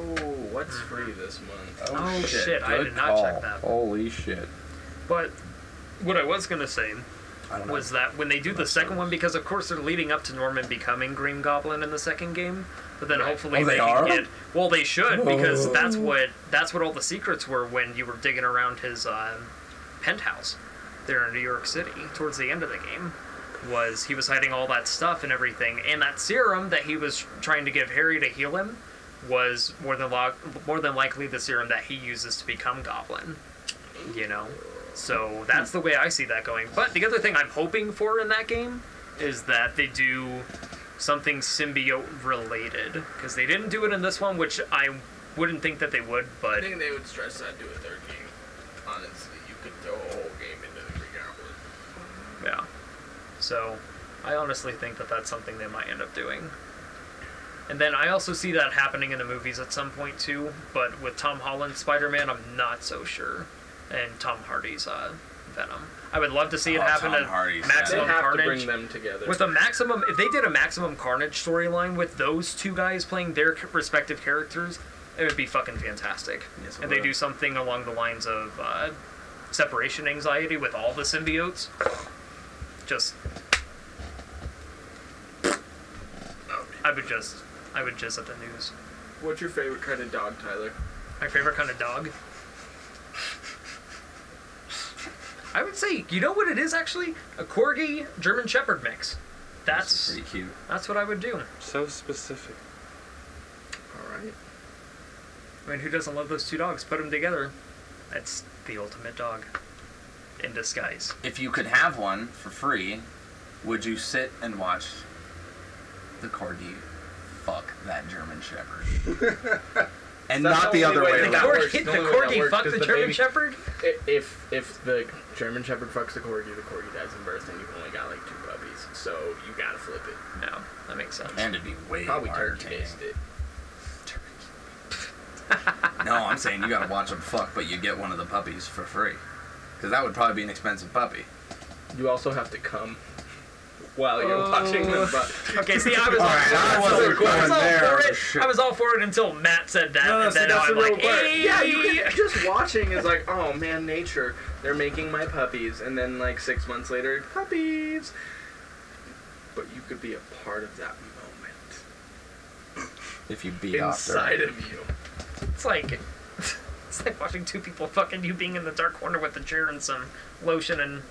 Speaker 5: what's free this month?
Speaker 4: Oh, shit. I
Speaker 11: good
Speaker 4: did not check
Speaker 11: call.
Speaker 4: that.
Speaker 11: Holy shit!
Speaker 4: But what I was gonna say
Speaker 11: don't know.
Speaker 4: was that when they do the second one, because of course they're leading up to Norman becoming Green Goblin in the second game, but then hopefully
Speaker 11: Oh, they
Speaker 4: can
Speaker 11: are? Oh.
Speaker 4: get well they should because
Speaker 11: Whoa.
Speaker 4: that's what that's what all the secrets were when you were digging around his uh, penthouse there in New York City towards the end of the game was he was hiding all that stuff and everything and that serum that he was trying to give Harry to heal him was more than lo- more than likely the serum that he uses to become Goblin you know. So that's the way I see that going. But the other thing I'm hoping for in that game is that they do something symbiote related because they didn't do it in this one, which I wouldn't think that they would.
Speaker 5: I
Speaker 4: But
Speaker 5: think they would stress that to a third game. Honestly, you could throw a whole game into the Green Goblin.
Speaker 4: yeah, so I honestly think that that's something they might end up doing. And then I also see that happening in the movies at some point too. But with Tom Holland's Spider-Man, I'm not so sure, and Tom Hardy's uh, Venom. I would love to see it
Speaker 5: Oh,
Speaker 4: happen
Speaker 5: Tom
Speaker 4: at
Speaker 5: Hardy's,
Speaker 4: Maximum
Speaker 5: yeah. They have to
Speaker 4: Carnage.
Speaker 5: bring them together.
Speaker 4: With a maximum, if they did a Maximum Carnage storyline with those two guys playing their c- respective characters, it would be fucking fantastic.
Speaker 11: Yes, it
Speaker 4: and they
Speaker 11: would.
Speaker 4: do something along the lines of uh, separation anxiety with all the symbiotes. Just, I would just, I would just at the news.
Speaker 5: What's your favorite kind of dog, Tyler?
Speaker 4: My favorite kind of dog. I would say, you know what it is actually? A corgi German Shepherd mix. That's
Speaker 11: pretty cute.
Speaker 4: That's what I would do.
Speaker 7: So specific.
Speaker 5: All right.
Speaker 4: I mean, who doesn't love those two dogs? Put them together. That's the ultimate dog in disguise.
Speaker 11: If you could have one for free, would you sit and watch the corgi fuck that
Speaker 5: <laughs>
Speaker 11: German Shepherd? and
Speaker 5: That's
Speaker 11: not the,
Speaker 5: only
Speaker 11: other way.
Speaker 5: that
Speaker 11: around.
Speaker 5: works. It's only way that works, 'cause baby-
Speaker 4: Shepherd?
Speaker 5: I- If if the German Shepherd fucks the corgi, the corgi dies in birth, and you've only got like two puppies, so you gotta flip it.
Speaker 4: No, that makes
Speaker 5: <laughs>
Speaker 4: sense.
Speaker 11: And it'd be way
Speaker 5: Probably
Speaker 11: harder
Speaker 5: turkey based it.
Speaker 11: No, I'm saying you gotta watch them fuck, but you get one of the puppies for free. Because that would probably be an expensive puppy.
Speaker 5: You also have to come while you're watching them. But
Speaker 4: Okay, see, I was all,
Speaker 5: All right, I
Speaker 4: I was
Speaker 5: wasn't
Speaker 4: all- I was
Speaker 5: going
Speaker 4: all
Speaker 5: there.
Speaker 4: for it. I was all for it until Matt said that,
Speaker 5: No, no,
Speaker 4: and
Speaker 5: see,
Speaker 4: then
Speaker 5: that's the
Speaker 4: I'm
Speaker 5: real
Speaker 4: like,
Speaker 5: part.
Speaker 4: hey,
Speaker 5: yeah, you can, just watching is like, oh man, nature. They're making my puppies, and then like six months later, puppies. But you could be a part of that moment
Speaker 11: If you beat
Speaker 5: inside
Speaker 11: off
Speaker 5: of you.
Speaker 4: <laughs> It's like <laughs> it's like watching two people fucking you being in the dark corner with a chair and some lotion and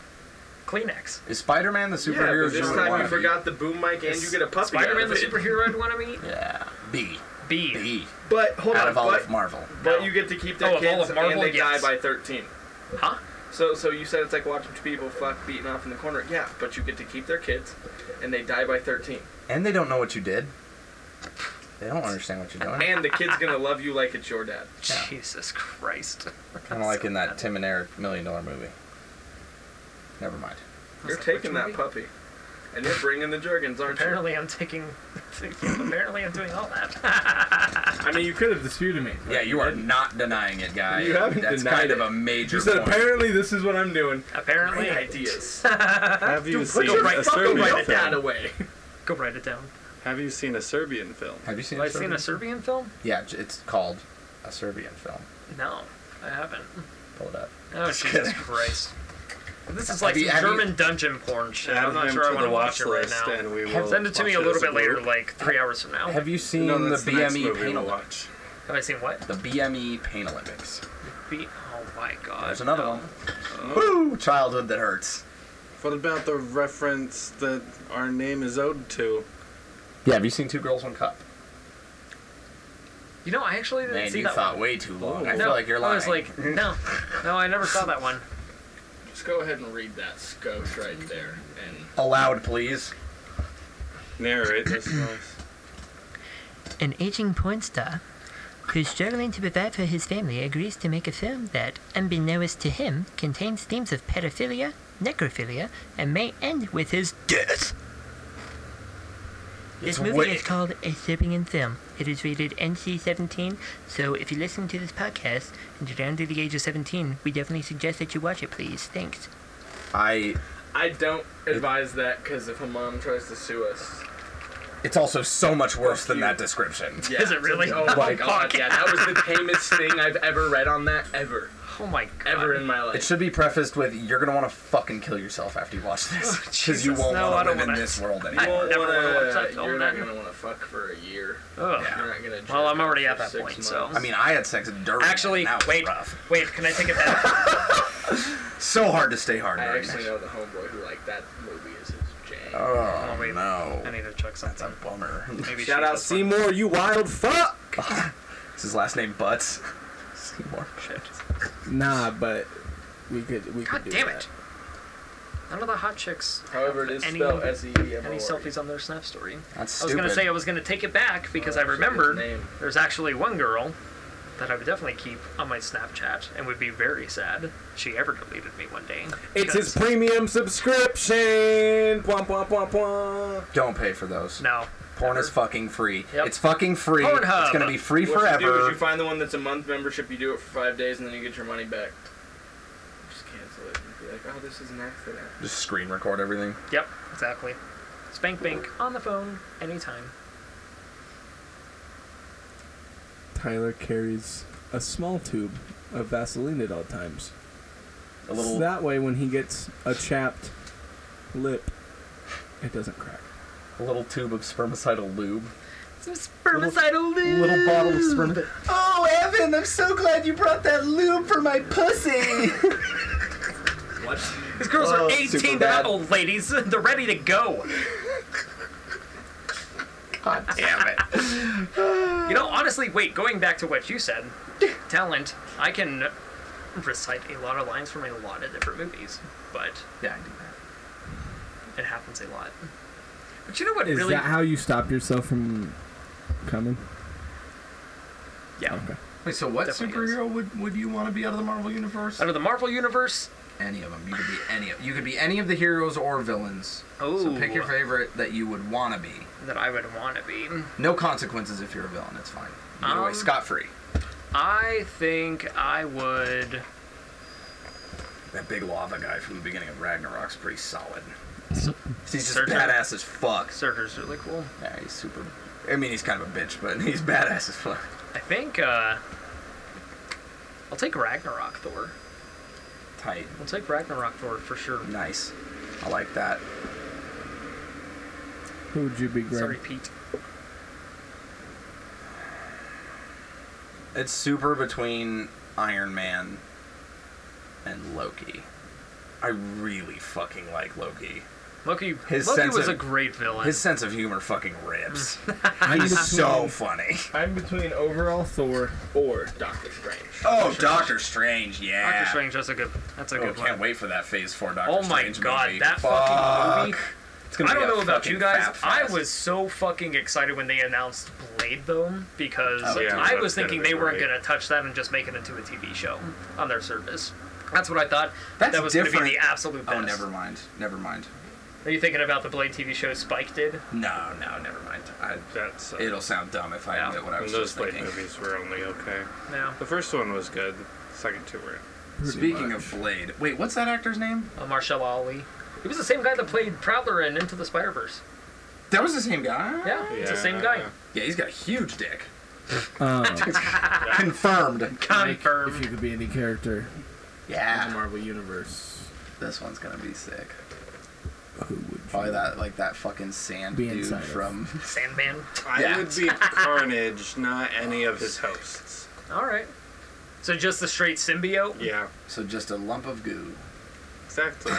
Speaker 4: Kleenex.
Speaker 11: Is Spider Man the
Speaker 5: yeah,
Speaker 11: superhero
Speaker 5: but this
Speaker 11: you
Speaker 5: time
Speaker 11: wanna
Speaker 5: you
Speaker 11: be?
Speaker 5: forgot the boom mic, and you get a puppy. out
Speaker 4: Spider-Man
Speaker 5: of
Speaker 4: the
Speaker 5: it.
Speaker 4: superhero I'd want to meet.
Speaker 11: Yeah. B.
Speaker 4: B.
Speaker 11: B.
Speaker 5: But hold
Speaker 11: Out
Speaker 5: on,
Speaker 11: of all
Speaker 5: but,
Speaker 11: of Marvel.
Speaker 5: but you get to keep their
Speaker 4: Oh, of all
Speaker 5: kids,
Speaker 4: of Marvel,
Speaker 5: and they
Speaker 4: yes.
Speaker 5: die by thirteen.
Speaker 4: Huh?
Speaker 5: So, so you said it's like watching two people fuck beaten off in the corner. Yeah, but you get to keep their kids, and they die by thirteen.
Speaker 11: And they don't know what you did. They don't understand what you're doing.
Speaker 5: And the kid's gonna love you like it's your dad.
Speaker 4: Jesus Christ. <laughs>
Speaker 11: Kind of like in that Tim and Eric million dollar movie. Never mind.
Speaker 3: You're taking that puppy, and you're bringing the Jergens, aren't
Speaker 4: Apparently, I'm taking. <laughs> apparently, I'm doing all that.
Speaker 5: I mean, you could have disputed me.
Speaker 11: Yeah,
Speaker 7: <laughs>
Speaker 11: you are not denying it, guy.
Speaker 5: You haven't
Speaker 11: That's
Speaker 5: denied
Speaker 11: kind
Speaker 5: it.
Speaker 11: of a major
Speaker 5: You said
Speaker 11: point.
Speaker 5: apparently this is what I'm doing.
Speaker 4: Apparently,
Speaker 3: Great
Speaker 4: ideas.
Speaker 3: Have
Speaker 7: you
Speaker 4: Dude,
Speaker 7: seen
Speaker 4: go
Speaker 7: a
Speaker 4: write, go
Speaker 7: Serbian
Speaker 4: write it
Speaker 7: film?
Speaker 4: down away. <laughs> Go write it down.
Speaker 7: Have you seen a Serbian film?
Speaker 11: Have you seen?
Speaker 4: Have I seen a Serbian film?
Speaker 11: Yeah, it's- it's called a Serbian film.
Speaker 4: No, I haven't.
Speaker 11: Pull it up.
Speaker 4: Oh
Speaker 11: Just
Speaker 4: Jesus
Speaker 11: kidding.
Speaker 4: Christ! This
Speaker 11: Have
Speaker 4: is like
Speaker 11: you-
Speaker 4: some
Speaker 11: have you-
Speaker 4: German dungeon porn shit.
Speaker 7: Add
Speaker 4: I'm not
Speaker 7: him
Speaker 4: sure
Speaker 7: to
Speaker 4: I want
Speaker 7: the
Speaker 4: to
Speaker 7: watch
Speaker 4: watch it right
Speaker 7: list,
Speaker 4: now.
Speaker 7: and we will
Speaker 4: Send it to me a
Speaker 7: watch it
Speaker 4: little
Speaker 7: as a
Speaker 4: bit later,
Speaker 7: group.
Speaker 4: like three hours from now.
Speaker 11: Have you seen
Speaker 7: No,
Speaker 11: the E
Speaker 7: that's the next
Speaker 11: BME
Speaker 7: movie
Speaker 11: Pain
Speaker 7: we'll
Speaker 11: Olympics?
Speaker 4: Have I seen what?
Speaker 11: The BME Pain Olympics.
Speaker 4: Be- oh my God!
Speaker 11: There's another one. Woo! Childhood that hurts.
Speaker 7: What about the reference that our name is owed to?
Speaker 11: Yeah, have you seen Two Girls One Cup?
Speaker 4: You know, I actually didn't
Speaker 11: Man,
Speaker 4: see
Speaker 11: you
Speaker 4: that
Speaker 11: thought
Speaker 4: one.
Speaker 11: way too long.
Speaker 4: No,
Speaker 11: I feel like you're lying.
Speaker 4: I was like,
Speaker 11: <laughs>
Speaker 4: no, no, I never saw that one.
Speaker 8: Just go ahead and read that scope right there. And
Speaker 11: Allowed, please.
Speaker 7: Narrate this voice.
Speaker 23: An aging porn star who's struggling to provide for his family agrees to make a film that, unbeknownst to him, contains themes of pedophilia, necrophilia, and may end with his death. This
Speaker 11: It's
Speaker 23: movie
Speaker 11: wicked.
Speaker 23: is called A Serbian Film. It is rated NC 17, so if you listen to this podcast and you're under the age of 17, we definitely suggest that you watch it, please. Thanks.
Speaker 11: I.
Speaker 3: I don't advise that because if a mom tries to sue us,
Speaker 11: It's also so much worse than that description.
Speaker 3: yeah.
Speaker 4: Is it really? <laughs>
Speaker 3: Oh
Speaker 11: Oh,
Speaker 3: my
Speaker 11: fuck.
Speaker 3: god, yeah, that was the tamest thing I've ever read on that ever,
Speaker 4: Oh my God!
Speaker 3: ever in my
Speaker 11: It
Speaker 3: life.
Speaker 11: should be prefaced with "You're gonna want to fucking kill yourself after you watch this <laughs> because you
Speaker 4: Jesus,
Speaker 11: won't
Speaker 4: no, I
Speaker 11: want to
Speaker 4: don't
Speaker 11: live in
Speaker 4: wanna-
Speaker 11: this world
Speaker 3: You
Speaker 11: anymore."
Speaker 3: won't
Speaker 4: never
Speaker 3: wanna-
Speaker 4: wanna watch that film
Speaker 3: You're not
Speaker 4: then.
Speaker 3: gonna want to fuck for a year.
Speaker 4: Ugh.
Speaker 3: You're not gonna.
Speaker 4: Well, I'm
Speaker 3: jerk
Speaker 4: already
Speaker 3: off
Speaker 4: at
Speaker 3: for
Speaker 4: that
Speaker 3: six
Speaker 4: point,
Speaker 3: months.
Speaker 4: so.
Speaker 11: I mean, I had sex during.
Speaker 4: Actually,
Speaker 11: it, and that was
Speaker 4: wait,
Speaker 11: rough.
Speaker 4: wait. Can I
Speaker 11: <laughs>
Speaker 4: take it back?
Speaker 11: So hard to stay hard.
Speaker 3: I
Speaker 11: during
Speaker 3: actually
Speaker 11: that.
Speaker 3: know the homeboy who like that movie is his jam.
Speaker 11: Oh
Speaker 4: wait.
Speaker 11: no,
Speaker 4: I need to check
Speaker 11: that's a
Speaker 4: something.
Speaker 11: bummer.
Speaker 5: Shout
Speaker 4: Maybe she
Speaker 5: out
Speaker 4: does one.
Speaker 5: Seymour, you wild fuck!
Speaker 11: Is his last name Butts? Seymour.
Speaker 4: Shit.
Speaker 5: Nah, but we could we
Speaker 4: God
Speaker 5: could do
Speaker 4: damn
Speaker 5: that.
Speaker 4: it! None of the hot chicks.
Speaker 3: However, it is
Speaker 4: Any-
Speaker 3: spelled S E E M O R.
Speaker 4: Any selfies on their Snap story?
Speaker 11: That's
Speaker 4: I was gonna
Speaker 11: stupid.
Speaker 4: say I was gonna take it back because I
Speaker 3: forget Oh, his
Speaker 4: remembered
Speaker 3: name.
Speaker 4: there's actually one girl that I would definitely keep on my Snapchat and would be very sad if she ever deleted me one day.
Speaker 5: It's his
Speaker 4: because-
Speaker 5: premium subscription. Bwomp, bwomp, bwomp, bwomp.
Speaker 11: Don't pay for those.
Speaker 4: No.
Speaker 11: Porn is fucking free.
Speaker 4: Yep.
Speaker 11: It's fucking free.
Speaker 4: Pornhub.
Speaker 11: It's gonna be free
Speaker 3: What you do is
Speaker 11: forever.
Speaker 3: you find the one that's a month membership, you do it for five days, and then you get your money back. Just cancel it and be like, oh, this is an accident.
Speaker 11: Just screen record everything.
Speaker 4: Yep. Exactly. Spank bank on the phone anytime.
Speaker 5: Tyler carries a small tube of Vaseline at all times.
Speaker 11: A little.
Speaker 5: So that way, when he gets a chapped lip, it doesn't crack.
Speaker 11: A little tube of spermicidal lube.
Speaker 4: Some spermicidal
Speaker 11: Little bottle of sperm.
Speaker 23: Oh, Evan, I'm so glad you brought that lube for my pussy!
Speaker 4: These girls
Speaker 11: Oh,
Speaker 4: are 18
Speaker 11: Superbad.
Speaker 4: that old ladies. <laughs> They're ready to go.
Speaker 11: God damn it.
Speaker 4: You know, honestly, wait, going back to what you said, talent, I can recite a lot of lines from a lot of different movies, but
Speaker 11: yeah, I do that.
Speaker 4: it happens a lot. But you know what
Speaker 5: Is
Speaker 4: really.
Speaker 5: that how you stopped yourself from coming?
Speaker 4: yeah.
Speaker 5: Okay.
Speaker 11: Wait, so what
Speaker 4: Definitely
Speaker 11: superhero would, would you want to be out of the Marvel universe?
Speaker 4: Out of the Marvel Universe,
Speaker 11: Any of them. You could be any of you could be any of the heroes or villains. So
Speaker 4: Ooh.
Speaker 11: pick your favorite that you would want to be.
Speaker 4: that I would want to be.
Speaker 11: No consequences if you're a villain. It's fine. Either way,
Speaker 4: Um,
Speaker 11: scot free.
Speaker 4: I think I would.
Speaker 11: That big lava guy from the beginning of Ragnarok's pretty solid. He's just
Speaker 4: Surtur?
Speaker 11: badass as fuck.
Speaker 4: Surtur's really cool.
Speaker 11: Yeah, he's super. I mean, he's kind of a bitch, but <laughs> he's badass as fuck.
Speaker 4: I think, uh. I'll take Ragnarok Thor.
Speaker 11: Tight.
Speaker 4: I'll take Ragnarok Thor for sure.
Speaker 11: Nice. I like that.
Speaker 5: Who would you be, Greg?
Speaker 4: Sorry, Pete.
Speaker 11: It's super between Iron Man and Loki. I really fucking like Loki.
Speaker 4: Loki,
Speaker 11: His
Speaker 4: Loki
Speaker 11: sense
Speaker 4: was
Speaker 11: of-
Speaker 4: a great villain.
Speaker 11: His sense of humor fucking
Speaker 4: <laughs>
Speaker 11: rips. He's so funny.
Speaker 5: I'm between overall Thor.
Speaker 3: Or Doctor Strange.
Speaker 11: Oh, Doctor Strange, yeah.
Speaker 4: Doctor Strange, that's a good, that's a
Speaker 11: Oh,
Speaker 4: good one.
Speaker 11: can't wait for that Phase Four Doctor
Speaker 4: Oh my
Speaker 11: Strange
Speaker 4: god,
Speaker 11: movie.
Speaker 4: that
Speaker 11: Fuck.
Speaker 4: fucking movie.
Speaker 11: It's gonna
Speaker 4: I don't
Speaker 11: be a
Speaker 4: know about
Speaker 11: fucking
Speaker 4: you guys.
Speaker 11: fab
Speaker 4: I
Speaker 11: fest.
Speaker 4: was so fucking excited when they announced Blade though, because
Speaker 7: Oh, yeah,
Speaker 4: I
Speaker 7: that's
Speaker 4: was
Speaker 7: gonna
Speaker 4: thinking
Speaker 7: be
Speaker 4: they weren't
Speaker 7: great.
Speaker 4: gonna touch that and just make it into a TV show on their service. That's what I thought.
Speaker 11: That's
Speaker 4: that was
Speaker 11: different.
Speaker 4: gonna be the absolute best.
Speaker 11: Oh, never mind. Never mind.
Speaker 4: Are you thinking about the Blade TV show Spike did?
Speaker 11: No, no, never mind. I, it'll sound dumb if I admit what I
Speaker 7: And
Speaker 11: was
Speaker 7: those
Speaker 11: just
Speaker 7: Blade
Speaker 11: thinking.
Speaker 7: movies were only okay.
Speaker 4: Yeah.
Speaker 7: The first one was good. Second two were.
Speaker 11: Speaking of Blade, wait, what's that actor's name?
Speaker 4: Uh, Marshall Ali. He was the same guy that played Prowler in Into the Spider Verse.
Speaker 11: That was the same guy.
Speaker 4: Yeah, it's the same guy.
Speaker 11: Yeah, he's got a huge dick.
Speaker 5: Um,
Speaker 11: <laughs>
Speaker 5: Confirmed.
Speaker 4: Confirmed.
Speaker 5: If you could be any character.
Speaker 11: Yeah.
Speaker 4: Ah.
Speaker 5: In the Marvel Universe.
Speaker 11: This one's gonna be sick. Probably that like that fucking sand
Speaker 5: Be
Speaker 11: dude
Speaker 5: inside of.
Speaker 11: from.
Speaker 4: Sandman.
Speaker 7: I would
Speaker 11: <laughs>
Speaker 7: be Carnage, not any of his hosts.
Speaker 4: All right. So just the straight symbiote.
Speaker 7: Yeah.
Speaker 11: So just a lump of goo.
Speaker 7: Exactly.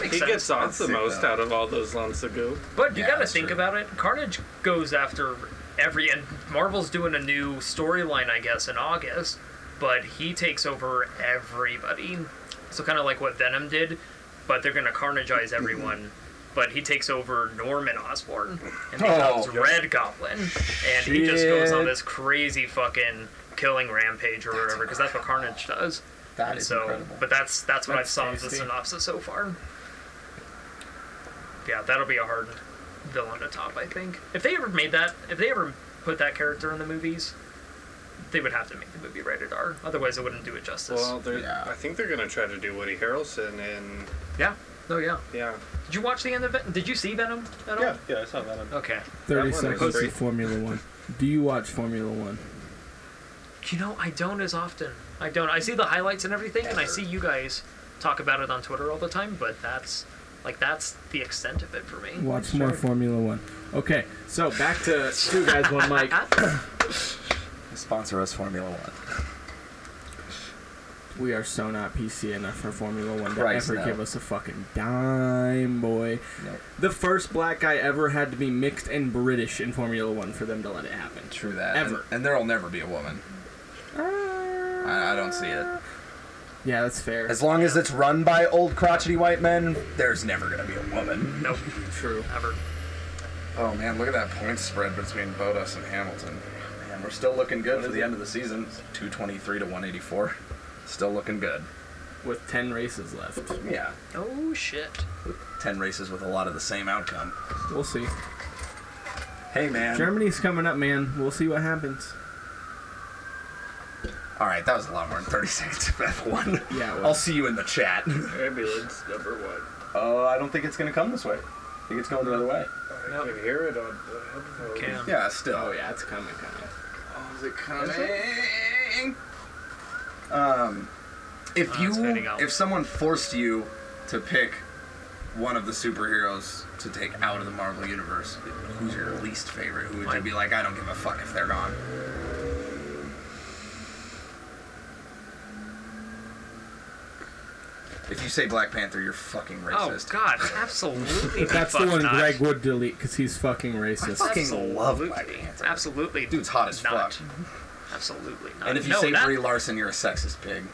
Speaker 4: Makes
Speaker 7: he
Speaker 4: sense.
Speaker 7: gets off
Speaker 4: That's
Speaker 7: the
Speaker 4: sick,
Speaker 7: most
Speaker 4: though.
Speaker 7: out of all those lumps of goo.
Speaker 4: But you gotta think about it. Carnage goes after every, and Marvel's doing a new storyline, I guess, in August. But he takes over everybody. So kind of like what Venom did, but they're gonna Carnageize everyone. But he takes over Norman Osborn and becomes
Speaker 11: Oh.
Speaker 4: Red Goblin, and he just goes on
Speaker 11: Shit.
Speaker 4: this crazy fucking killing rampage or whatever, because that's what Carnage does.
Speaker 11: That
Speaker 4: And
Speaker 11: is
Speaker 4: so,
Speaker 11: incredible.
Speaker 4: But that's that's what
Speaker 11: That's
Speaker 4: I saw as the
Speaker 11: tasty.
Speaker 4: synopsis so far. Yeah, that'll be a hard villain to top, I think. If they ever made that, if they ever put that character in the movies, they would have to make the movie rated R. Otherwise, it wouldn't do it justice.
Speaker 7: Well, they're, I think they're gonna try to do Woody Harrelson and
Speaker 4: yeah. Oh yeah.
Speaker 7: yeah.
Speaker 4: Did you watch the end of it? Did you see Venom at all? Yeah,
Speaker 7: yeah, I saw Venom.
Speaker 4: Okay.
Speaker 5: 30
Speaker 4: That one was
Speaker 5: seconds to
Speaker 4: great.
Speaker 5: Formula One. Do you watch Formula One?
Speaker 4: You know, I don't as often. I don't. I see the highlights and everything, and I see you guys talk about it on Twitter all the time. But that's like that's the extent of it for me.
Speaker 5: Watch more Formula One. Okay, so back to two guys, one mic.
Speaker 11: Sponsor us Formula One.
Speaker 5: We are so not PC enough for Formula One to
Speaker 11: Christ,
Speaker 5: ever
Speaker 11: no.
Speaker 5: give us a fucking dime, boy. The first black guy ever had to be mixed and British in Formula One for them to let it happen.
Speaker 11: True that. Uh,
Speaker 5: Ever.
Speaker 11: And, and there'll never be a woman. I, I don't see it.
Speaker 5: Yeah, that's fair.
Speaker 11: As long as it's run by old crotchety white men, there's never gonna be a woman.
Speaker 4: Nope.
Speaker 5: True.
Speaker 4: Ever.
Speaker 11: Oh man, look at that point spread between Bodas and Hamilton. Man, we're still looking good for the end of the season. It's 223 to 184. Still looking good.
Speaker 5: With 10 races left.
Speaker 11: Yeah.
Speaker 4: Oh shit.
Speaker 11: 10 races with a lot of the same outcome.
Speaker 5: We'll see.
Speaker 11: Hey man.
Speaker 5: Germany's coming up, man. We'll see what happens.
Speaker 11: All right, that was a lot more than 30 <laughs> seconds of F1.
Speaker 5: Yeah,
Speaker 11: I'll see you in the chat.
Speaker 7: Ambulance number one.
Speaker 11: Oh, I don't think it's gonna come this way. I think it's going the other way.
Speaker 7: I can hear it on the headphones.
Speaker 11: <laughs> Yeah, still.
Speaker 5: Oh yeah, it's coming, coming.
Speaker 11: Is it coming? Um,
Speaker 4: Oh,
Speaker 11: if you, if someone forced you to pick one of the superheroes to take out of the Marvel universe, who's your least favorite? Who would you be like? I don't give a fuck if they're gone. If you say Black Panther, you're fucking
Speaker 4: Oh
Speaker 11: racist.
Speaker 4: god,
Speaker 11: <laughs>
Speaker 4: absolutely.
Speaker 5: But that's the
Speaker 4: fuck
Speaker 5: one
Speaker 4: not.
Speaker 5: Greg would delete because he's fucking
Speaker 11: I
Speaker 5: racist.
Speaker 11: fucking love Black Panther.
Speaker 4: Absolutely.
Speaker 11: Dude's hot as
Speaker 4: not.
Speaker 11: fuck.
Speaker 4: Absolutely not.
Speaker 11: And if you
Speaker 4: no,
Speaker 11: say
Speaker 4: that,
Speaker 11: Brie Larson, you're a sexist pig.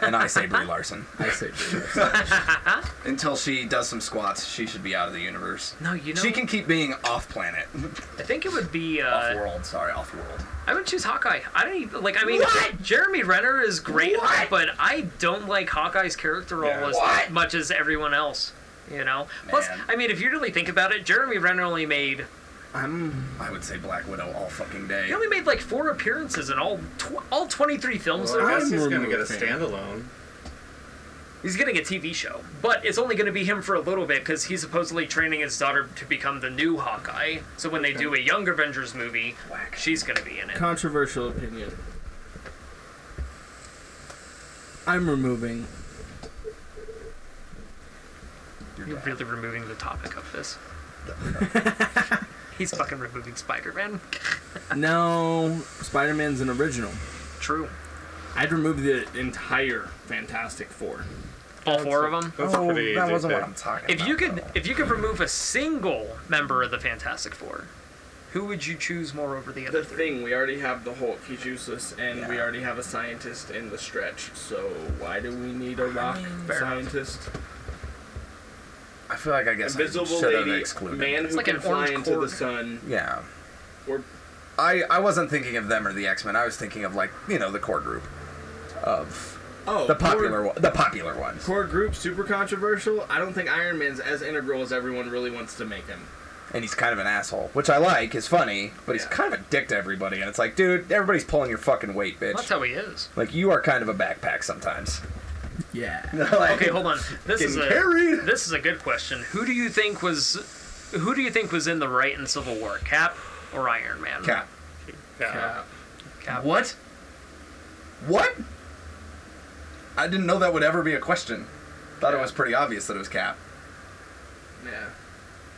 Speaker 11: And I
Speaker 4: <laughs>
Speaker 11: say Brie Larson.
Speaker 5: I say Brie Larson.
Speaker 11: Until she does some squats, she should be out of the universe.
Speaker 4: No, you know-
Speaker 11: She can keep being off planet.
Speaker 4: <laughs> I think it would be. Uh,
Speaker 11: off world, sorry, off world.
Speaker 4: I would choose Hawkeye. I don't even like. I mean, Jeremy Renner is great, but I don't like Hawkeye's character role
Speaker 11: Yeah.
Speaker 4: as
Speaker 11: What?
Speaker 4: much as everyone else. You know. Plus, I mean, if you really think about it, Jeremy Renner only made
Speaker 5: I'm,
Speaker 11: I would say Black Widow all fucking day.
Speaker 4: he only made like four appearances in all tw- all twenty three films.
Speaker 7: Well,
Speaker 4: there
Speaker 7: I
Speaker 4: was.
Speaker 7: guess he's gonna get a standalone.
Speaker 4: He's getting a TV show, but it's only going to be him for a little bit because he's supposedly training his daughter to become the new Hawkeye. So when they do a Young Avengers movie, she's going to be in it.
Speaker 5: Controversial opinion. I'm removing.
Speaker 4: You're really removing the topic of this. He's fucking removing Spider Man.
Speaker 5: No, Spider Man's an original.
Speaker 4: True.
Speaker 5: I'd remove the entire Fantastic Four.
Speaker 4: All four of them.
Speaker 5: that's a Oh, pretty that easy wasn't what pick. I'm talking
Speaker 4: If you could, if you could remove a single member of the Fantastic Four, who would you choose more over the other?
Speaker 5: The thing, we already have the Hulk, he's useless, and we already have a scientist in the stretch, so why do we need a rock scientist?
Speaker 11: I feel like I guess
Speaker 5: Invisible
Speaker 11: I should have
Speaker 5: lady,
Speaker 11: excluded.
Speaker 5: man who can fly into the sun.
Speaker 11: Yeah.
Speaker 5: Or
Speaker 11: I, I wasn't thinking of them or the X Men. I was thinking of like you know the core group. of
Speaker 3: Oh,
Speaker 11: the popular
Speaker 3: or-
Speaker 11: one, the popular ones.
Speaker 3: Core group, super controversial. I don't think Iron Man's as integral as everyone really wants to make him.
Speaker 11: And he's kind of an asshole, which I like. is funny, but he's kind of a dick to everybody. And it's like, dude, everybody's pulling your fucking weight, bitch.
Speaker 4: That's how he is.
Speaker 11: Like you are kind of a backpack sometimes.
Speaker 5: Yeah.
Speaker 11: <laughs>
Speaker 4: okay, hold on. This is a
Speaker 11: Getting carried.
Speaker 4: this is a good question. Who do you think was who do you think was in the right in Civil War? Cap or Iron Man?
Speaker 11: Cap.
Speaker 4: Cap.
Speaker 3: Uh,
Speaker 4: Cap.
Speaker 11: What? What? I didn't know that would ever be a question. Thought it was pretty obvious that it was Cap.
Speaker 3: Yeah.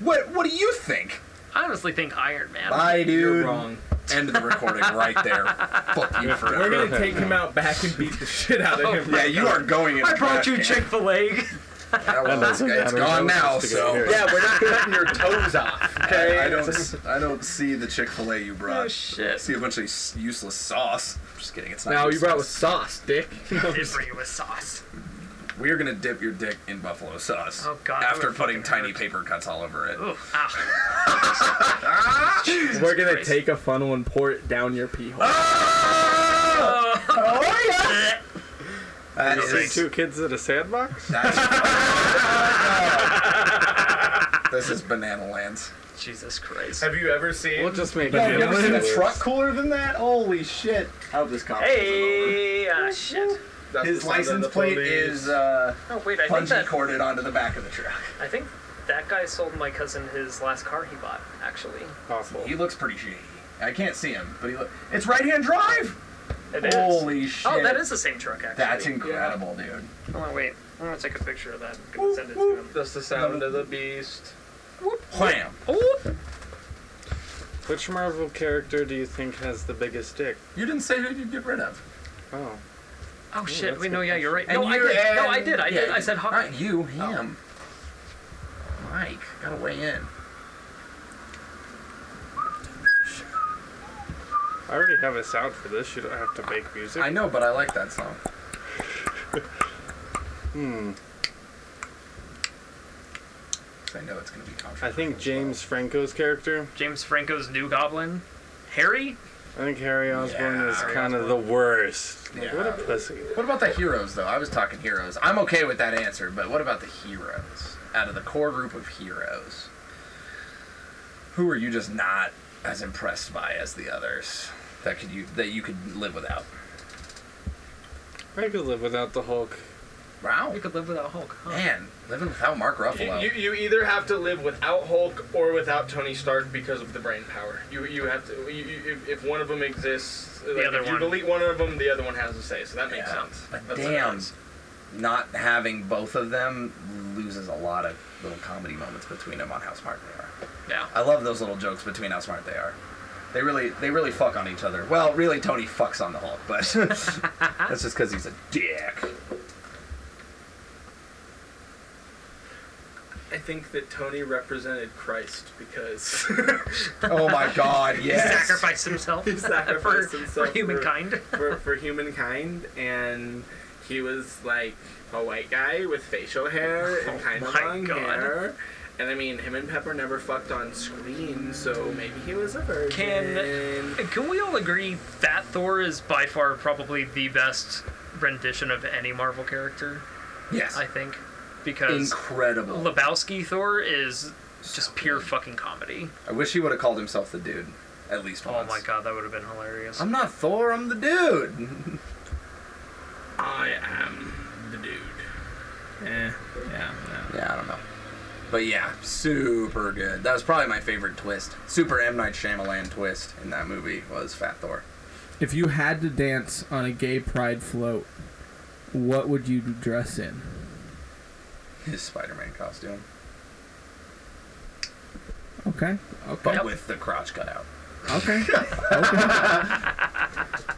Speaker 11: What What do you think?
Speaker 4: I honestly think Iron Man.
Speaker 11: Bye, dude. End of the recording right
Speaker 3: <laughs>
Speaker 11: there. Fuck you forever.
Speaker 5: We're gonna take him
Speaker 3: out back and beat the shit out
Speaker 5: of him.
Speaker 11: Yeah, you are going in.
Speaker 4: I brought you Chick Fil A.
Speaker 11: <laughs> That well, it's
Speaker 5: doesn't matter.
Speaker 11: gone
Speaker 5: That
Speaker 11: now,
Speaker 5: was supposed to
Speaker 11: so
Speaker 5: go here.
Speaker 3: Yeah, we're not cutting your toes off. Okay.
Speaker 11: <laughs> I don't. I don't see the Chick Fil A you brought.
Speaker 3: Oh, shit.
Speaker 11: I see a bunch of s- useless sauce. Just kidding. It's not.
Speaker 3: No, you
Speaker 11: useless.
Speaker 3: brought with sauce, Dick.
Speaker 4: did bring you with sauce.
Speaker 11: We are gonna dip your dick in buffalo sauce.
Speaker 4: Oh, God, that
Speaker 11: After
Speaker 4: would
Speaker 11: putting tiny paper cuts all over it.
Speaker 4: Ooh, ow.
Speaker 5: We're gonna take a funnel and pour it down your pee hole.
Speaker 6: Oh,
Speaker 11: That
Speaker 5: You
Speaker 11: is-
Speaker 5: see two kids at a sandbox.
Speaker 6: <laughs>
Speaker 11: this is banana lands.
Speaker 4: Jesus Christ.
Speaker 3: Have you ever seen?
Speaker 11: We'll just make
Speaker 6: No, have you ever seen a truck cooler than that? Holy shit! How this conference
Speaker 4: Hey, ah, shit.
Speaker 3: That's
Speaker 11: His
Speaker 3: the sound of
Speaker 11: license
Speaker 3: the
Speaker 11: plate
Speaker 3: police.
Speaker 11: is uh,
Speaker 4: Oh wait, I think
Speaker 11: bungee
Speaker 4: that
Speaker 11: corded onto the back of the truck.
Speaker 4: I think that guy sold my cousin his last car he bought. Actually,
Speaker 11: Awful. He looks pretty shady. I can't see him, but he look. It's right hand drive.
Speaker 4: It is.
Speaker 11: Holy shit!
Speaker 4: Oh, that is the same truck. Actually,
Speaker 11: That's incredible, dude.
Speaker 4: Yeah. Hold on, wait. I'm gonna take a picture of that. and gonna send it to him.
Speaker 3: That's the sound of the beast.
Speaker 11: Wham!
Speaker 7: Which Marvel character do you think has the biggest dick?
Speaker 11: You didn't say who you'd get rid of.
Speaker 7: Oh.
Speaker 4: Oh shit!
Speaker 7: that's
Speaker 4: Wait,
Speaker 7: a
Speaker 4: no,
Speaker 7: good
Speaker 4: yeah, you're right.
Speaker 11: And
Speaker 4: no, I
Speaker 11: you-
Speaker 4: did. no, I
Speaker 11: and-
Speaker 4: did. I
Speaker 11: yeah,
Speaker 4: did. I
Speaker 11: you-
Speaker 4: said Hawkeye.
Speaker 11: Not you, him. Mike, gotta weigh in.
Speaker 7: I already have a sound for this. You don't have to make music.
Speaker 11: I know, but I like that song.
Speaker 7: <laughs> Hmm.
Speaker 11: 'Cause I know it's gonna be controversial.
Speaker 7: I think James Franco's character.
Speaker 4: James Franco's new Goblin, Harry.
Speaker 7: I think Harry Osborn
Speaker 11: Yeah,
Speaker 7: is
Speaker 11: Harry
Speaker 7: kind of the worst. Like, What a pussy.
Speaker 11: What about the heroes, though? I was talking heroes. I'm okay with that answer, but what about the heroes? Out of the core group of heroes, who are you just not as impressed by as the others that could you that you could live without?
Speaker 7: I could live without the Hulk.
Speaker 11: Wow,
Speaker 4: You could live without Hulk. Huh?
Speaker 11: man, living without Mark
Speaker 3: You,
Speaker 11: Ruffalo.
Speaker 3: you, you either have to live without Hulk or without Tony Stark because of the brain power. You you have to. You, you, if, if one of them exists, like,
Speaker 4: other
Speaker 3: if you
Speaker 4: one.
Speaker 3: delete one of them, the other one has a say. So that makes
Speaker 11: Yeah.
Speaker 3: sense.
Speaker 11: But
Speaker 3: That's
Speaker 11: damn,
Speaker 3: nice.
Speaker 11: not having both of them loses a lot of little comedy moments between them on how smart they are.
Speaker 4: Yeah.
Speaker 11: I love those little jokes between how smart they are. They really, they really fuck on each other. Well, really, Tony fucks on the Hulk, but <laughs> that's just because he's a dick.
Speaker 3: I think that Tony represented Christ because <laughs>
Speaker 11: Oh my God,
Speaker 4: He
Speaker 11: yes.
Speaker 4: sacrificed
Speaker 5: <laughs>
Speaker 4: himself.
Speaker 3: he sacrificed
Speaker 4: for,
Speaker 3: himself
Speaker 4: for humankind.
Speaker 3: for, for humankind, and he was like a white guy with facial hair and
Speaker 4: <laughs> Oh
Speaker 3: kind of
Speaker 4: my
Speaker 3: long
Speaker 4: God.
Speaker 3: hair. And I mean, him and Pepper never fucked on screen, so maybe he was a virgin.
Speaker 4: Can can we all agree that Thor is by far probably the best rendition of any Marvel character?
Speaker 11: Yes,
Speaker 4: I think because
Speaker 11: incredible.
Speaker 4: Lebowski Thor is just pure fucking comedy.
Speaker 11: I wish he would have called himself the dude at least
Speaker 4: Oh
Speaker 11: once.
Speaker 4: my god, that would have been hilarious.
Speaker 11: I'm not Thor. I'm the dude.
Speaker 3: I am the dude.
Speaker 4: Eh,
Speaker 5: Yeah. Yeah.
Speaker 11: Yeah, I don't know. But yeah, super good. That was probably my favorite twist. Super M Night Shyamalan twist in that movie was Fat Thor.
Speaker 5: If you had to dance on a gay pride float, what would you dress in?
Speaker 11: His Spider-Man costume,
Speaker 5: Okay. Okay.
Speaker 11: but with the crotch cut out.
Speaker 4: <laughs>
Speaker 5: Okay. okay.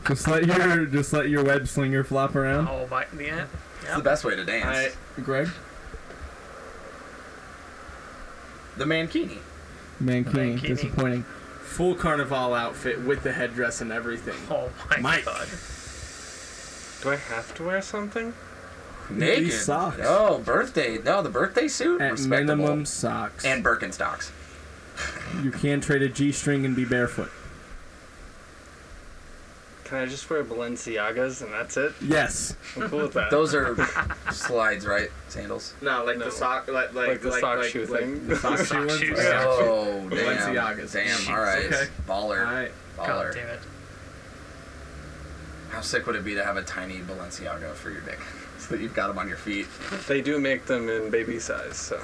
Speaker 5: just let your just let your web slinger flop around.
Speaker 4: Oh my yeah.
Speaker 11: It's the best way to dance.
Speaker 3: I
Speaker 5: Greg,
Speaker 11: The mankini.
Speaker 5: mankini,
Speaker 4: Mankini.
Speaker 5: disappointing.
Speaker 3: Full carnival outfit with the headdress and everything.
Speaker 4: Oh my
Speaker 3: Mike.
Speaker 4: god.
Speaker 7: Do I have to wear something?
Speaker 11: Naked.
Speaker 5: These socks.
Speaker 11: Oh, birthday. No, the birthday suit.
Speaker 5: At
Speaker 11: Respectable.
Speaker 5: minimum, socks.
Speaker 11: And Birkenstocks.
Speaker 5: you can trade a g-string and be barefoot.
Speaker 7: Can I just wear Balenciagas and that's it?
Speaker 5: Yes.
Speaker 7: I'm cool with that.
Speaker 11: Those are slides, right? Sandals.
Speaker 8: No, like the sock, like like
Speaker 7: Like the sock shoe thing. The <laughs> sock shoe ones?
Speaker 8: shoes.
Speaker 7: Yeah.
Speaker 11: Oh, damn.
Speaker 5: Balenciagas.
Speaker 11: Damn, all right.
Speaker 5: Okay.
Speaker 11: Baller.
Speaker 5: All right.
Speaker 11: Baller.
Speaker 4: God damn it.
Speaker 11: How sick would it be to have a tiny Balenciaga for your dick? <laughs> So that you've got them on your feet.
Speaker 7: They do make them in baby size,
Speaker 11: <laughs>
Speaker 7: so.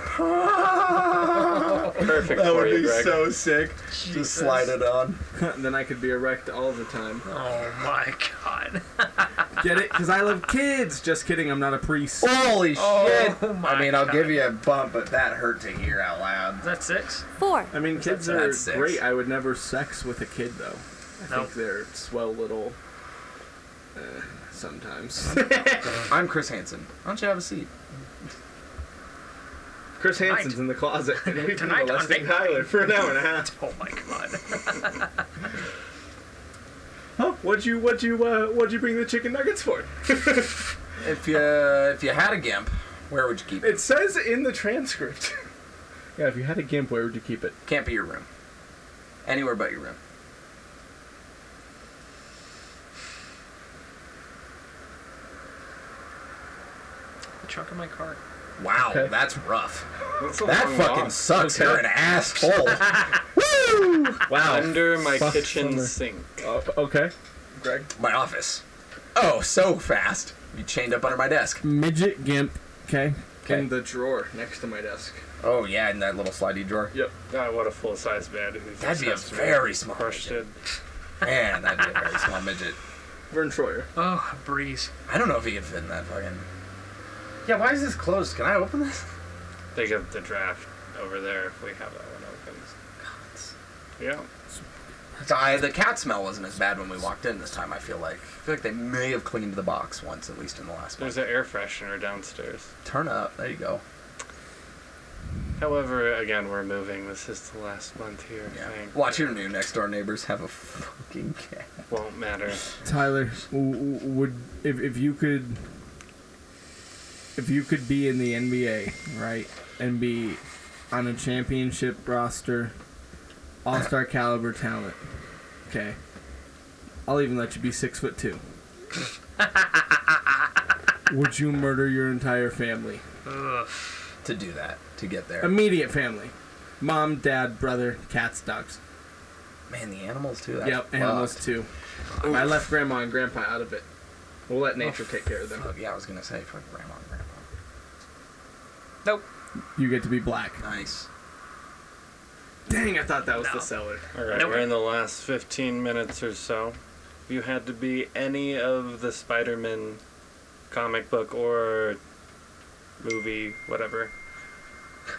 Speaker 11: Perfect
Speaker 7: for you, Greg.
Speaker 11: sick.
Speaker 7: Jesus. slide it
Speaker 11: on.
Speaker 5: <laughs> then I could be erect all the
Speaker 7: <laughs>
Speaker 5: time.
Speaker 4: Oh my god.
Speaker 5: Get it? Because I love kids. Just kidding. I'm not a priest.
Speaker 11: Holy
Speaker 4: Oh
Speaker 11: shit!
Speaker 4: my
Speaker 11: I mean, I'll
Speaker 4: God.
Speaker 11: give you a bump, but that hurt to hear out loud.
Speaker 4: Is that six?
Speaker 25: Four.
Speaker 5: I mean, kids are
Speaker 11: That's six.
Speaker 5: great. I would never sex with a kid though. I
Speaker 4: Nope.
Speaker 5: think they're swell little. Uh,
Speaker 7: <laughs>
Speaker 5: sometimes.
Speaker 11: I'm Chris Hansen. Why don't you have a seat?
Speaker 8: Chris Hansen's in the
Speaker 5: <laughs>
Speaker 8: closet. and We've been
Speaker 4: Tonight on
Speaker 8: molesting
Speaker 4: Big
Speaker 8: Tyler for an hour and a half.
Speaker 4: Oh my god. <laughs>
Speaker 8: Huh? What'd you what'd you uh, what'd you bring the chicken nuggets for? <laughs>
Speaker 11: If you if you had a gimp, where would you keep it?
Speaker 8: it says in the transcript. <laughs>
Speaker 5: yeah, if you had a gimp, where would you keep it?
Speaker 11: Can't be your room. Anywhere but your room.
Speaker 4: The trunk of my car.
Speaker 11: Wow,
Speaker 4: Okay.
Speaker 11: that's rough.
Speaker 4: That's a
Speaker 11: That
Speaker 4: long
Speaker 11: fucking
Speaker 4: walk.
Speaker 11: sucks.
Speaker 4: Okay.
Speaker 11: You're an asshole.
Speaker 5: Woo!
Speaker 11: Wow.
Speaker 7: Under my
Speaker 11: Fuck
Speaker 7: kitchen
Speaker 11: summer.
Speaker 7: sink.
Speaker 5: Oh, okay.
Speaker 8: Greg.
Speaker 11: My office. Oh, so fast. You chained up under my desk.
Speaker 5: Midget gimp. Okay.
Speaker 8: In the drawer next to my desk.
Speaker 11: Oh yeah, in that little slidey drawer.
Speaker 8: Yep.
Speaker 7: God, Ah, what a full size bed.
Speaker 11: That'd be a very small midget. Man, that'd be a very small midget.
Speaker 8: Vern Troyer.
Speaker 4: Oh, a breeze.
Speaker 11: I don't know if he could fit in that fucking. Yeah, why is this closed? Can I open this?
Speaker 7: They get the draft over there if we have that one open. Yeah.
Speaker 11: So I, the cat smell wasn't as bad when we walked in this time. I feel like. I feel like they may have cleaned the box once, at least in the last one.
Speaker 7: There's an air freshener downstairs.
Speaker 11: Turn up. There you go.
Speaker 7: However, again, we're moving. This is the last month here. I think.
Speaker 11: Watch your new next door neighbors have a fucking cat.
Speaker 7: Won't matter.
Speaker 5: Tyler, w- w- would if, if you could if you could be in the NBA, right, and be on a championship roster, All Star caliber talent, okay, I'll even let you be six foot
Speaker 11: <laughs>
Speaker 5: two. would you murder your entire family,
Speaker 4: Ugh.
Speaker 11: To do that, to get
Speaker 7: Um,
Speaker 11: there.
Speaker 5: immediate family, mom, dad, brother, cats, dogs?
Speaker 11: Man, the animals too. That's
Speaker 5: Yep, animals
Speaker 11: fucked.
Speaker 5: too.
Speaker 8: I left grandma and grandpa out of it. We'll let nature take care of them.
Speaker 11: Fuck, yeah, I was gonna say for grandma and grandpa.
Speaker 5: You get to be black.
Speaker 11: Nice.
Speaker 8: Dang, I thought that was
Speaker 7: No.
Speaker 8: the cellar.
Speaker 7: All right,
Speaker 8: Nope.
Speaker 7: we're in the last 15 minutes or so. If you had to be any of the Spider-Man comic book or movie, whatever,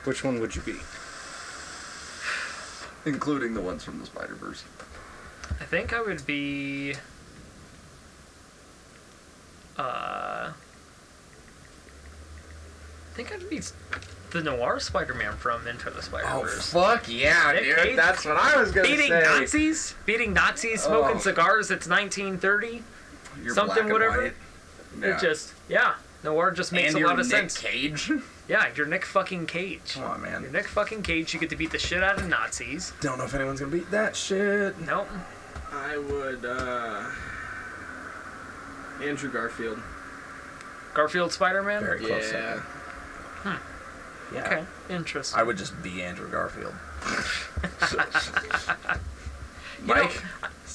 Speaker 7: which one would you be?
Speaker 11: Including the ones from the Spider Verse.
Speaker 4: I think I would be. Uh. I think I'd be the noir Spider-Man from Into the Spider-Verse.
Speaker 11: Fuck yeah,
Speaker 4: Nick
Speaker 11: Oh, dude.
Speaker 4: Cage?
Speaker 11: That's what I was gonna
Speaker 4: beating
Speaker 11: say.
Speaker 4: Nazis, beating Nazis, smoking
Speaker 11: Oh.
Speaker 4: cigars. It's 1930,
Speaker 11: You're
Speaker 4: something,
Speaker 11: black and
Speaker 4: whatever.
Speaker 11: white.
Speaker 4: It just, yeah, noir just makes
Speaker 11: And
Speaker 4: a
Speaker 11: you're
Speaker 4: lot of
Speaker 11: Nick
Speaker 4: sense.
Speaker 11: Cage.
Speaker 4: Yeah, you're Nick fucking Cage.
Speaker 11: Come on, man.
Speaker 4: You're Nick fucking Cage. You get to beat the shit out of Nazis.
Speaker 11: <laughs> Don't know if anyone's gonna beat that shit.
Speaker 4: Nope.
Speaker 5: I would uh
Speaker 8: Andrew Garfield.
Speaker 4: Garfield Spider-Man.
Speaker 11: Very close.
Speaker 8: Yeah.
Speaker 4: Hmm.
Speaker 11: Yeah.
Speaker 4: Okay. Interesting.
Speaker 11: I would just be Andrew Garfield.
Speaker 4: You know-
Speaker 11: Mike,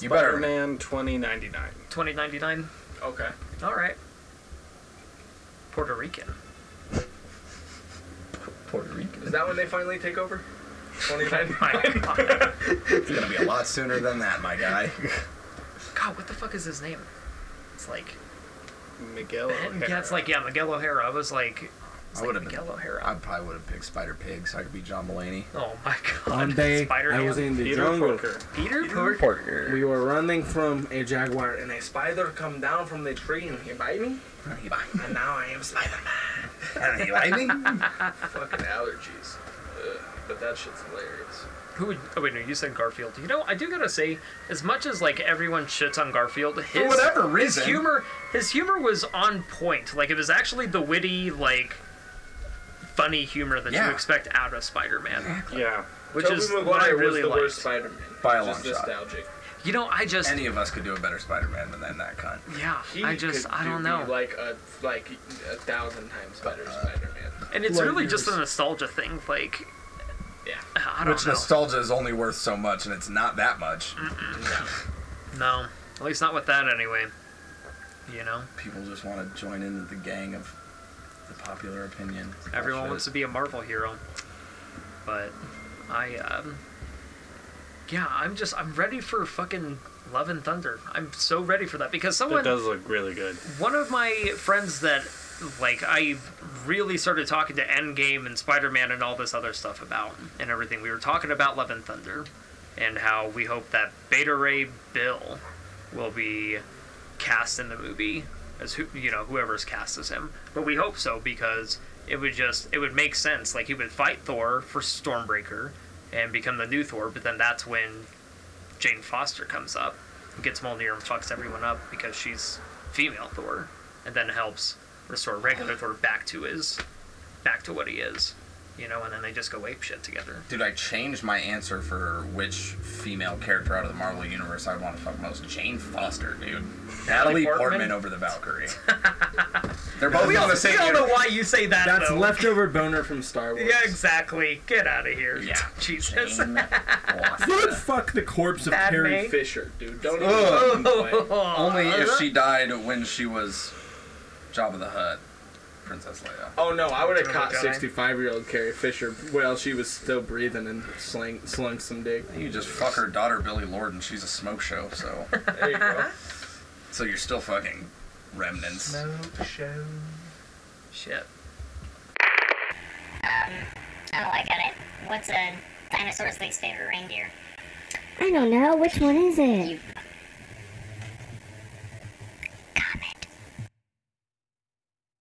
Speaker 11: you better.
Speaker 7: Spider-Man 2099.
Speaker 4: 2099.
Speaker 8: Okay.
Speaker 4: All right.
Speaker 8: <laughs>
Speaker 4: Puerto Rican.
Speaker 11: Puerto Rican.
Speaker 8: Is that when they finally take over?
Speaker 4: My
Speaker 8: 2099.
Speaker 4: God.
Speaker 11: It's gonna be a lot sooner than that, my <laughs> guy.
Speaker 4: God, what the fuck is his name? It's like
Speaker 7: Miguel.
Speaker 4: yeah, it's like yeah, Miguel O'Hara. I was like, it's
Speaker 11: I
Speaker 4: like
Speaker 11: would've been-
Speaker 4: Miguel O'Hara.
Speaker 11: I probably would have picked Spider Pig, so I could be <laughs> John Mulaney.
Speaker 4: Oh my god.
Speaker 5: One
Speaker 4: <laughs>
Speaker 5: day,
Speaker 4: Spider-Man.
Speaker 5: I was in the
Speaker 4: Peter
Speaker 5: jungle.
Speaker 4: Parker. Peter Parker.
Speaker 5: We were running from a jaguar, and
Speaker 8: and a spider come down from the tree and he bite me,
Speaker 11: You buy-
Speaker 8: and now I am Spider-Man.
Speaker 11: you buy me?
Speaker 8: Fucking allergies. Ugh, but that shit's hilarious.
Speaker 4: Who would, oh wait, no, you said Garfield. You know, I do gotta say, as much as like everyone shits on Garfield, his
Speaker 11: whatever
Speaker 4: his
Speaker 11: reason.
Speaker 4: humor, his humor was on point. Like it was actually the witty, like funny humor that
Speaker 11: Yeah.
Speaker 4: you expect out of Spider-Man,
Speaker 7: Yeah.
Speaker 4: which
Speaker 8: Tobey
Speaker 4: is
Speaker 8: Maguire
Speaker 4: what I
Speaker 8: was
Speaker 4: really
Speaker 8: the
Speaker 4: like.
Speaker 8: worst Spider-Man.
Speaker 11: By a long
Speaker 8: Just
Speaker 11: shot.
Speaker 8: nostalgic.
Speaker 4: You know, I just
Speaker 11: any of us could do a better Spider-Man than that, that cunt.
Speaker 4: Yeah, I just I don't know.
Speaker 8: Like a like a thousand times better Spider-Man.
Speaker 4: And it's really just a nostalgia thing. Like, <sighs>
Speaker 8: yeah,
Speaker 4: I don't
Speaker 11: Which
Speaker 4: know.
Speaker 11: nostalgia is only worth so much, and it's not that much.
Speaker 4: no, at least not with that anyway. You know,
Speaker 11: People just want to join into the gang of the popular opinion.
Speaker 4: everyone
Speaker 11: Bullshit.
Speaker 4: wants to be a Marvel hero, but I, um, yeah, I'm just I'm ready for fucking Love and Thunder. I'm so ready for that because someone
Speaker 7: It does look really good.
Speaker 4: One of my friends that like I really started talking to Endgame and Spider Man and all this other stuff about and everything. We were talking about Love and Thunder and how we hope that Beta Ray Bill will be cast in the movie as who you know, whoever's cast as him. But we hope so because it would just it would make sense. Like he would fight Thor for Stormbreaker and become the new Thor, but then that's when Jane Foster comes up, gets Mjolnir and fucks everyone up because she's female Thor, and then helps restore regular Thor back to his, back to what he is, you know. And then they just go ape shit together.
Speaker 11: Dude, I changed my answer for which female character out of the Marvel universe I want to fuck most. Jane Foster,
Speaker 8: <laughs>
Speaker 11: dude. Natalie Portman,
Speaker 4: Portman?
Speaker 11: over the Valkyrie. They're both
Speaker 4: we
Speaker 11: in
Speaker 4: all,
Speaker 11: the same.
Speaker 4: we all know why you say that.
Speaker 5: That's
Speaker 4: though.
Speaker 5: leftover boner from Star Wars.
Speaker 4: Yeah, exactly. Get out of here.
Speaker 11: Yeah.
Speaker 4: <laughs> Jesus.
Speaker 5: Don't fuck the corpse of
Speaker 4: Padme.
Speaker 5: Carrie
Speaker 8: Fisher, dude. Don't even
Speaker 11: Ugh.
Speaker 4: Oh,
Speaker 8: fucking play.
Speaker 11: Only if she died when she was Jabba the Hutt, Princess Leia.
Speaker 8: <laughs> Oh no, I would have
Speaker 11: Return of
Speaker 8: caught
Speaker 11: the Jedi.
Speaker 8: 65 year old Carrie Fisher while she was still breathing and slang, slung some dick.
Speaker 11: You just fuck her daughter Billy Lord, and she's a smoke show. So,
Speaker 8: <laughs> There you go.
Speaker 11: so you're still fucking remnants.
Speaker 4: show. Shit.
Speaker 25: Oh, I got it. What's a dinosaur's least favorite reindeer?
Speaker 21: I don't know. Which one is it?
Speaker 25: You